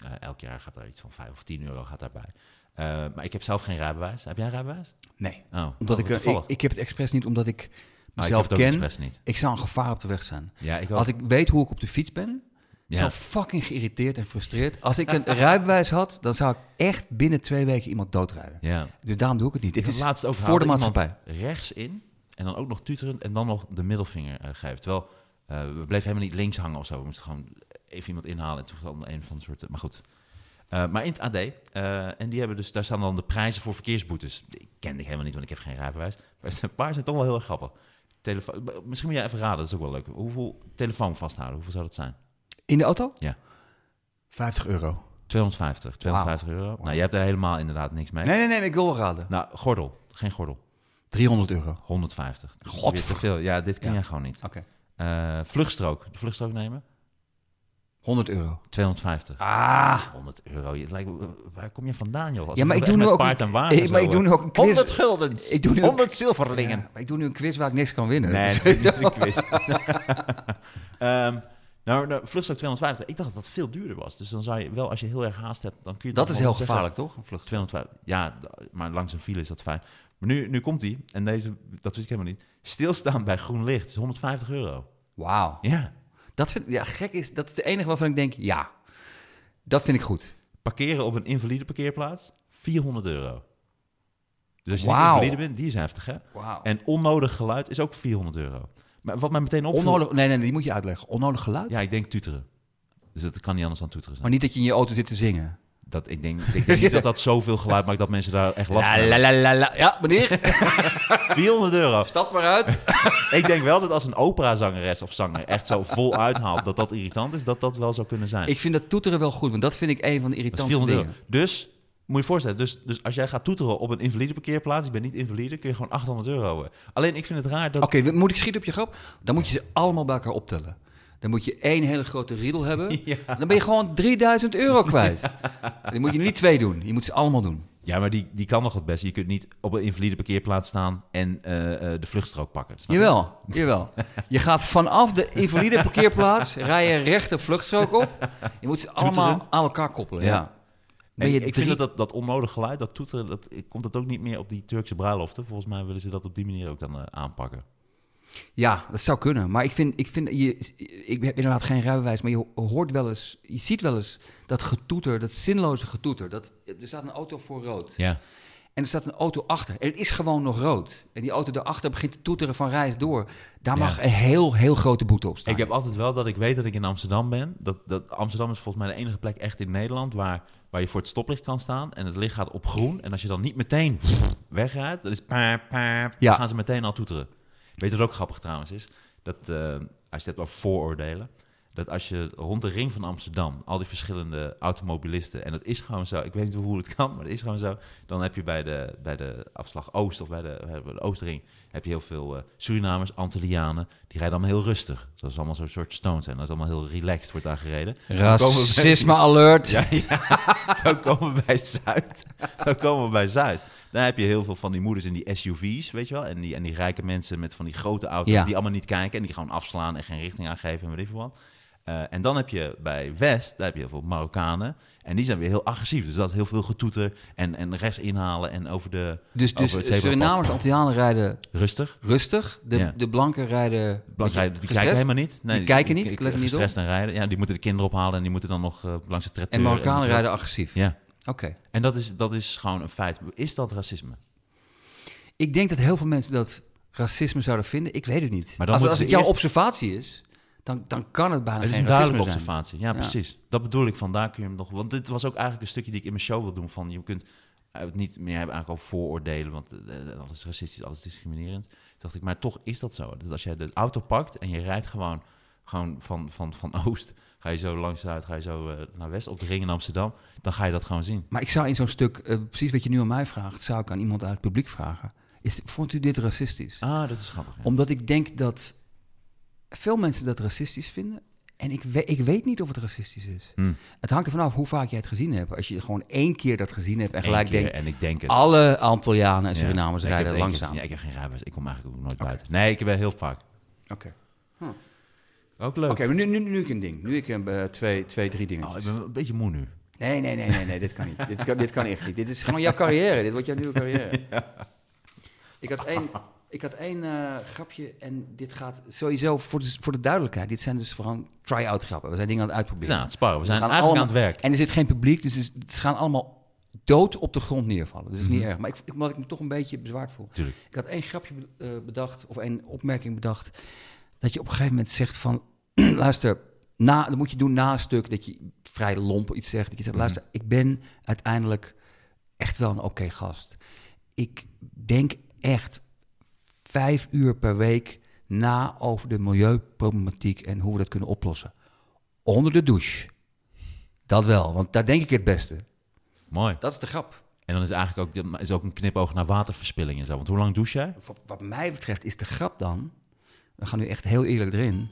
[SPEAKER 2] Eh, elk jaar gaat daar iets van 5 of 10 euro gaat daarbij. Eh, maar ik heb zelf geen rijbewijs. Heb jij een rijbewijs?
[SPEAKER 3] Nee.
[SPEAKER 2] Oh,
[SPEAKER 3] Omdat
[SPEAKER 2] oh,
[SPEAKER 3] ik,
[SPEAKER 2] wat
[SPEAKER 3] eh, ik,
[SPEAKER 2] toevallig.
[SPEAKER 3] ik heb het expres niet, omdat ik
[SPEAKER 2] Oh, ik
[SPEAKER 3] mezelf
[SPEAKER 2] heb het ook
[SPEAKER 3] ken.
[SPEAKER 2] expres niet.
[SPEAKER 3] Ik zou een gevaar op de weg zijn.
[SPEAKER 2] Ja, ik ook.
[SPEAKER 3] Als ik weet hoe ik op de fiets ben,
[SPEAKER 2] Ja.
[SPEAKER 3] zou ik fucking geïrriteerd en frustreerd. Als ik een rijbewijs had, dan zou ik echt binnen twee weken iemand doodrijden.
[SPEAKER 2] Ja.
[SPEAKER 3] Dus daarom doe ik het niet.
[SPEAKER 2] Ik
[SPEAKER 3] Dit
[SPEAKER 2] had
[SPEAKER 3] is
[SPEAKER 2] laatst ook
[SPEAKER 3] voor
[SPEAKER 2] haalde
[SPEAKER 3] de
[SPEAKER 2] iemand
[SPEAKER 3] maatschappij.
[SPEAKER 2] Rechts in en dan ook nog tuterend en dan nog de middelvinger eh, geven. Terwijl eh, we bleven helemaal niet links hangen of zo. We moesten gewoon even iemand inhalen en toen dan een van de soorten. Maar goed. Eh, maar in het AD, eh, en die hebben dus, daar staan dan de prijzen voor verkeersboetes. Die kende ik helemaal niet, want ik heb geen rijbewijs. Maar een paar zijn toch wel heel erg grappig. Telefo- Misschien moet jij even raden, dat is ook wel leuk. Hoeveel telefoon vasthouden, hoeveel zou dat zijn?
[SPEAKER 3] In de auto?
[SPEAKER 2] Ja.
[SPEAKER 3] 50 euro.
[SPEAKER 2] 250, 250 euro. Nou, je hebt er helemaal inderdaad niks mee.
[SPEAKER 3] Nee, nee, nee, ik wil wel raden.
[SPEAKER 2] Nou, gordel, geen gordel.
[SPEAKER 3] 300 euro.
[SPEAKER 2] 150. Dus
[SPEAKER 3] Godver-
[SPEAKER 2] weer te veel. Ja, dit kun
[SPEAKER 3] Ja.
[SPEAKER 2] jij gewoon niet.
[SPEAKER 3] Oké.
[SPEAKER 2] Eh, vluchtstrook. De vluchtstrook nemen?
[SPEAKER 3] 100 euro.
[SPEAKER 2] 250.
[SPEAKER 3] Ah.
[SPEAKER 2] 100 euro. Je- het lijkt me- waar kom je vandaan, joh? Als
[SPEAKER 3] Ja, maar
[SPEAKER 2] we
[SPEAKER 3] ik doe
[SPEAKER 2] echt met
[SPEAKER 3] nu ook
[SPEAKER 2] paard
[SPEAKER 3] een-
[SPEAKER 2] en wagen
[SPEAKER 3] eh, maar
[SPEAKER 2] zo,
[SPEAKER 3] ik doe
[SPEAKER 2] eh,
[SPEAKER 3] nu ook een quiz.
[SPEAKER 2] 100 guldens.
[SPEAKER 3] Ik doe nu ook-
[SPEAKER 2] 100 zilverlingen.
[SPEAKER 3] Ja, maar ik doe nu een quiz waar ik niks kan winnen. Dus
[SPEAKER 2] Nee,
[SPEAKER 3] Dat
[SPEAKER 2] dat is
[SPEAKER 3] is-
[SPEAKER 2] niet een quiz. Ehm, nou, de vluchtstrook 250. Ik dacht dat dat veel duurder was. Dus dan zou je wel, als je heel erg haast hebt, dan kun je...
[SPEAKER 3] dat
[SPEAKER 2] toch
[SPEAKER 3] is
[SPEAKER 2] wel
[SPEAKER 3] heel
[SPEAKER 2] zeggen-
[SPEAKER 3] gevaarlijk, toch? Een vlucht.
[SPEAKER 2] 250. Ja, d- maar langs een file is dat fijn. Maar nu, nu komt die. En deze, dat wist ik helemaal niet. Stilstaan bij groen licht is 150 euro.
[SPEAKER 3] Wauw.
[SPEAKER 2] Ja.
[SPEAKER 3] Dat vind ja, gek is, dat is de enige waarvan ik denk, ja, dat vind ik goed.
[SPEAKER 2] Parkeren op een invalide parkeerplaats, 400 euro. Dus als je niet
[SPEAKER 3] Wauw.
[SPEAKER 2] invalide bent, die is heftig, hè?
[SPEAKER 3] Wauw.
[SPEAKER 2] En onnodig geluid is ook 400 euro. Maar wat mij meteen opviel...
[SPEAKER 3] Onnodig, nee, nee, die moet je uitleggen. Onnodig geluid? Oh,
[SPEAKER 2] Ja, ik denk tuteren. Dus dat kan niet anders dan tuteren
[SPEAKER 3] Maar
[SPEAKER 2] zijn.
[SPEAKER 3] niet dat je in je auto zit te zingen.
[SPEAKER 2] Dat, ik, denk, ik denk niet dat dat zoveel geluid maakt dat mensen daar echt last van
[SPEAKER 3] La, la,
[SPEAKER 2] hebben.
[SPEAKER 3] la, la, la. Ja, meneer,
[SPEAKER 2] 400 euro.
[SPEAKER 3] stap maar uit.
[SPEAKER 2] Ik denk wel dat als een operazangeres of zanger echt zo vol uithaalt... dat dat irritant is, dat dat wel zou kunnen zijn.
[SPEAKER 3] ik vind dat toeteren wel goed, want dat vind ik een van de
[SPEAKER 2] Dat is
[SPEAKER 3] irritantste
[SPEAKER 2] 400
[SPEAKER 3] dingen.
[SPEAKER 2] euro. Dus, moet je je voorstellen, dus, dus als jij gaat toeteren op een invalide parkeerplaats... ik ben niet invalide, kun je gewoon 800 euro... eh. Alleen, ik vind het raar dat...
[SPEAKER 3] Oké, we- moet ik schieten op je grap? Dan moet je ze allemaal bij elkaar optellen. Dan moet je één hele grote riedel hebben. Dan ben je gewoon 3000 euro kwijt. Dan moet je niet twee doen. Je moet ze allemaal doen.
[SPEAKER 2] Ja, maar die, die kan nog het beste. Je kunt niet op een invalide parkeerplaats staan en eh, eh, de vluchtstrook pakken. snap je?
[SPEAKER 3] Jawel, jawel. Je gaat vanaf de invalide parkeerplaats, rij je recht de vluchtstrook op. Je moet ze allemaal
[SPEAKER 2] Toeterend.
[SPEAKER 3] aan elkaar koppelen.
[SPEAKER 2] Ja.
[SPEAKER 3] Ja. Ben
[SPEAKER 2] En
[SPEAKER 3] je
[SPEAKER 2] ik
[SPEAKER 3] drie-
[SPEAKER 2] vind dat, dat dat onnodig geluid, dat toeteren, dat, komt dat ook niet meer op die Turkse bruiloften. Volgens mij willen ze dat op die manier ook dan eh, aanpakken.
[SPEAKER 3] Ja, dat zou kunnen. Maar ik vind, ik vind, je, ik heb inderdaad geen rijbewijs, maar je hoort wel eens, je ziet wel eens dat getoeter, dat zinloze getoeter. Dat, er staat een auto voor rood.
[SPEAKER 2] Ja.
[SPEAKER 3] En er staat een auto achter. En het is gewoon nog rood. En die auto daarachter begint te toeteren van reis door. Daar
[SPEAKER 2] Ja.
[SPEAKER 3] mag een heel, heel grote boete op staan.
[SPEAKER 2] Ik heb altijd wel dat ik weet dat ik in Amsterdam ben. Dat, dat Amsterdam is volgens mij de enige plek echt in Nederland waar, waar je voor het stoplicht kan staan. En het licht gaat op groen. En als je dan niet meteen wegrijdt, dan is paap, paap,
[SPEAKER 3] Ja.
[SPEAKER 2] dan gaan ze meteen al toeteren. Weet je wat ook grappig trouwens is? Dat, eh, als je het hebt over vooroordelen. Dat als je rond de ring van Amsterdam, al die verschillende automobilisten, en dat is gewoon zo, ik weet niet hoe het kan, maar dat is gewoon zo. Dan heb je bij de, bij de afslag Oost of bij de, bij de Oostring, heb je heel veel eh, Surinamers, Antillianen, die rijden allemaal heel rustig. Dat is allemaal zo'n soort stones en dat is allemaal heel relaxed, wordt daar gereden.
[SPEAKER 3] Racisme alert.
[SPEAKER 2] Ja, ja. zo komen we bij Zuid. Zo komen we bij Zuid. Daar heb je heel veel van die moeders in die SUV's, weet je wel. En die, en die rijke mensen met van die grote auto's
[SPEAKER 3] Ja.
[SPEAKER 2] die allemaal niet kijken. En die gewoon afslaan en geen richting aangeven en weet ik veel wat. Eh, Eh, en dan heb je bij West, daar heb je heel veel Marokkanen. En die zijn weer heel agressief. Dus dat is heel veel getoeter en, en rechts inhalen en over de...
[SPEAKER 3] Dus, dus
[SPEAKER 2] over het zebrapad.
[SPEAKER 3] Surinamers, Antillianen rijden
[SPEAKER 2] Rustig.
[SPEAKER 3] rustig. De,
[SPEAKER 2] Ja.
[SPEAKER 3] de blanken rijden...
[SPEAKER 2] Belangrijk, die
[SPEAKER 3] gestrest.
[SPEAKER 2] kijken helemaal niet. Nee,
[SPEAKER 3] Die kijken niet,
[SPEAKER 2] k-
[SPEAKER 3] letten niet op.
[SPEAKER 2] gestrest en rijden. Ja, die moeten de kinderen ophalen en die moeten dan nog eh, langs de tracteur.
[SPEAKER 3] En Marokkanen
[SPEAKER 2] en-
[SPEAKER 3] rijden agressief.
[SPEAKER 2] Ja.
[SPEAKER 3] Oké.
[SPEAKER 2] En dat is, dat is gewoon een feit. Is dat racisme?
[SPEAKER 3] Ik denk dat heel veel mensen dat racisme zouden vinden. Ik weet het niet.
[SPEAKER 2] Maar dan
[SPEAKER 3] als
[SPEAKER 2] moeten
[SPEAKER 3] als
[SPEAKER 2] ze
[SPEAKER 3] het jouw
[SPEAKER 2] eerst-
[SPEAKER 3] observatie is, dan, dan kan het bijna
[SPEAKER 2] het is
[SPEAKER 3] geen
[SPEAKER 2] een duidelijke
[SPEAKER 3] racisme zijn.
[SPEAKER 2] observatie. Ja,
[SPEAKER 3] Ja.
[SPEAKER 2] precies. Dat bedoel ik. Vandaar kun je hem nog. Want dit was ook eigenlijk een stukje die ik in mijn show wil doen. Van je kunt eh, het niet meer hebben eigenlijk over vooroordelen. Want eh, alles is racistisch, alles is discriminerend. Toen dacht ik, maar toch is dat zo. Dus als jij de auto pakt en je rijdt gewoon, gewoon van, van, van oost. Ga je zo langs zuid, ga je zo eh, naar west op de ring in Amsterdam. Dan ga je dat gewoon zien.
[SPEAKER 3] Maar ik zou in zo'n stuk, eh, precies wat je nu aan mij vraagt, zou ik aan iemand uit het publiek vragen. Is, vond u dit racistisch?
[SPEAKER 2] Ah, dat is grappig. ja.
[SPEAKER 3] Omdat ik denk dat veel mensen dat racistisch vinden. En ik, we- ik weet niet of het racistisch is.
[SPEAKER 2] Hmm.
[SPEAKER 3] Het hangt ervan af hoe vaak jij het gezien hebt. Als je gewoon één keer dat gezien hebt en
[SPEAKER 2] Eén
[SPEAKER 3] gelijk
[SPEAKER 2] keer
[SPEAKER 3] denkt...
[SPEAKER 2] en ik denk het.
[SPEAKER 3] Alle Antillianen en
[SPEAKER 2] Ja.
[SPEAKER 3] Surinamers
[SPEAKER 2] Ik heb
[SPEAKER 3] rijden
[SPEAKER 2] één keer
[SPEAKER 3] langzaam.
[SPEAKER 2] gezien. Ja, ik heb geen rijbewijs. Ik kom eigenlijk ook nooit buiten. Nee, ik ben heel vaak.
[SPEAKER 3] Oké,
[SPEAKER 2] Ook leuk.
[SPEAKER 3] Oké, maar nu, nu, nu ik een ding. Nu ik een, eh, twee, twee, drie dingen.
[SPEAKER 2] Oh, ik ben een beetje moe nu.
[SPEAKER 3] Nee, nee, nee, nee, nee, dit kan niet. dit, kan, dit kan echt niet. Dit is gewoon jouw carrière. Dit wordt jouw nieuwe carrière. Ik had één, ik had één eh, grapje en dit gaat sowieso voor de, voor de duidelijkheid. Dit zijn dus vooral try-out grappen. We zijn dingen aan het
[SPEAKER 2] We
[SPEAKER 3] uitproberen.
[SPEAKER 2] zijn aan het sparren. We zijn
[SPEAKER 3] gaan
[SPEAKER 2] eigenlijk aan het
[SPEAKER 3] allemaal-
[SPEAKER 2] werk.
[SPEAKER 3] En er zit geen publiek, dus het is- ze gaan allemaal dood op de grond neervallen. Dus dat is
[SPEAKER 2] Mhm.
[SPEAKER 3] niet erg. Maar ik, ik- omdat ik me toch een beetje bezwaard voel.
[SPEAKER 2] Tuurlijk.
[SPEAKER 3] Ik had één grapje be- eh, bedacht, of één opmerking bedacht, dat je op een gegeven moment zegt van, luister, na, dat moet je doen na een stuk, dat je vrij lomp iets zegt. Dat je zegt, luister, ik ben uiteindelijk echt wel een oké gast. Ik denk echt vijf uur per week na over de milieuproblematiek en hoe we dat kunnen oplossen. Onder de douche. Dat wel, want daar denk ik het beste.
[SPEAKER 2] Mooi.
[SPEAKER 3] Dat is de grap.
[SPEAKER 2] En dan is eigenlijk ook, dat is ook een knipoog naar waterverspilling en zo. Want hoe lang douche jij?
[SPEAKER 3] Wat, wat mij betreft is de grap dan, we gaan nu echt heel eerlijk erin,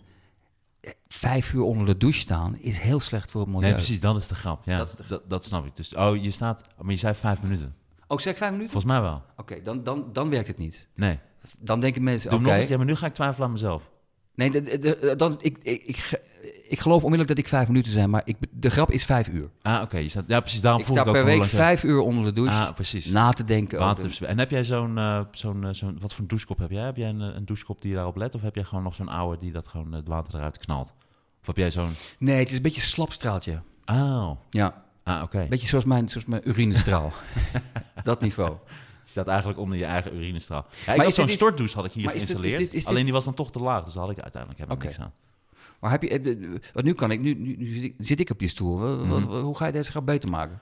[SPEAKER 3] eh, vijf uur onder de douche staan is heel slecht voor het milieu.
[SPEAKER 2] Nee, precies, dat is de grap. Ja, dat, Dat, snap ik. Dus, oh, je staat... Maar je zei vijf minuten.
[SPEAKER 3] Oh, zeg ik vijf minuten?
[SPEAKER 2] Volgens mij wel.
[SPEAKER 3] Oké, dan, dan, dan werkt het niet.
[SPEAKER 2] Nee.
[SPEAKER 3] Dan denken mensen,
[SPEAKER 2] Doe
[SPEAKER 3] oké.
[SPEAKER 2] hem nog eens. Ja, maar nu ga ik twijfelen aan mezelf.
[SPEAKER 3] Nee, de- de- de- dan, ik, ik, ik, ge- ik geloof onmiddellijk dat ik vijf minuten zijn, maar ik, be- de grap is vijf uur.
[SPEAKER 2] Ah, oké. je staat, ja, precies. Daarom
[SPEAKER 3] Ik
[SPEAKER 2] voel
[SPEAKER 3] sta
[SPEAKER 2] ik ook
[SPEAKER 3] per
[SPEAKER 2] van hoe
[SPEAKER 3] week
[SPEAKER 2] lang
[SPEAKER 3] vijf Nou, uur onder de
[SPEAKER 2] je-
[SPEAKER 3] douche
[SPEAKER 2] Ah, precies.
[SPEAKER 3] na te denken over...
[SPEAKER 2] Waterverspilling. En heb jij zo'n... eh, zo'n eh, zo'n- wat voor een douchekop heb jij? Heb jij een, eh, een douchekop die daarop let? Of heb jij gewoon nog zo'n oude die dat gewoon eh, het water eruit knalt? Of heb jij zo'n...
[SPEAKER 3] Nee, het is een beetje een slapstraaltje.
[SPEAKER 2] Oh.
[SPEAKER 3] Ja,
[SPEAKER 2] Ah, oké.
[SPEAKER 3] een beetje zoals mijn, zoals mijn urinestraal. dat niveau.
[SPEAKER 2] Je staat eigenlijk onder je eigen urinestraal. Ja, ik
[SPEAKER 3] is
[SPEAKER 2] had zo'n
[SPEAKER 3] dit iets-
[SPEAKER 2] stortdouche had ik hier
[SPEAKER 3] maar is dit- is
[SPEAKER 2] geïnstalleerd.
[SPEAKER 3] dit- is dit-
[SPEAKER 2] Alleen die was dan toch te laag, dus daar had ik uiteindelijk helemaal
[SPEAKER 3] Oké.
[SPEAKER 2] niks aan.
[SPEAKER 3] Maar heb je, eh, de- de- want nu kan ik, nu, nu, nu zit, ik, zit ik op je stoel. Wat- wat- wat- hoe ga je deze grap beter maken?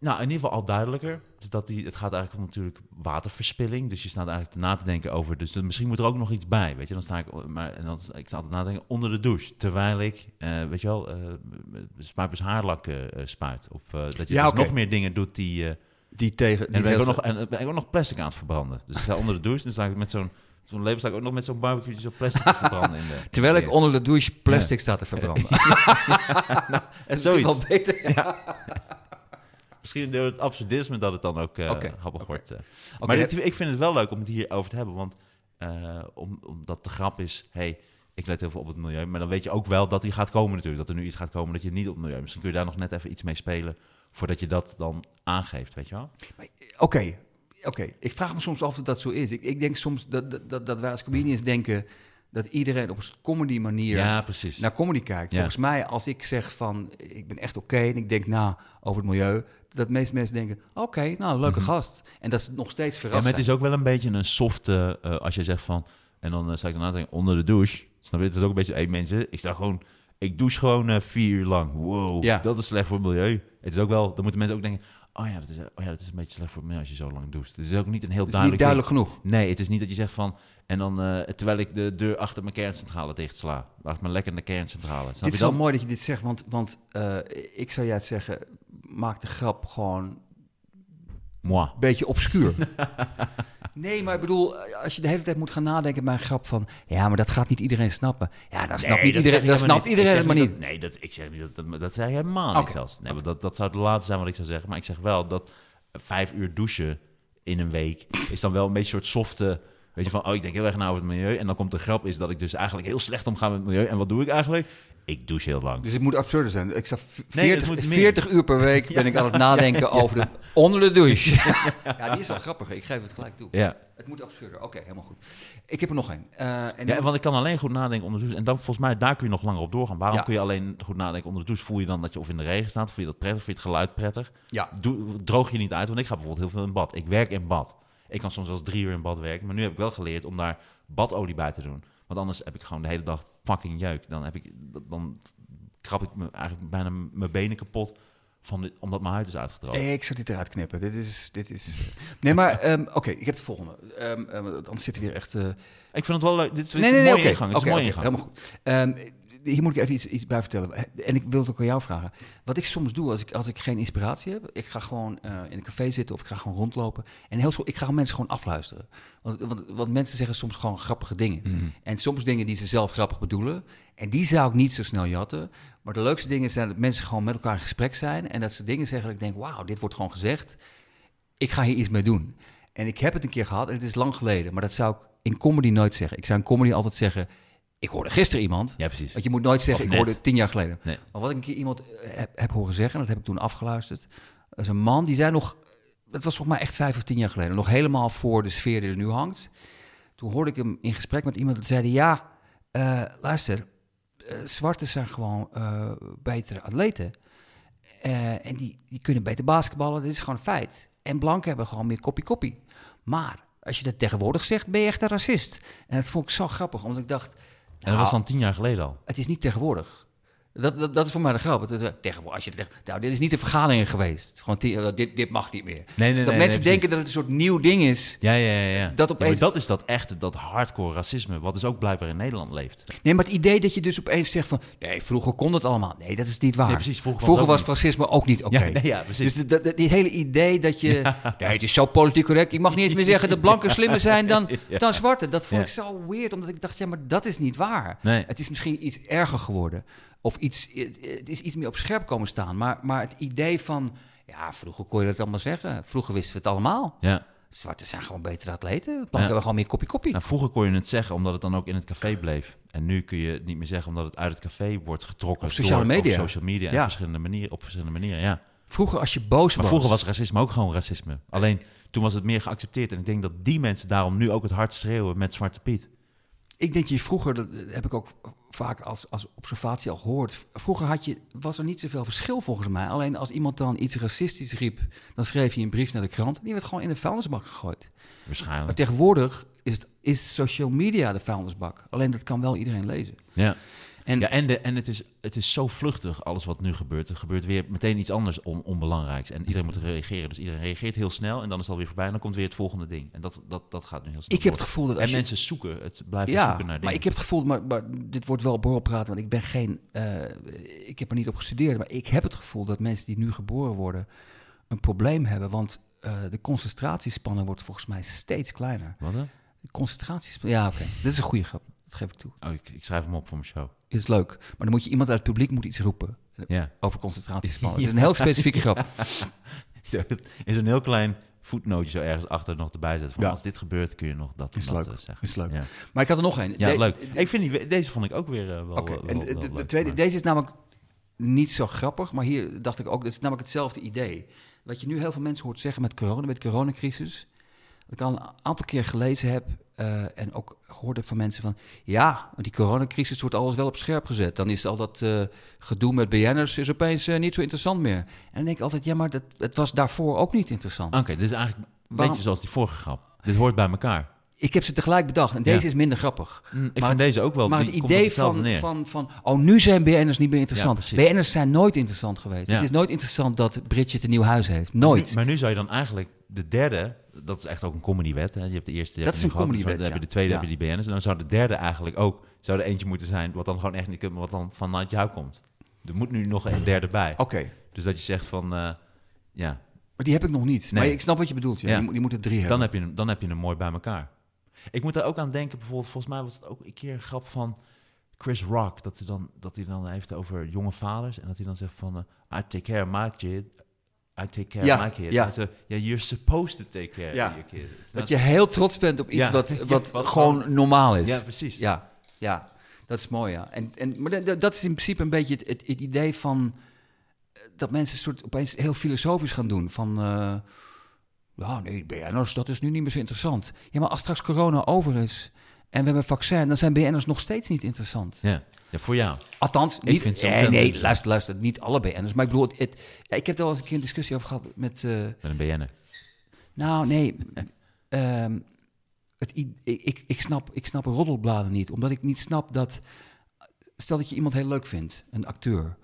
[SPEAKER 2] Nou, in ieder geval al duidelijker. Dus dat die, het gaat eigenlijk om natuurlijk waterverspilling. Dus je staat eigenlijk na te denken over... Dus dan- misschien moet er ook nog iets bij, weet je. Dan sta ik... Maar, en dan, ik sta altijd na te denken onder de douche. Terwijl ik, eh, weet je wel, eh spuipers haarlak eh, eh, spuit. Of eh, dat je
[SPEAKER 3] Ja,
[SPEAKER 2] dus
[SPEAKER 3] oké.
[SPEAKER 2] nog meer dingen doet die... eh,
[SPEAKER 3] Die tegen...
[SPEAKER 2] en ben ik, ook nog, en ben ik ook nog plastic aan het verbranden. Dus ik sta onder de douche. Dan sta ik met zo'n... Zo'n label sta ik ook nog met zo'n barbecue die zo plastic te verbranden. In de,
[SPEAKER 3] terwijl
[SPEAKER 2] Ja.
[SPEAKER 3] ik onder de douche plastic sta te verbranden. dat is misschien wel
[SPEAKER 2] Zoiets.
[SPEAKER 3] beter.
[SPEAKER 2] Misschien door het absurdisme dat het dan ook eh,
[SPEAKER 3] Oké,
[SPEAKER 2] grappig
[SPEAKER 3] oké.
[SPEAKER 2] wordt. eh.
[SPEAKER 3] Oké,
[SPEAKER 2] maar
[SPEAKER 3] dat-
[SPEAKER 2] dit- ik vind het wel leuk om het hierover te hebben. Want eh, om, omdat de grap is, hey, ik let heel veel op het milieu. Maar dan weet je ook wel dat die gaat komen natuurlijk. Dat er nu iets gaat komen dat je niet op het milieu. Misschien kun je daar nog net even iets mee spelen voordat je dat dan aangeeft, weet je wel?
[SPEAKER 3] Oké, oké. Ik vraag me soms af of dat zo is. Ik, ik denk soms dat, dat, dat, dat wij als comedians denken dat iedereen op een comedy manier
[SPEAKER 2] Ja, precies.
[SPEAKER 3] naar comedy kijkt.
[SPEAKER 2] Ja.
[SPEAKER 3] Volgens mij, als ik zeg van ik ben echt oké en ik denk na over het milieu, dat de meeste mensen denken: oké, nou, een leuke gast. En dat is nog steeds
[SPEAKER 2] Mhm. ja, maar
[SPEAKER 3] verrassend.
[SPEAKER 2] het is ook wel een beetje een softe, eh, als je zegt van... En dan eh, sta ik daarna te denken, onder de douche. Snap je? Het is ook een beetje, hey, mensen, ik sta gewoon... Ik douche gewoon eh, vier uur lang. Wow,
[SPEAKER 3] Ja.
[SPEAKER 2] dat is slecht voor het milieu. Het is ook wel, dan moeten mensen ook denken... Oh ja, dat is, oh ja, dat is een beetje slecht voor het milieu als je zo lang doucht. Het is ook niet een heel
[SPEAKER 3] Dus
[SPEAKER 2] duidelijk... ding.
[SPEAKER 3] niet duidelijk genoeg.
[SPEAKER 2] Nee, het is niet dat je zegt van... En dan, eh, terwijl ik de deur achter mijn kerncentrale dicht sla. Wacht maar lekker in de kerncentrale. Snap
[SPEAKER 3] Dit is
[SPEAKER 2] je
[SPEAKER 3] wel
[SPEAKER 2] dat?
[SPEAKER 3] mooi dat je dit zegt, want, want eh, ik zou juist zeggen: maak de grap gewoon
[SPEAKER 2] Moi.
[SPEAKER 3] een beetje obscuur. Nee, maar ik bedoel, als je de hele tijd moet gaan nadenken bij een grap van... ja, maar dat gaat niet iedereen snappen. Ja, dan snapt niet
[SPEAKER 2] dat
[SPEAKER 3] iedereen,
[SPEAKER 2] zeg ik
[SPEAKER 3] dan
[SPEAKER 2] helemaal
[SPEAKER 3] snapt
[SPEAKER 2] niet.
[SPEAKER 3] iedereen
[SPEAKER 2] Ik
[SPEAKER 3] het
[SPEAKER 2] zeg
[SPEAKER 3] maar niet.
[SPEAKER 2] dat- nee, dat, ik zeg niet dat, dat, dat zei ik helemaal
[SPEAKER 3] Oké.
[SPEAKER 2] niet zelfs. Nee, want dat, dat zou het laatste zijn wat ik zou zeggen. Maar ik zeg wel dat vijf uur douchen in een week is dan wel een beetje een soort softe... Weet je van, oh, ik denk heel erg na over het milieu. En dan komt de grap is dat ik dus eigenlijk heel slecht omga met het milieu. En wat doe ik eigenlijk? Ik douche heel lang.
[SPEAKER 3] Dus het moet absurder zijn. Ik zag v-
[SPEAKER 2] Nee, het
[SPEAKER 3] 40,
[SPEAKER 2] moet meer.
[SPEAKER 3] 40 uur per week ben ik aan het nadenken over de onder de douche. Ja, die is wel grappig. Ik geef het gelijk toe.
[SPEAKER 2] Ja.
[SPEAKER 3] Het moet absurder. Oké, helemaal goed. Ik heb er nog één. Eh, en die-
[SPEAKER 2] ja, want ik kan alleen goed nadenken onder de douche. En dan volgens mij, daar kun je nog langer op doorgaan. Waarom
[SPEAKER 3] Ja.
[SPEAKER 2] kun je alleen goed nadenken onder de douche? Voel je dan dat je of in de regen staat? Voel je dat prettig? Voel je het geluid prettig?
[SPEAKER 3] ja.
[SPEAKER 2] Doe, droog je niet uit, want ik ga bijvoorbeeld heel veel in bad. Ik werk in bad. Ik kan soms zelfs drie uur in bad werken. Maar nu heb ik wel geleerd om daar badolie bij te doen. Want anders heb ik gewoon de hele dag fucking jeuk. Dan, heb ik, dan krab ik me eigenlijk bijna m- mijn benen kapot. Van de- omdat mijn huid is uitgedroogd.
[SPEAKER 3] Nee, ik zou dit eruit knippen. Dit is... Dit is... Nee, maar ehm, oké, ik heb de volgende. Ehm, ehm, want anders zit er weer echt... eh,
[SPEAKER 2] Ik vind het wel leuk. Dit is
[SPEAKER 3] Nee, nee,
[SPEAKER 2] een
[SPEAKER 3] nee,
[SPEAKER 2] mooie
[SPEAKER 3] oké.
[SPEAKER 2] ingang. Het is
[SPEAKER 3] Oké,
[SPEAKER 2] een mooie
[SPEAKER 3] oké,
[SPEAKER 2] ingang.
[SPEAKER 3] Helemaal goed. Ehm, hier moet ik even iets, iets bij vertellen. En ik wil het ook aan jou vragen. Wat ik soms doe als ik, als ik geen inspiratie heb, ik ga gewoon eh, in een café zitten of ik ga gewoon rondlopen. En heel, veel- ik ga gewoon mensen gewoon afluisteren. Want, want, want mensen zeggen soms gewoon grappige dingen.
[SPEAKER 2] Mhm.
[SPEAKER 3] En soms dingen die ze zelf grappig bedoelen. En die zou ik niet zo snel jatten. Maar de leukste dingen zijn dat mensen gewoon met elkaar in gesprek zijn. En dat ze dingen zeggen dat ik denk, wauw, dit wordt gewoon gezegd ik ga hier iets mee doen. En ik heb het een keer gehad en het is lang geleden, maar dat zou ik in comedy nooit zeggen. Ik zou in comedy altijd zeggen, ik hoorde gisteren iemand.
[SPEAKER 2] Ja, precies.
[SPEAKER 3] Want je moet nooit zeggen,
[SPEAKER 2] Of
[SPEAKER 3] ik
[SPEAKER 2] net.
[SPEAKER 3] hoorde het tien jaar geleden.
[SPEAKER 2] Nee.
[SPEAKER 3] Maar wat ik een keer iemand eh, heb, heb horen zeggen, en dat heb ik toen afgeluisterd. Dat is een man, die zei nog, dat was volgens mij echt vijf of tien jaar geleden, nog helemaal voor de sfeer die er nu hangt. Toen hoorde ik hem in gesprek met iemand, dat zei hij, ja, eh, luister, eh, zwarte zijn gewoon eh, betere atleten. Eh, en die, die kunnen beter basketballen, dit is gewoon een feit. En blanken hebben gewoon meer koppie-koppie. Maar als je dat tegenwoordig zegt, ben je echt een racist. En dat vond ik zo grappig, omdat ik dacht...
[SPEAKER 2] En
[SPEAKER 3] Ah.
[SPEAKER 2] dat was dan tien jaar geleden al.
[SPEAKER 3] Het is niet tegenwoordig. Dat, dat, dat is voor mij de grap. Het is, eh, Tegenwoordig, als je het zegt, nou, dit is niet de vergadering geweest. Gewoon, te- eh, dit, dit mag niet meer.
[SPEAKER 2] nee, nee,
[SPEAKER 3] dat
[SPEAKER 2] nee,
[SPEAKER 3] mensen
[SPEAKER 2] precies.
[SPEAKER 3] denken dat het een soort nieuw ding is.
[SPEAKER 2] Ja, ja, ja. ja.
[SPEAKER 3] Dat
[SPEAKER 2] Ja,
[SPEAKER 3] opeens-
[SPEAKER 2] maar dat is dat echt, dat hardcore racisme, wat dus ook blijkbaar in Nederland leeft.
[SPEAKER 3] Nee, maar het idee dat je dus opeens zegt van... Nee, vroeger kon dat allemaal. Nee, dat is niet waar.
[SPEAKER 2] Nee, precies, vroeger was
[SPEAKER 3] was
[SPEAKER 2] het
[SPEAKER 3] racisme ook niet oké.
[SPEAKER 2] Ja, nee, ja, precies.
[SPEAKER 3] Dus dat, dat- die hele idee dat je... Nee, het is zo politiek correct. Ik mag niet eens meer zeggen dat blanken slimmer zijn dan, dan zwarte. Dat vond
[SPEAKER 2] Ja.
[SPEAKER 3] ik zo weird, omdat ik dacht... Ja, maar dat is niet waar.
[SPEAKER 2] Nee.
[SPEAKER 3] Het is misschien iets erger geworden. Of iets, het, het is iets meer op scherp komen staan. Maar, maar het idee van... Ja, vroeger kon je dat allemaal zeggen. Vroeger wisten we het allemaal.
[SPEAKER 2] Ja.
[SPEAKER 3] Zwarte zijn gewoon betere atleten. Blanken
[SPEAKER 2] Ja.
[SPEAKER 3] hebben gewoon meer koppie-koppie.
[SPEAKER 2] Nou, vroeger kon je het zeggen omdat het dan ook in het café bleef. En nu kun je het niet meer zeggen omdat het uit het café wordt getrokken.
[SPEAKER 3] Op sociale
[SPEAKER 2] door-
[SPEAKER 3] media.
[SPEAKER 2] Op social media en
[SPEAKER 3] Ja.
[SPEAKER 2] verschillende manieren, op verschillende manieren, ja.
[SPEAKER 3] Vroeger als je boos
[SPEAKER 2] Maar
[SPEAKER 3] was...
[SPEAKER 2] vroeger was racisme ook gewoon racisme. Alleen toen was het meer geaccepteerd. En ik denk dat die mensen daarom nu ook het hard schreeuwen met Zwarte Piet.
[SPEAKER 3] Ik denk je vroeger, dat heb ik ook vaak als, als observatie al gehoord. Vroeger had je, was er niet zoveel verschil volgens mij. Alleen als iemand dan iets racistisch riep, dan schreef je een brief naar de krant. En die werd gewoon in de vuilnisbak gegooid. Maar
[SPEAKER 2] Waarschijnlijk.
[SPEAKER 3] tegenwoordig is, het- is social media de vuilnisbak. Alleen dat kan wel iedereen lezen.
[SPEAKER 2] Ja.
[SPEAKER 3] En,
[SPEAKER 2] Ja, en, de, en het, is, het is zo vluchtig, alles wat nu gebeurt. Er gebeurt weer meteen iets anders on- onbelangrijks. En iedereen moet reageren. Dus iedereen reageert heel snel en dan is het alweer voorbij. En dan komt weer het volgende ding. En dat, dat, dat gaat nu heel snel.
[SPEAKER 3] ik heb het
[SPEAKER 2] door.
[SPEAKER 3] gevoel dat
[SPEAKER 2] en
[SPEAKER 3] als je-
[SPEAKER 2] mensen zoeken, het blijven
[SPEAKER 3] ja,
[SPEAKER 2] zoeken naar dingen.
[SPEAKER 3] maar ik heb het gevoel, maar, maar dit wordt wel borrelpraat, want ik ben geen, eh, ik heb er niet op gestudeerd, maar ik heb het gevoel dat mensen die nu geboren worden een probleem hebben, want eh, de concentratiespannen wordt volgens mij steeds kleiner.
[SPEAKER 2] Wat dan?
[SPEAKER 3] De concentratiespannen, ja oké, dit is een goede grap, dat geef ik toe.
[SPEAKER 2] Oh, ik, ik schrijf hem op voor mijn show.
[SPEAKER 3] Dit is leuk, maar dan moet je iemand uit het publiek moet iets roepen eh,
[SPEAKER 2] Ja.
[SPEAKER 3] over concentratiespannen. Het is een heel specifieke grap.
[SPEAKER 2] Zo, Is een heel klein voetnootje zo ergens achter nog erbij zetten. Van,
[SPEAKER 3] Ja.
[SPEAKER 2] Als dit gebeurt, kun je nog dat en
[SPEAKER 3] Is
[SPEAKER 2] dat
[SPEAKER 3] leuk,
[SPEAKER 2] eh, zeggen.
[SPEAKER 3] is leuk.
[SPEAKER 2] Ja,
[SPEAKER 3] Maar ik had er nog één.
[SPEAKER 2] ja
[SPEAKER 3] De-
[SPEAKER 2] leuk. Ik vind die, deze vond ik ook weer eh, wel,
[SPEAKER 3] Oké,
[SPEAKER 2] wel-
[SPEAKER 3] en
[SPEAKER 2] wel-
[SPEAKER 3] de-
[SPEAKER 2] wel
[SPEAKER 3] de, de
[SPEAKER 2] leuk.
[SPEAKER 3] tweede,
[SPEAKER 2] Maar-
[SPEAKER 3] deze is namelijk niet zo grappig, maar hier dacht ik ook, dat is namelijk hetzelfde idee. Wat je nu heel veel mensen hoort zeggen met corona, met de coronacrisis. Dat ik al een aantal keer gelezen heb eh, en ook gehoord heb van mensen van... ja, want die coronacrisis wordt alles wel op scherp gezet. Dan is al dat eh, gedoe met BN'ers is opeens eh, niet zo interessant meer. En dan denk ik altijd, ja, maar dat, het was daarvoor ook niet interessant.
[SPEAKER 2] Oké, dit is eigenlijk een
[SPEAKER 3] Waarom-
[SPEAKER 2] beetje zoals die vorige grap. Dit hoort bij elkaar.
[SPEAKER 3] Ik heb ze tegelijk bedacht en deze
[SPEAKER 2] Ja.
[SPEAKER 3] is minder grappig.
[SPEAKER 2] Hm, ik
[SPEAKER 3] Maar-
[SPEAKER 2] vind deze ook wel.
[SPEAKER 3] maar het
[SPEAKER 2] die komt op
[SPEAKER 3] idee
[SPEAKER 2] hetzelfde
[SPEAKER 3] van,
[SPEAKER 2] neer.
[SPEAKER 3] van, van, oh, nu zijn BN'ers niet meer interessant.
[SPEAKER 2] Ja, precies.
[SPEAKER 3] BN'ers zijn nooit interessant geweest.
[SPEAKER 2] Ja.
[SPEAKER 3] Het is nooit interessant dat Bridget een nieuw huis heeft. Nooit.
[SPEAKER 2] Nu- maar nu zou je dan eigenlijk de derde, dat is echt ook een comedywet. Hè? Je hebt de eerste, je
[SPEAKER 3] Dat
[SPEAKER 2] hebt
[SPEAKER 3] is
[SPEAKER 2] nu
[SPEAKER 3] een
[SPEAKER 2] gehad, dus
[SPEAKER 3] comedywet,
[SPEAKER 2] Dan heb je
[SPEAKER 3] ja.
[SPEAKER 2] de tweede,
[SPEAKER 3] Ja.
[SPEAKER 2] heb je die BN's. En dan zou de derde eigenlijk ook, zou er eentje moeten zijn, wat dan gewoon echt niet kunt, maar wat dan vanuit jou komt. Er moet nu nog een derde bij.
[SPEAKER 3] Oké,
[SPEAKER 2] Dus dat je zegt van, eh, ja,
[SPEAKER 3] maar die heb ik nog niet.
[SPEAKER 2] Nee.
[SPEAKER 3] Maar ik snap wat je bedoelt. Ja.
[SPEAKER 2] Ja.
[SPEAKER 3] Die, moet- die moeten drie hebben.
[SPEAKER 2] dan heb, je hem, dan heb je hem mooi bij elkaar. Ik moet daar ook aan denken, bijvoorbeeld, volgens mij was het ook een keer een grap van Chris Rock, dat hij dan, dat hij dan heeft over jonge vaders en dat hij dan zegt van, eh, I take care of my kid, I take care
[SPEAKER 3] Ja,
[SPEAKER 2] of my kid.
[SPEAKER 3] ja.
[SPEAKER 2] Ja. you're supposed to take care
[SPEAKER 3] Ja.
[SPEAKER 2] of your kid. It's
[SPEAKER 3] Dat
[SPEAKER 2] not-
[SPEAKER 3] je heel trots bent op iets
[SPEAKER 2] Ja,
[SPEAKER 3] wat,
[SPEAKER 2] ja,
[SPEAKER 3] wat
[SPEAKER 2] wat
[SPEAKER 3] gewoon
[SPEAKER 2] gewoon-
[SPEAKER 3] normaal is.
[SPEAKER 2] Ja, precies.
[SPEAKER 3] Ja, ja, dat is mooi, ja. En, en, maar dat- dat is in principe een beetje het, het, het idee van... eh, dat mensen een soort opeens heel filosofisch gaan doen. Van, eh, ja, nee, BN'ers, dat is nu niet meer zo interessant. Ja, maar als straks corona over is en we hebben een vaccin... dan zijn BN'ers nog steeds niet interessant.
[SPEAKER 2] Ja. ja, voor jou.
[SPEAKER 3] Althans, niet,
[SPEAKER 2] vind ze
[SPEAKER 3] eh,
[SPEAKER 2] ontzettend
[SPEAKER 3] nee,
[SPEAKER 2] interessant.
[SPEAKER 3] luister, luister, niet alle BN'ers. Maar ik bedoel, het, het- ja, ik heb er al eens een keer een discussie over gehad met... eh,
[SPEAKER 2] Met een BN'er.
[SPEAKER 3] nou, nee. ehm, het, i- ik, ik, ik, snap, ik snap roddelbladen niet. Omdat ik niet snap dat... Stel dat je iemand heel leuk vindt, een acteur.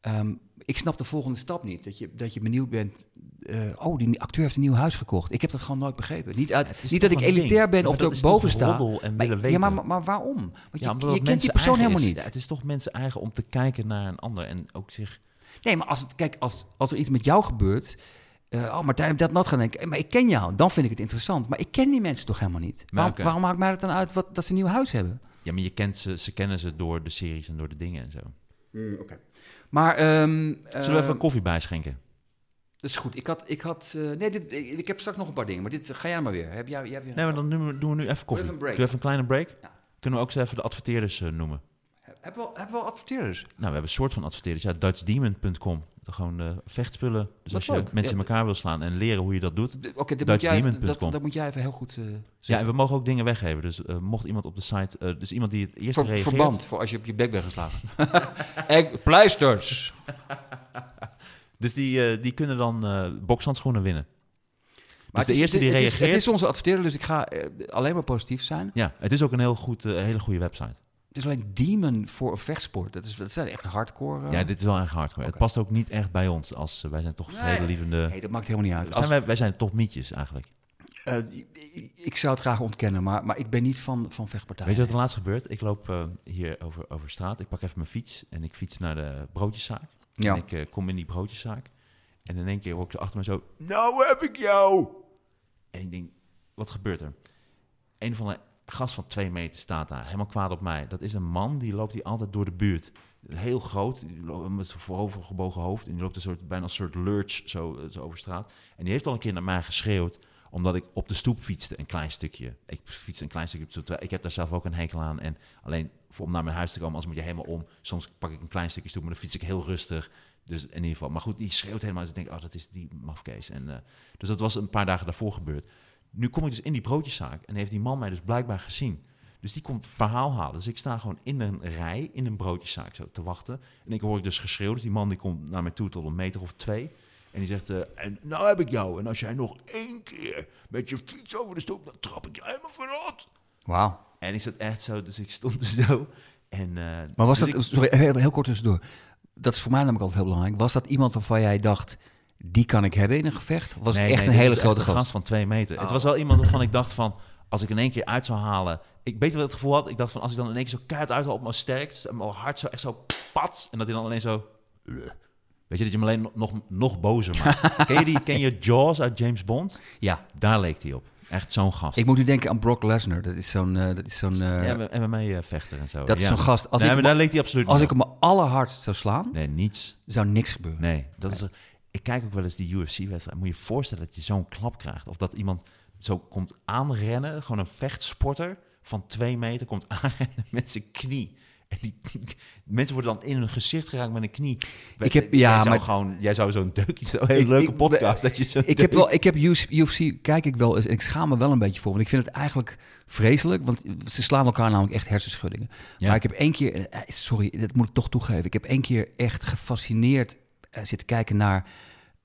[SPEAKER 3] Ehm, ik snap de volgende stap niet. Dat je, dat je benieuwd bent... eh, oh, die acteur heeft een nieuw huis gekocht. Ik heb dat gewoon nooit begrepen. Niet, uit,
[SPEAKER 2] Ja, het is
[SPEAKER 3] niet dat ik
[SPEAKER 2] toch een ding.
[SPEAKER 3] elitair ben
[SPEAKER 2] Ja,
[SPEAKER 3] of
[SPEAKER 2] maar dat
[SPEAKER 3] dat ik
[SPEAKER 2] is toch
[SPEAKER 3] boven sta.
[SPEAKER 2] roddel en
[SPEAKER 3] Maar,
[SPEAKER 2] willen
[SPEAKER 3] ja, maar,
[SPEAKER 2] weten.
[SPEAKER 3] maar waarom? Want
[SPEAKER 2] Ja,
[SPEAKER 3] je,
[SPEAKER 2] omdat het
[SPEAKER 3] je kent die
[SPEAKER 2] mensen
[SPEAKER 3] persoon
[SPEAKER 2] eigen
[SPEAKER 3] helemaal
[SPEAKER 2] is.
[SPEAKER 3] niet.
[SPEAKER 2] Ja, het is toch mensen eigen om te kijken naar een ander en ook zich...
[SPEAKER 3] Nee, maar als, het, kijk, als, als er iets met jou gebeurt. eh oh, Martijn heeft dat nat gaan denken. Maar ik ken jou, dan vind ik het interessant. Maar ik ken die mensen toch helemaal niet? Waarom,
[SPEAKER 2] oké.
[SPEAKER 3] waarom maakt mij dat dan uit wat, dat ze een nieuw huis hebben?
[SPEAKER 2] Ja, maar je kent ze, ze kennen ze door de series en door de dingen en zo.
[SPEAKER 3] Maar, ehm,
[SPEAKER 2] Zullen we even
[SPEAKER 3] ehm,
[SPEAKER 2] een koffie bijschenken?
[SPEAKER 3] Dat is goed. Ik had, ik had eh, nee, dit, ik, ik heb straks nog een paar dingen. Maar dit, eh, ga jij maar weer. Heb jij, jij hebt weer
[SPEAKER 2] Nee, maar dan doen we, doen we nu even koffie.
[SPEAKER 3] even een break.
[SPEAKER 2] Doe even een kleine break.
[SPEAKER 3] Ja.
[SPEAKER 2] Kunnen we ook zo even de adverteerders eh, noemen?
[SPEAKER 3] Hebben we, al- hebben we al adverteerders?
[SPEAKER 2] Nou, we hebben een soort van adverteerders. Ja, DutchDemon.com. Dat Gewoon eh, vechtspullen. Dus
[SPEAKER 3] Wat
[SPEAKER 2] als je
[SPEAKER 3] leuk.
[SPEAKER 2] mensen in
[SPEAKER 3] Ja.
[SPEAKER 2] elkaar wil slaan en leren hoe je dat doet.
[SPEAKER 3] De- Oké, dit moet jij even- dat,
[SPEAKER 2] Dutchdemon.com.
[SPEAKER 3] dat moet jij even heel goed eh, zeggen.
[SPEAKER 2] Ja, en we mogen ook dingen weggeven. Dus eh, mocht iemand op de site... eh, dus iemand die het eerst
[SPEAKER 3] Ver-
[SPEAKER 2] reageert...
[SPEAKER 3] verband, voor als je op je bek bent geslagen. en pleisters.
[SPEAKER 2] Dus die, eh, die kunnen dan eh bokshandschoenen winnen.
[SPEAKER 3] Maar
[SPEAKER 2] de
[SPEAKER 3] het is-
[SPEAKER 2] eerste die
[SPEAKER 3] het is-
[SPEAKER 2] reageert-
[SPEAKER 3] Het is onze adverteerder, dus ik ga eh, alleen maar positief zijn.
[SPEAKER 2] Ja, het is ook een heel goed, eh, hele goede website.
[SPEAKER 3] Het is alleen demon voor een vechtsport. Dat, is, dat zijn echt hardcore. eh.
[SPEAKER 2] Ja, dit is wel erg hardcore.
[SPEAKER 3] Oké.
[SPEAKER 2] Het past ook niet echt bij ons. Als, eh, wij zijn toch
[SPEAKER 3] Nee.
[SPEAKER 2] vredelievende...
[SPEAKER 3] Nee, dat maakt helemaal niet uit.
[SPEAKER 2] Zijn
[SPEAKER 3] Als,
[SPEAKER 2] wij, wij zijn toch mietjes eigenlijk.
[SPEAKER 3] eh, ik- ik zou het graag ontkennen, maar, maar ik ben niet van, van vechtpartijen.
[SPEAKER 2] Weet je wat er laatst gebeurt? Ik loop eh, hier over, over straat. Ik pak even mijn fiets en ik fiets naar de broodjeszaak.
[SPEAKER 3] Ja.
[SPEAKER 2] En ik eh, kom in die broodjeszaak. En in één keer hoor ik ze achter me zo... Nou heb ik jou! En ik denk, wat gebeurt er? Een van de gast van twee meter staat daar, helemaal kwaad op mij. Dat is een man, die loopt hier altijd door de buurt. Heel groot, die loopt met zijn voorovergebogen hoofd. En die loopt een soort, bijna een soort lurch zo, eh, zo over straat. En die heeft al een keer naar mij geschreeuwd omdat ik op de stoep fietste een klein stukje. Ik fietste een klein stukje op de stoep. terwijl Ik heb daar zelf ook een hekel aan. En alleen voor- om naar mijn huis te komen, als moet je helemaal om. Soms pak ik een klein stukje stoep, maar dan fiets ik heel rustig. Dus in ieder geval. Maar goed, die schreeuwt helemaal. Dus ik denk, oh, dat is die mafkees. En, eh, dus dat was een paar dagen daarvoor gebeurd. Nu kom ik dus in die broodjeszaak en heeft die man mij dus blijkbaar gezien. Dus die komt verhaal halen. Dus ik sta gewoon in een rij, in een broodjeszaak zo te wachten. En ik hoor ik dus geschreeuw. Dus die man die komt naar mij toe tot een meter of twee. En die zegt, eh, en nou heb ik jou. En als jij nog één keer met je fiets over de stoep, dan trap ik je helemaal verrot.
[SPEAKER 3] Wauw.
[SPEAKER 2] En ik zat echt zo, dus ik stond er zo. En, eh,
[SPEAKER 3] Maar was
[SPEAKER 2] dus
[SPEAKER 3] dat,
[SPEAKER 2] ik-
[SPEAKER 3] sorry, heel, heel kort tussendoor. Dat is voor mij namelijk altijd heel belangrijk. Was dat iemand waarvan jij dacht, die kan ik hebben in een gevecht? Of was
[SPEAKER 2] Nee,
[SPEAKER 3] het echt
[SPEAKER 2] nee,
[SPEAKER 3] een
[SPEAKER 2] dit
[SPEAKER 3] hele
[SPEAKER 2] is
[SPEAKER 3] grote
[SPEAKER 2] echt een
[SPEAKER 3] gast? Oh.
[SPEAKER 2] gast van twee meter. Het was wel iemand waarvan ik dacht van... Als ik in één keer uit zou halen... Ik weet wel het gevoel had. Ik dacht van als ik dan in één keer zo keihard uithaal op mijn sterkst... En mijn hart zo echt zo pats. En dat hij dan alleen zo... eh, Weet je, dat je hem alleen nog- nog, nog bozer maakt. ken, je die, ken je Jaws uit James Bond?
[SPEAKER 3] Ja.
[SPEAKER 2] Daar leek hij op. Echt zo'n gast.
[SPEAKER 3] Ik moet nu denken aan Brock Lesnar. Dat is zo'n... eh, dat is zo'n eh,
[SPEAKER 2] ja, en met mij vechter en zo.
[SPEAKER 3] Dat is
[SPEAKER 2] Ja.
[SPEAKER 3] zo'n gast. Als
[SPEAKER 2] nee,
[SPEAKER 3] ik
[SPEAKER 2] maar
[SPEAKER 3] hem-
[SPEAKER 2] daar leek hij absoluut
[SPEAKER 3] als
[SPEAKER 2] niet
[SPEAKER 3] ik hem allerhardst zou slaan,
[SPEAKER 2] op. Nee, niets.
[SPEAKER 3] zou niks gebeuren.
[SPEAKER 2] Nee, dat is er- Ik kijk ook wel eens die UFC-wedstrijd. Moet je je voorstellen dat je zo'n klap krijgt? Of dat iemand zo komt aanrennen, gewoon een vechtsporter van twee meter komt aanrennen met zijn knie. En die, die- mensen worden dan in hun gezicht geraakt met een knie.
[SPEAKER 3] Ik heb-
[SPEAKER 2] jij
[SPEAKER 3] ja,
[SPEAKER 2] zou
[SPEAKER 3] maar-
[SPEAKER 2] gewoon, jij zou zo'n deukje, zo'n hele
[SPEAKER 3] Ik-
[SPEAKER 2] leuke
[SPEAKER 3] ik-
[SPEAKER 2] podcast dat je zo'n
[SPEAKER 3] Ik heb
[SPEAKER 2] deuk-
[SPEAKER 3] wel, ik heb UFC, kijk ik wel eens en ik schaam me wel een beetje voor, want ik vind het eigenlijk vreselijk, want ze slaan elkaar namelijk echt hersenschuddingen.
[SPEAKER 2] Ja.
[SPEAKER 3] Maar ik heb één keer, eh, sorry, dat moet ik toch toegeven, ik heb één keer echt gefascineerd eh, zitten kijken naar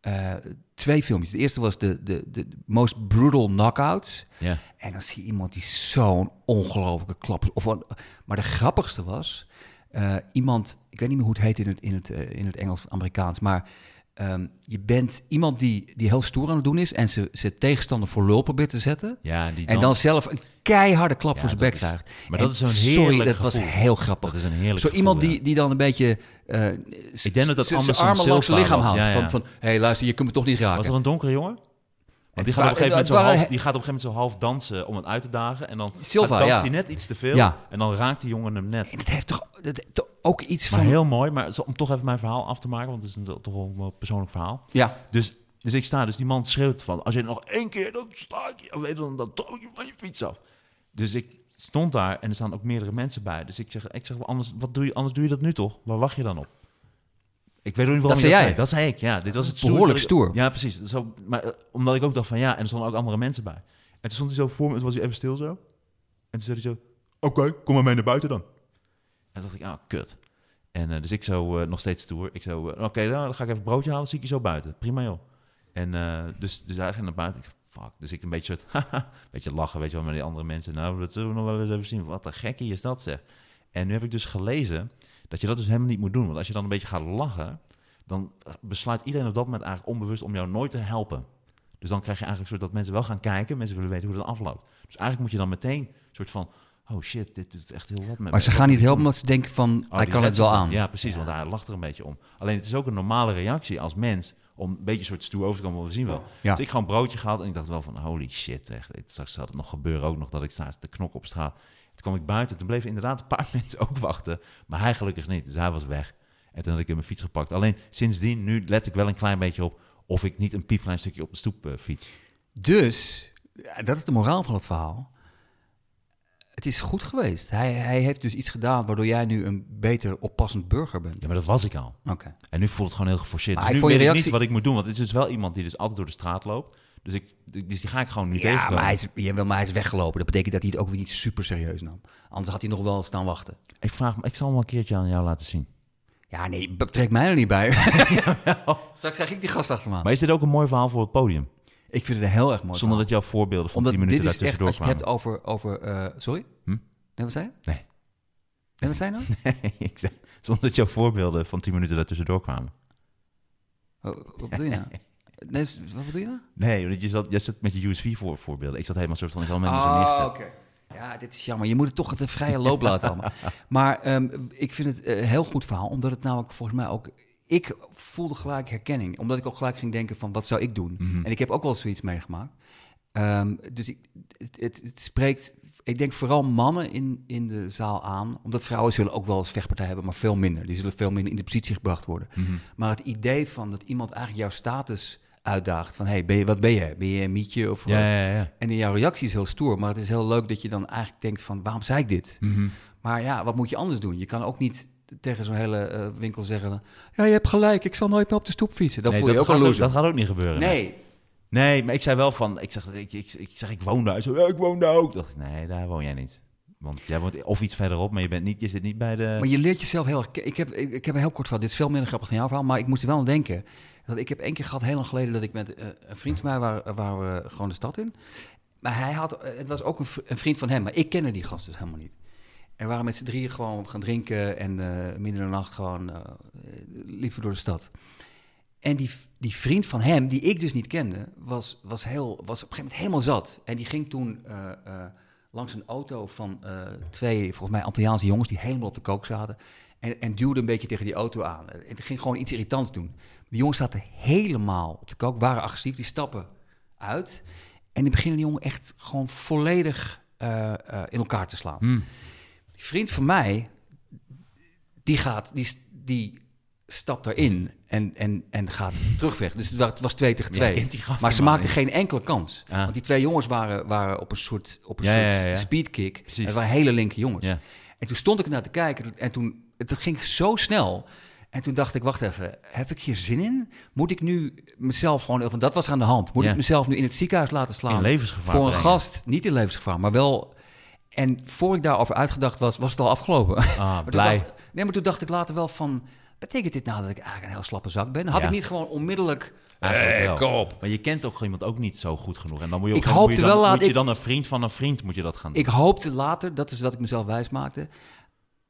[SPEAKER 3] eh, twee filmpjes. De eerste was de, de, de Most Brutal Knockouts.
[SPEAKER 2] Ja.
[SPEAKER 3] En dan zie je iemand die zo'n ongelofelijke klap. Of, wat- maar de grappigste was eh, iemand, ik weet niet meer hoe het heet in het, in het, eh, in het Engels, Amerikaans, maar ehm, je bent iemand die, die heel stoer aan het doen is en ze, ze tegenstander voor lul probeert te zetten.
[SPEAKER 2] ja, die
[SPEAKER 3] En dan zelf een keiharde klap
[SPEAKER 2] Ja,
[SPEAKER 3] voor zijn
[SPEAKER 2] dat
[SPEAKER 3] bek
[SPEAKER 2] is-
[SPEAKER 3] krijgt.
[SPEAKER 2] maar
[SPEAKER 3] En
[SPEAKER 2] dat is zo'n
[SPEAKER 3] Sorry,
[SPEAKER 2] heerlijk
[SPEAKER 3] dat was
[SPEAKER 2] gevoel.
[SPEAKER 3] heel grappig.
[SPEAKER 2] Dat is een heerlijk
[SPEAKER 3] Zo iemand
[SPEAKER 2] gevoel, ja.
[SPEAKER 3] die, die dan een beetje... eh,
[SPEAKER 2] Ik denk dat dat
[SPEAKER 3] zijn
[SPEAKER 2] Anderson
[SPEAKER 3] armen langs zijn
[SPEAKER 2] Silva
[SPEAKER 3] lichaam
[SPEAKER 2] was,
[SPEAKER 3] haalt.
[SPEAKER 2] ja, ja.
[SPEAKER 3] Van, van, hé hey, luister, je kunt me toch niet raken.
[SPEAKER 2] Was dat een donkere jongen? Want die
[SPEAKER 3] Het
[SPEAKER 2] gaat, op een
[SPEAKER 3] wa-
[SPEAKER 2] gegeven moment
[SPEAKER 3] het
[SPEAKER 2] zo
[SPEAKER 3] waren-
[SPEAKER 2] half, die gaat op een gegeven moment zo half dansen om het uit te dagen. En dan
[SPEAKER 3] Silva,
[SPEAKER 2] gaat- danst hij
[SPEAKER 3] ja.
[SPEAKER 2] net iets te veel.
[SPEAKER 3] Ja.
[SPEAKER 2] En dan raakt die jongen hem net.
[SPEAKER 3] En dat heeft toch dat heeft toch ook iets
[SPEAKER 2] Maar
[SPEAKER 3] van...
[SPEAKER 2] heel mooi. Maar zo- om toch even mijn verhaal af te maken. Want het is een, toch wel een persoonlijk verhaal.
[SPEAKER 3] Ja,
[SPEAKER 2] Dus, dus ik sta. Dus die man schreeuwt van... Als je nog één keer... Dan sta ik je... weet je, Dan, dan trap ik je van je fiets af. Dus ik stond daar. En er staan ook meerdere mensen bij. Dus ik zeg... Ik zeg anders, wat doe je, anders doe je dat nu toch? Waar wacht je dan op? Ik weet ook niet waarom
[SPEAKER 3] zei
[SPEAKER 2] ik dat
[SPEAKER 3] jij.
[SPEAKER 2] zei. Dat zei ik, ja. Dit was het
[SPEAKER 3] Behoorlijk
[SPEAKER 2] stoer. dat ik-
[SPEAKER 3] stoer.
[SPEAKER 2] Ja, precies. Zo, maar, eh, omdat ik ook dacht van ja, en er stonden ook andere mensen bij. En toen stond hij zo voor me, en toen was hij even stil zo. En toen zei hij zo, oké, kom maar mee naar buiten dan. En toen dacht ik, ah, kut. En eh, dus ik zo eh, nog steeds stoer. Ik zo, eh, oké, nou, dan ga ik even broodje halen, zie ik je zo buiten. Prima joh. En eh, dus, dus hij ging naar buiten. Ik dacht, fuck. Dus ik een beetje soort, haha, een beetje lachen, weet je wel, met die andere mensen. Nou, dat zullen we nog wel eens even zien. Wat een gekkie is dat zeg. En nu heb ik dus gelezen dat je dat dus helemaal niet moet doen. Want als je dan een beetje gaat lachen, dan besluit iedereen op dat moment eigenlijk onbewust om jou nooit te helpen. Dus dan krijg je eigenlijk soort dat mensen wel gaan kijken, mensen willen weten hoe dat afloopt. Dus eigenlijk moet je dan meteen soort van, oh shit, dit doet echt heel wat met
[SPEAKER 3] maar
[SPEAKER 2] me.
[SPEAKER 3] ze gaan niet helpen omdat ze denken van...
[SPEAKER 2] Oh,
[SPEAKER 3] hij
[SPEAKER 2] die
[SPEAKER 3] kan het
[SPEAKER 2] redt zich
[SPEAKER 3] wel
[SPEAKER 2] dan.
[SPEAKER 3] aan.
[SPEAKER 2] Ja, precies, want hij lacht er een beetje om. Alleen het is ook een normale reactie als mens om een beetje soort stoer over te komen, want we zien wel.
[SPEAKER 3] Ja.
[SPEAKER 2] Dus ik gewoon een broodje gehaald en ik dacht wel van, holy shit, echt. Ik- Straks zal het nog gebeuren ook nog dat ik sta te knokken op straat. Toen kwam ik buiten, toen bleven inderdaad een paar mensen ook wachten, maar hij gelukkig niet, dus hij was weg. En toen had ik in mijn fiets gepakt. Alleen sindsdien, nu let ik wel een klein beetje op of ik niet een piepklein stukje op de stoep eh, fiets.
[SPEAKER 3] Dus, ja, dat is de moraal van het verhaal. Het is goed geweest. Hij, hij heeft dus iets gedaan waardoor jij nu een beter oppassend burger bent.
[SPEAKER 2] Ja, maar dat was ik al.
[SPEAKER 3] Oké.
[SPEAKER 2] En nu voelt het gewoon heel geforceerd.
[SPEAKER 3] Maar
[SPEAKER 2] Dus nu
[SPEAKER 3] ik
[SPEAKER 2] weet
[SPEAKER 3] vond je
[SPEAKER 2] ik
[SPEAKER 3] reactie-
[SPEAKER 2] niet wat ik moet doen, want het is dus wel iemand die dus altijd door de straat loopt. Dus, ik, dus die ga ik gewoon niet
[SPEAKER 3] Ja,
[SPEAKER 2] tegenkomen.
[SPEAKER 3] maar hij, is, jawel, maar hij is weggelopen. Dat betekent dat hij het ook weer niet super serieus nam. Anders had hij nog wel staan wachten.
[SPEAKER 2] Ik vraag me, ik zal hem wel een keertje aan jou laten zien.
[SPEAKER 3] Ja, nee, betrek mij er niet bij. Straks krijg ik die gast achter me aan.
[SPEAKER 2] Maar is dit ook een mooi verhaal voor het podium?
[SPEAKER 3] Ik vind het een heel erg mooi.
[SPEAKER 2] Zonder
[SPEAKER 3] verhaal.
[SPEAKER 2] dat jouw voorbeelden van
[SPEAKER 3] Omdat
[SPEAKER 2] 10 minuten
[SPEAKER 3] dit
[SPEAKER 2] daar
[SPEAKER 3] is echt,
[SPEAKER 2] tussendoor
[SPEAKER 3] als je het
[SPEAKER 2] kwamen.
[SPEAKER 3] hebt over... over eh, sorry?
[SPEAKER 2] Hm?
[SPEAKER 3] Nee, wat zei je?
[SPEAKER 2] Nee.
[SPEAKER 3] Nee, wat zei je nou?
[SPEAKER 2] Ik zei, Zonder dat jouw voorbeelden van 10 minuten daar tussendoor kwamen.
[SPEAKER 3] Wat- Wat bedoel je nou? Nee, s- wat bedoel je nou?
[SPEAKER 2] Nee, want je zat, jij zat met je USV-voorbeelden. Ik zat helemaal soort van, ik had hem helemaal zo
[SPEAKER 3] Oh,
[SPEAKER 2] neergezet.
[SPEAKER 3] oké. Ja, dit is jammer. Je moet het toch de vrije loop laten allemaal. Maar ehm, ik vind het eh, een heel goed verhaal, omdat het namelijk volgens mij ook... Ik voelde gelijk herkenning, omdat ik ook gelijk ging denken van wat zou ik doen?
[SPEAKER 2] Mhm.
[SPEAKER 3] En ik heb ook wel zoiets meegemaakt. Ehm, dus ik, het, het, het spreekt, ik denk vooral mannen in, in de zaal aan. Omdat vrouwen zullen ook wel eens vechtpartijen hebben, maar veel minder. Die zullen veel minder in de positie gebracht worden.
[SPEAKER 2] Mhm.
[SPEAKER 3] Maar het idee van dat iemand eigenlijk jouw status uitdaagt. Van, hey, ben je, wat ben je? Ben je een mietje? Of,
[SPEAKER 2] Ja, ja, ja.
[SPEAKER 3] en in jouw reactie is heel stoer, maar het is heel leuk dat je dan eigenlijk denkt van, waarom zei ik dit?
[SPEAKER 2] Mhm.
[SPEAKER 3] Maar ja, wat moet je anders doen? Je kan ook niet tegen zo'n hele eh, winkel zeggen, ja, je hebt gelijk, ik zal nooit meer op de stoep fietsen. Dan
[SPEAKER 2] Nee,
[SPEAKER 3] voel je
[SPEAKER 2] dat,
[SPEAKER 3] ook een
[SPEAKER 2] gaat ook,
[SPEAKER 3] loser.
[SPEAKER 2] dat gaat ook niet gebeuren.
[SPEAKER 3] nee,
[SPEAKER 2] Nee, maar ik zei wel van, ik zeg, ik, ik, ik, zeg, ik woon daar. Hij Zo, ja, ik woon daar ook. Ik dacht, nee, daar woon jij niet. Want jij woont of iets verderop, maar je, bent niet, je zit niet bij de...
[SPEAKER 3] maar je leert jezelf heel erg... ke- Ik heb, ik, ik heb een heel kort verhaal, dit is veel minder grappig dan jouw verhaal, maar ik moest er wel aan denken. Dat ik heb één keer gehad, heel lang geleden, dat ik met eh, een vriend van mij, waar, waar we gewoon de stad in. Maar hij had, eh, het was ook een, vri- een vriend van hem, maar ik kende die gast dus helemaal niet. En we waren met z'n drieën gewoon gaan drinken en eh midden in de nacht gewoon eh, liepen we door de stad. En die, die vriend van hem, die ik dus niet kende, was, was, heel, was op een gegeven moment helemaal zat. En die ging toen eh, eh, langs een auto van eh, twee, volgens mij, Antilliaanse jongens die helemaal op de kook zaten. En, en duwde een beetje tegen die auto aan. En het ging gewoon iets irritants doen. Die jongens zaten helemaal op de kook, waren agressief, die stappen uit. En die beginnen die jongen echt gewoon volledig eh, eh, in elkaar te slaan. Die vriend van mij, die gaat, die, die stapt daarin en, en, en gaat terugweg. Dus het wa- het was twee tegen
[SPEAKER 2] Ja,
[SPEAKER 3] twee.
[SPEAKER 2] kent die gasten
[SPEAKER 3] maar ze
[SPEAKER 2] maar
[SPEAKER 3] maakten
[SPEAKER 2] niet.
[SPEAKER 3] geen enkele kans.
[SPEAKER 2] Ja.
[SPEAKER 3] Want die twee jongens waren, waren op een soort, op een
[SPEAKER 2] Ja,
[SPEAKER 3] soort
[SPEAKER 2] ja, ja, ja.
[SPEAKER 3] speedkick.
[SPEAKER 2] Precies.
[SPEAKER 3] Het waren hele linker jongens.
[SPEAKER 2] Ja.
[SPEAKER 3] En toen stond ik naar te kijken en toen, het ging zo snel. En toen dacht ik, wacht even, heb ik hier zin in? Moet ik nu mezelf gewoon, want dat was aan de hand. Moet
[SPEAKER 2] Ja.
[SPEAKER 3] ik mezelf nu in het ziekenhuis laten slaan?
[SPEAKER 2] In levensgevaar
[SPEAKER 3] Voor een
[SPEAKER 2] brengen.
[SPEAKER 3] gast, niet in levensgevaar, maar wel... En voor ik daarover uitgedacht was, was het al afgelopen. Maar toen
[SPEAKER 2] Ah, blij.
[SPEAKER 3] dacht- nee, maar toen dacht ik later wel van... Betekent dit nou dat ik eigenlijk een heel slappe zak ben? Had
[SPEAKER 2] Ja.
[SPEAKER 3] ik niet gewoon onmiddellijk...
[SPEAKER 2] Eigenlijk
[SPEAKER 4] Eh,
[SPEAKER 2] wel.
[SPEAKER 4] kom op.
[SPEAKER 2] Maar je kent ook iemand ook niet zo goed genoeg. En dan moet je,
[SPEAKER 3] Ik
[SPEAKER 2] op een gegeven
[SPEAKER 3] hoopte
[SPEAKER 2] moment moet je
[SPEAKER 3] wel
[SPEAKER 2] dan,
[SPEAKER 3] laat
[SPEAKER 2] moet je
[SPEAKER 3] ik-
[SPEAKER 2] dan een vriend van een vriend moet je dat gaan doen.
[SPEAKER 3] Ik hoopte later, dat is wat ik mezelf wijs maakte...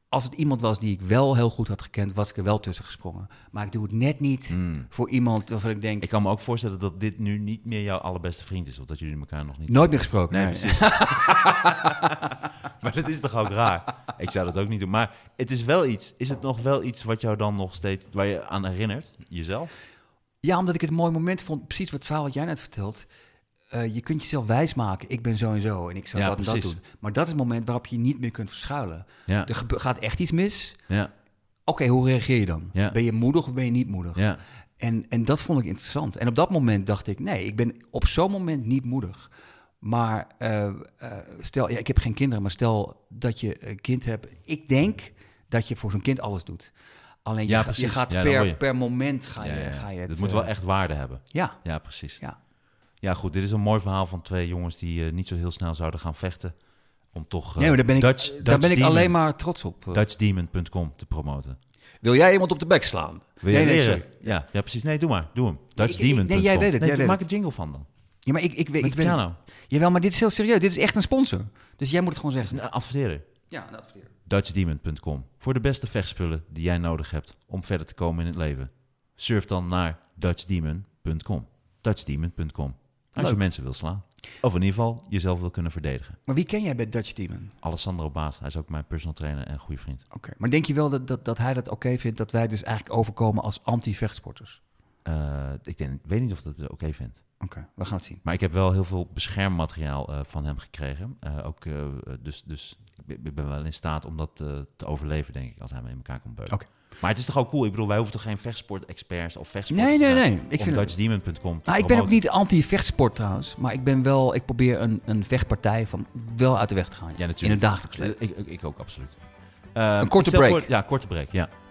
[SPEAKER 3] Als het iemand was die ik wel heel goed had gekend, was ik er wel tussen gesprongen. Maar ik doe het net niet voor iemand waarvan ik denk...
[SPEAKER 2] Hmm. Ik kan me ook voorstellen dat dit nu niet meer jouw allerbeste vriend is. Of dat jullie elkaar nog niet...
[SPEAKER 3] nooit meer gesproken.
[SPEAKER 2] Nee,
[SPEAKER 3] nee.
[SPEAKER 2] precies. maar dat is toch ook raar? Ik zou dat ook niet doen. Maar het is wel iets... Is het nog wel iets wat jou dan nog steeds... Waar je aan herinnert? Jezelf?
[SPEAKER 3] Ja, omdat ik het een mooi moment vond. Precies wat het verhaal wat jij net vertelt. eh, je kunt jezelf wijsmaken. Ik ben zo en zo en ik zou
[SPEAKER 2] Ja,
[SPEAKER 3] dat en dat
[SPEAKER 2] precies.
[SPEAKER 3] doen. Maar dat is het moment waarop je je niet meer kunt verschuilen.
[SPEAKER 2] Ja,
[SPEAKER 3] Er gebe- gaat echt iets mis.
[SPEAKER 2] ja,
[SPEAKER 3] Oké, hoe reageer je dan?
[SPEAKER 2] Ja.
[SPEAKER 3] Ben je moedig of ben je niet moedig?
[SPEAKER 2] ja.
[SPEAKER 3] En, en dat vond ik interessant. En op dat moment dacht ik, nee, ik ben op zo'n moment niet moedig. Maar eh, eh, stel, ja, ik heb geen kinderen, maar stel dat je een kind hebt. Ik denk dat je voor zo'n kind alles doet. Alleen je,
[SPEAKER 2] Ja,
[SPEAKER 3] ga- je
[SPEAKER 2] precies.
[SPEAKER 3] gaat
[SPEAKER 2] Ja, dat
[SPEAKER 3] per,
[SPEAKER 2] hoor je.
[SPEAKER 3] per moment ga je,
[SPEAKER 2] ja, ja.
[SPEAKER 3] Ga je het...
[SPEAKER 2] dat moet
[SPEAKER 3] eh,
[SPEAKER 2] wel echt waarde hebben.
[SPEAKER 3] Ja,
[SPEAKER 2] Ja, precies.
[SPEAKER 3] ja.
[SPEAKER 2] Ja, goed. Dit is een mooi verhaal van twee jongens die eh, niet zo heel snel zouden gaan vechten. Om toch eh,
[SPEAKER 3] Nee, maar daar ben ik,
[SPEAKER 2] Dutch,
[SPEAKER 3] daar ben ik
[SPEAKER 2] Dutchdemon-
[SPEAKER 3] alleen maar trots op.
[SPEAKER 2] Dutchdemon.com te promoten.
[SPEAKER 3] Wil jij iemand op de bek slaan?
[SPEAKER 2] Wil je
[SPEAKER 3] nee, nee,
[SPEAKER 2] leren?
[SPEAKER 3] sorry.
[SPEAKER 2] ja, ja, precies. Nee, doe maar. Doe hem. Dutchdemon.com.
[SPEAKER 3] nee, jij weet het, jij
[SPEAKER 2] doe-
[SPEAKER 3] weet
[SPEAKER 2] maak
[SPEAKER 3] het.
[SPEAKER 2] een jingle van dan.
[SPEAKER 3] Ja, maar ik, ik, weet- ik,
[SPEAKER 2] Met
[SPEAKER 3] weet-
[SPEAKER 2] piano.
[SPEAKER 3] Jawel, maar dit is heel serieus. Dit is echt een sponsor. Dus jij moet het gewoon zeggen.
[SPEAKER 2] Een adverteer.
[SPEAKER 3] Ja, een adverteer.
[SPEAKER 2] Dutchdemon.com. Voor de beste vechtspullen die jij nodig hebt om verder te komen in het leven. Surf dan naar Dutchdemon.com. Dutchdemon.com. Als je
[SPEAKER 3] Leuk.
[SPEAKER 2] mensen wil slaan. Of in ieder geval jezelf wil kunnen verdedigen.
[SPEAKER 3] Maar wie ken jij bij Dutch Demon?
[SPEAKER 2] Alessandro Baas, hij is ook mijn personal trainer en goede vriend.
[SPEAKER 3] Oké, maar denk je wel dat, dat, dat hij dat oké vindt, dat wij dus eigenlijk overkomen als anti-vechtsporters?
[SPEAKER 2] Eh, ik denk, ik weet niet of dat het oké vindt.
[SPEAKER 3] Oké, we gaan het zien.
[SPEAKER 2] Maar ik heb wel heel veel beschermmateriaal eh, van hem gekregen. Eh, ook, eh, dus dus ik ben- ik ben wel in staat om dat eh, te overleven, denk ik, als hij me in elkaar komt beuken.
[SPEAKER 3] Oké.
[SPEAKER 2] Maar het is toch ook cool? Ik bedoel, wij hoeven toch geen vechtsport-experts of vechtsport
[SPEAKER 3] Nee,
[SPEAKER 2] te
[SPEAKER 3] nee,
[SPEAKER 2] zijn
[SPEAKER 3] nee. Ik
[SPEAKER 2] om
[SPEAKER 3] vind het-
[SPEAKER 2] DutchDemon.com te
[SPEAKER 3] Nou, ik ben ook
[SPEAKER 2] promoten.
[SPEAKER 3] niet anti-vechtsport trouwens, maar ik ben wel, ik probeer een, een vechtpartij van wel uit de weg te gaan.
[SPEAKER 2] Ja, natuurlijk.
[SPEAKER 3] In het dagelijks leven.
[SPEAKER 2] Ik, ik, ik ook, absoluut. Eh,
[SPEAKER 3] Een korte
[SPEAKER 2] ik stel
[SPEAKER 3] break.
[SPEAKER 2] voor- ja, korte break, ja.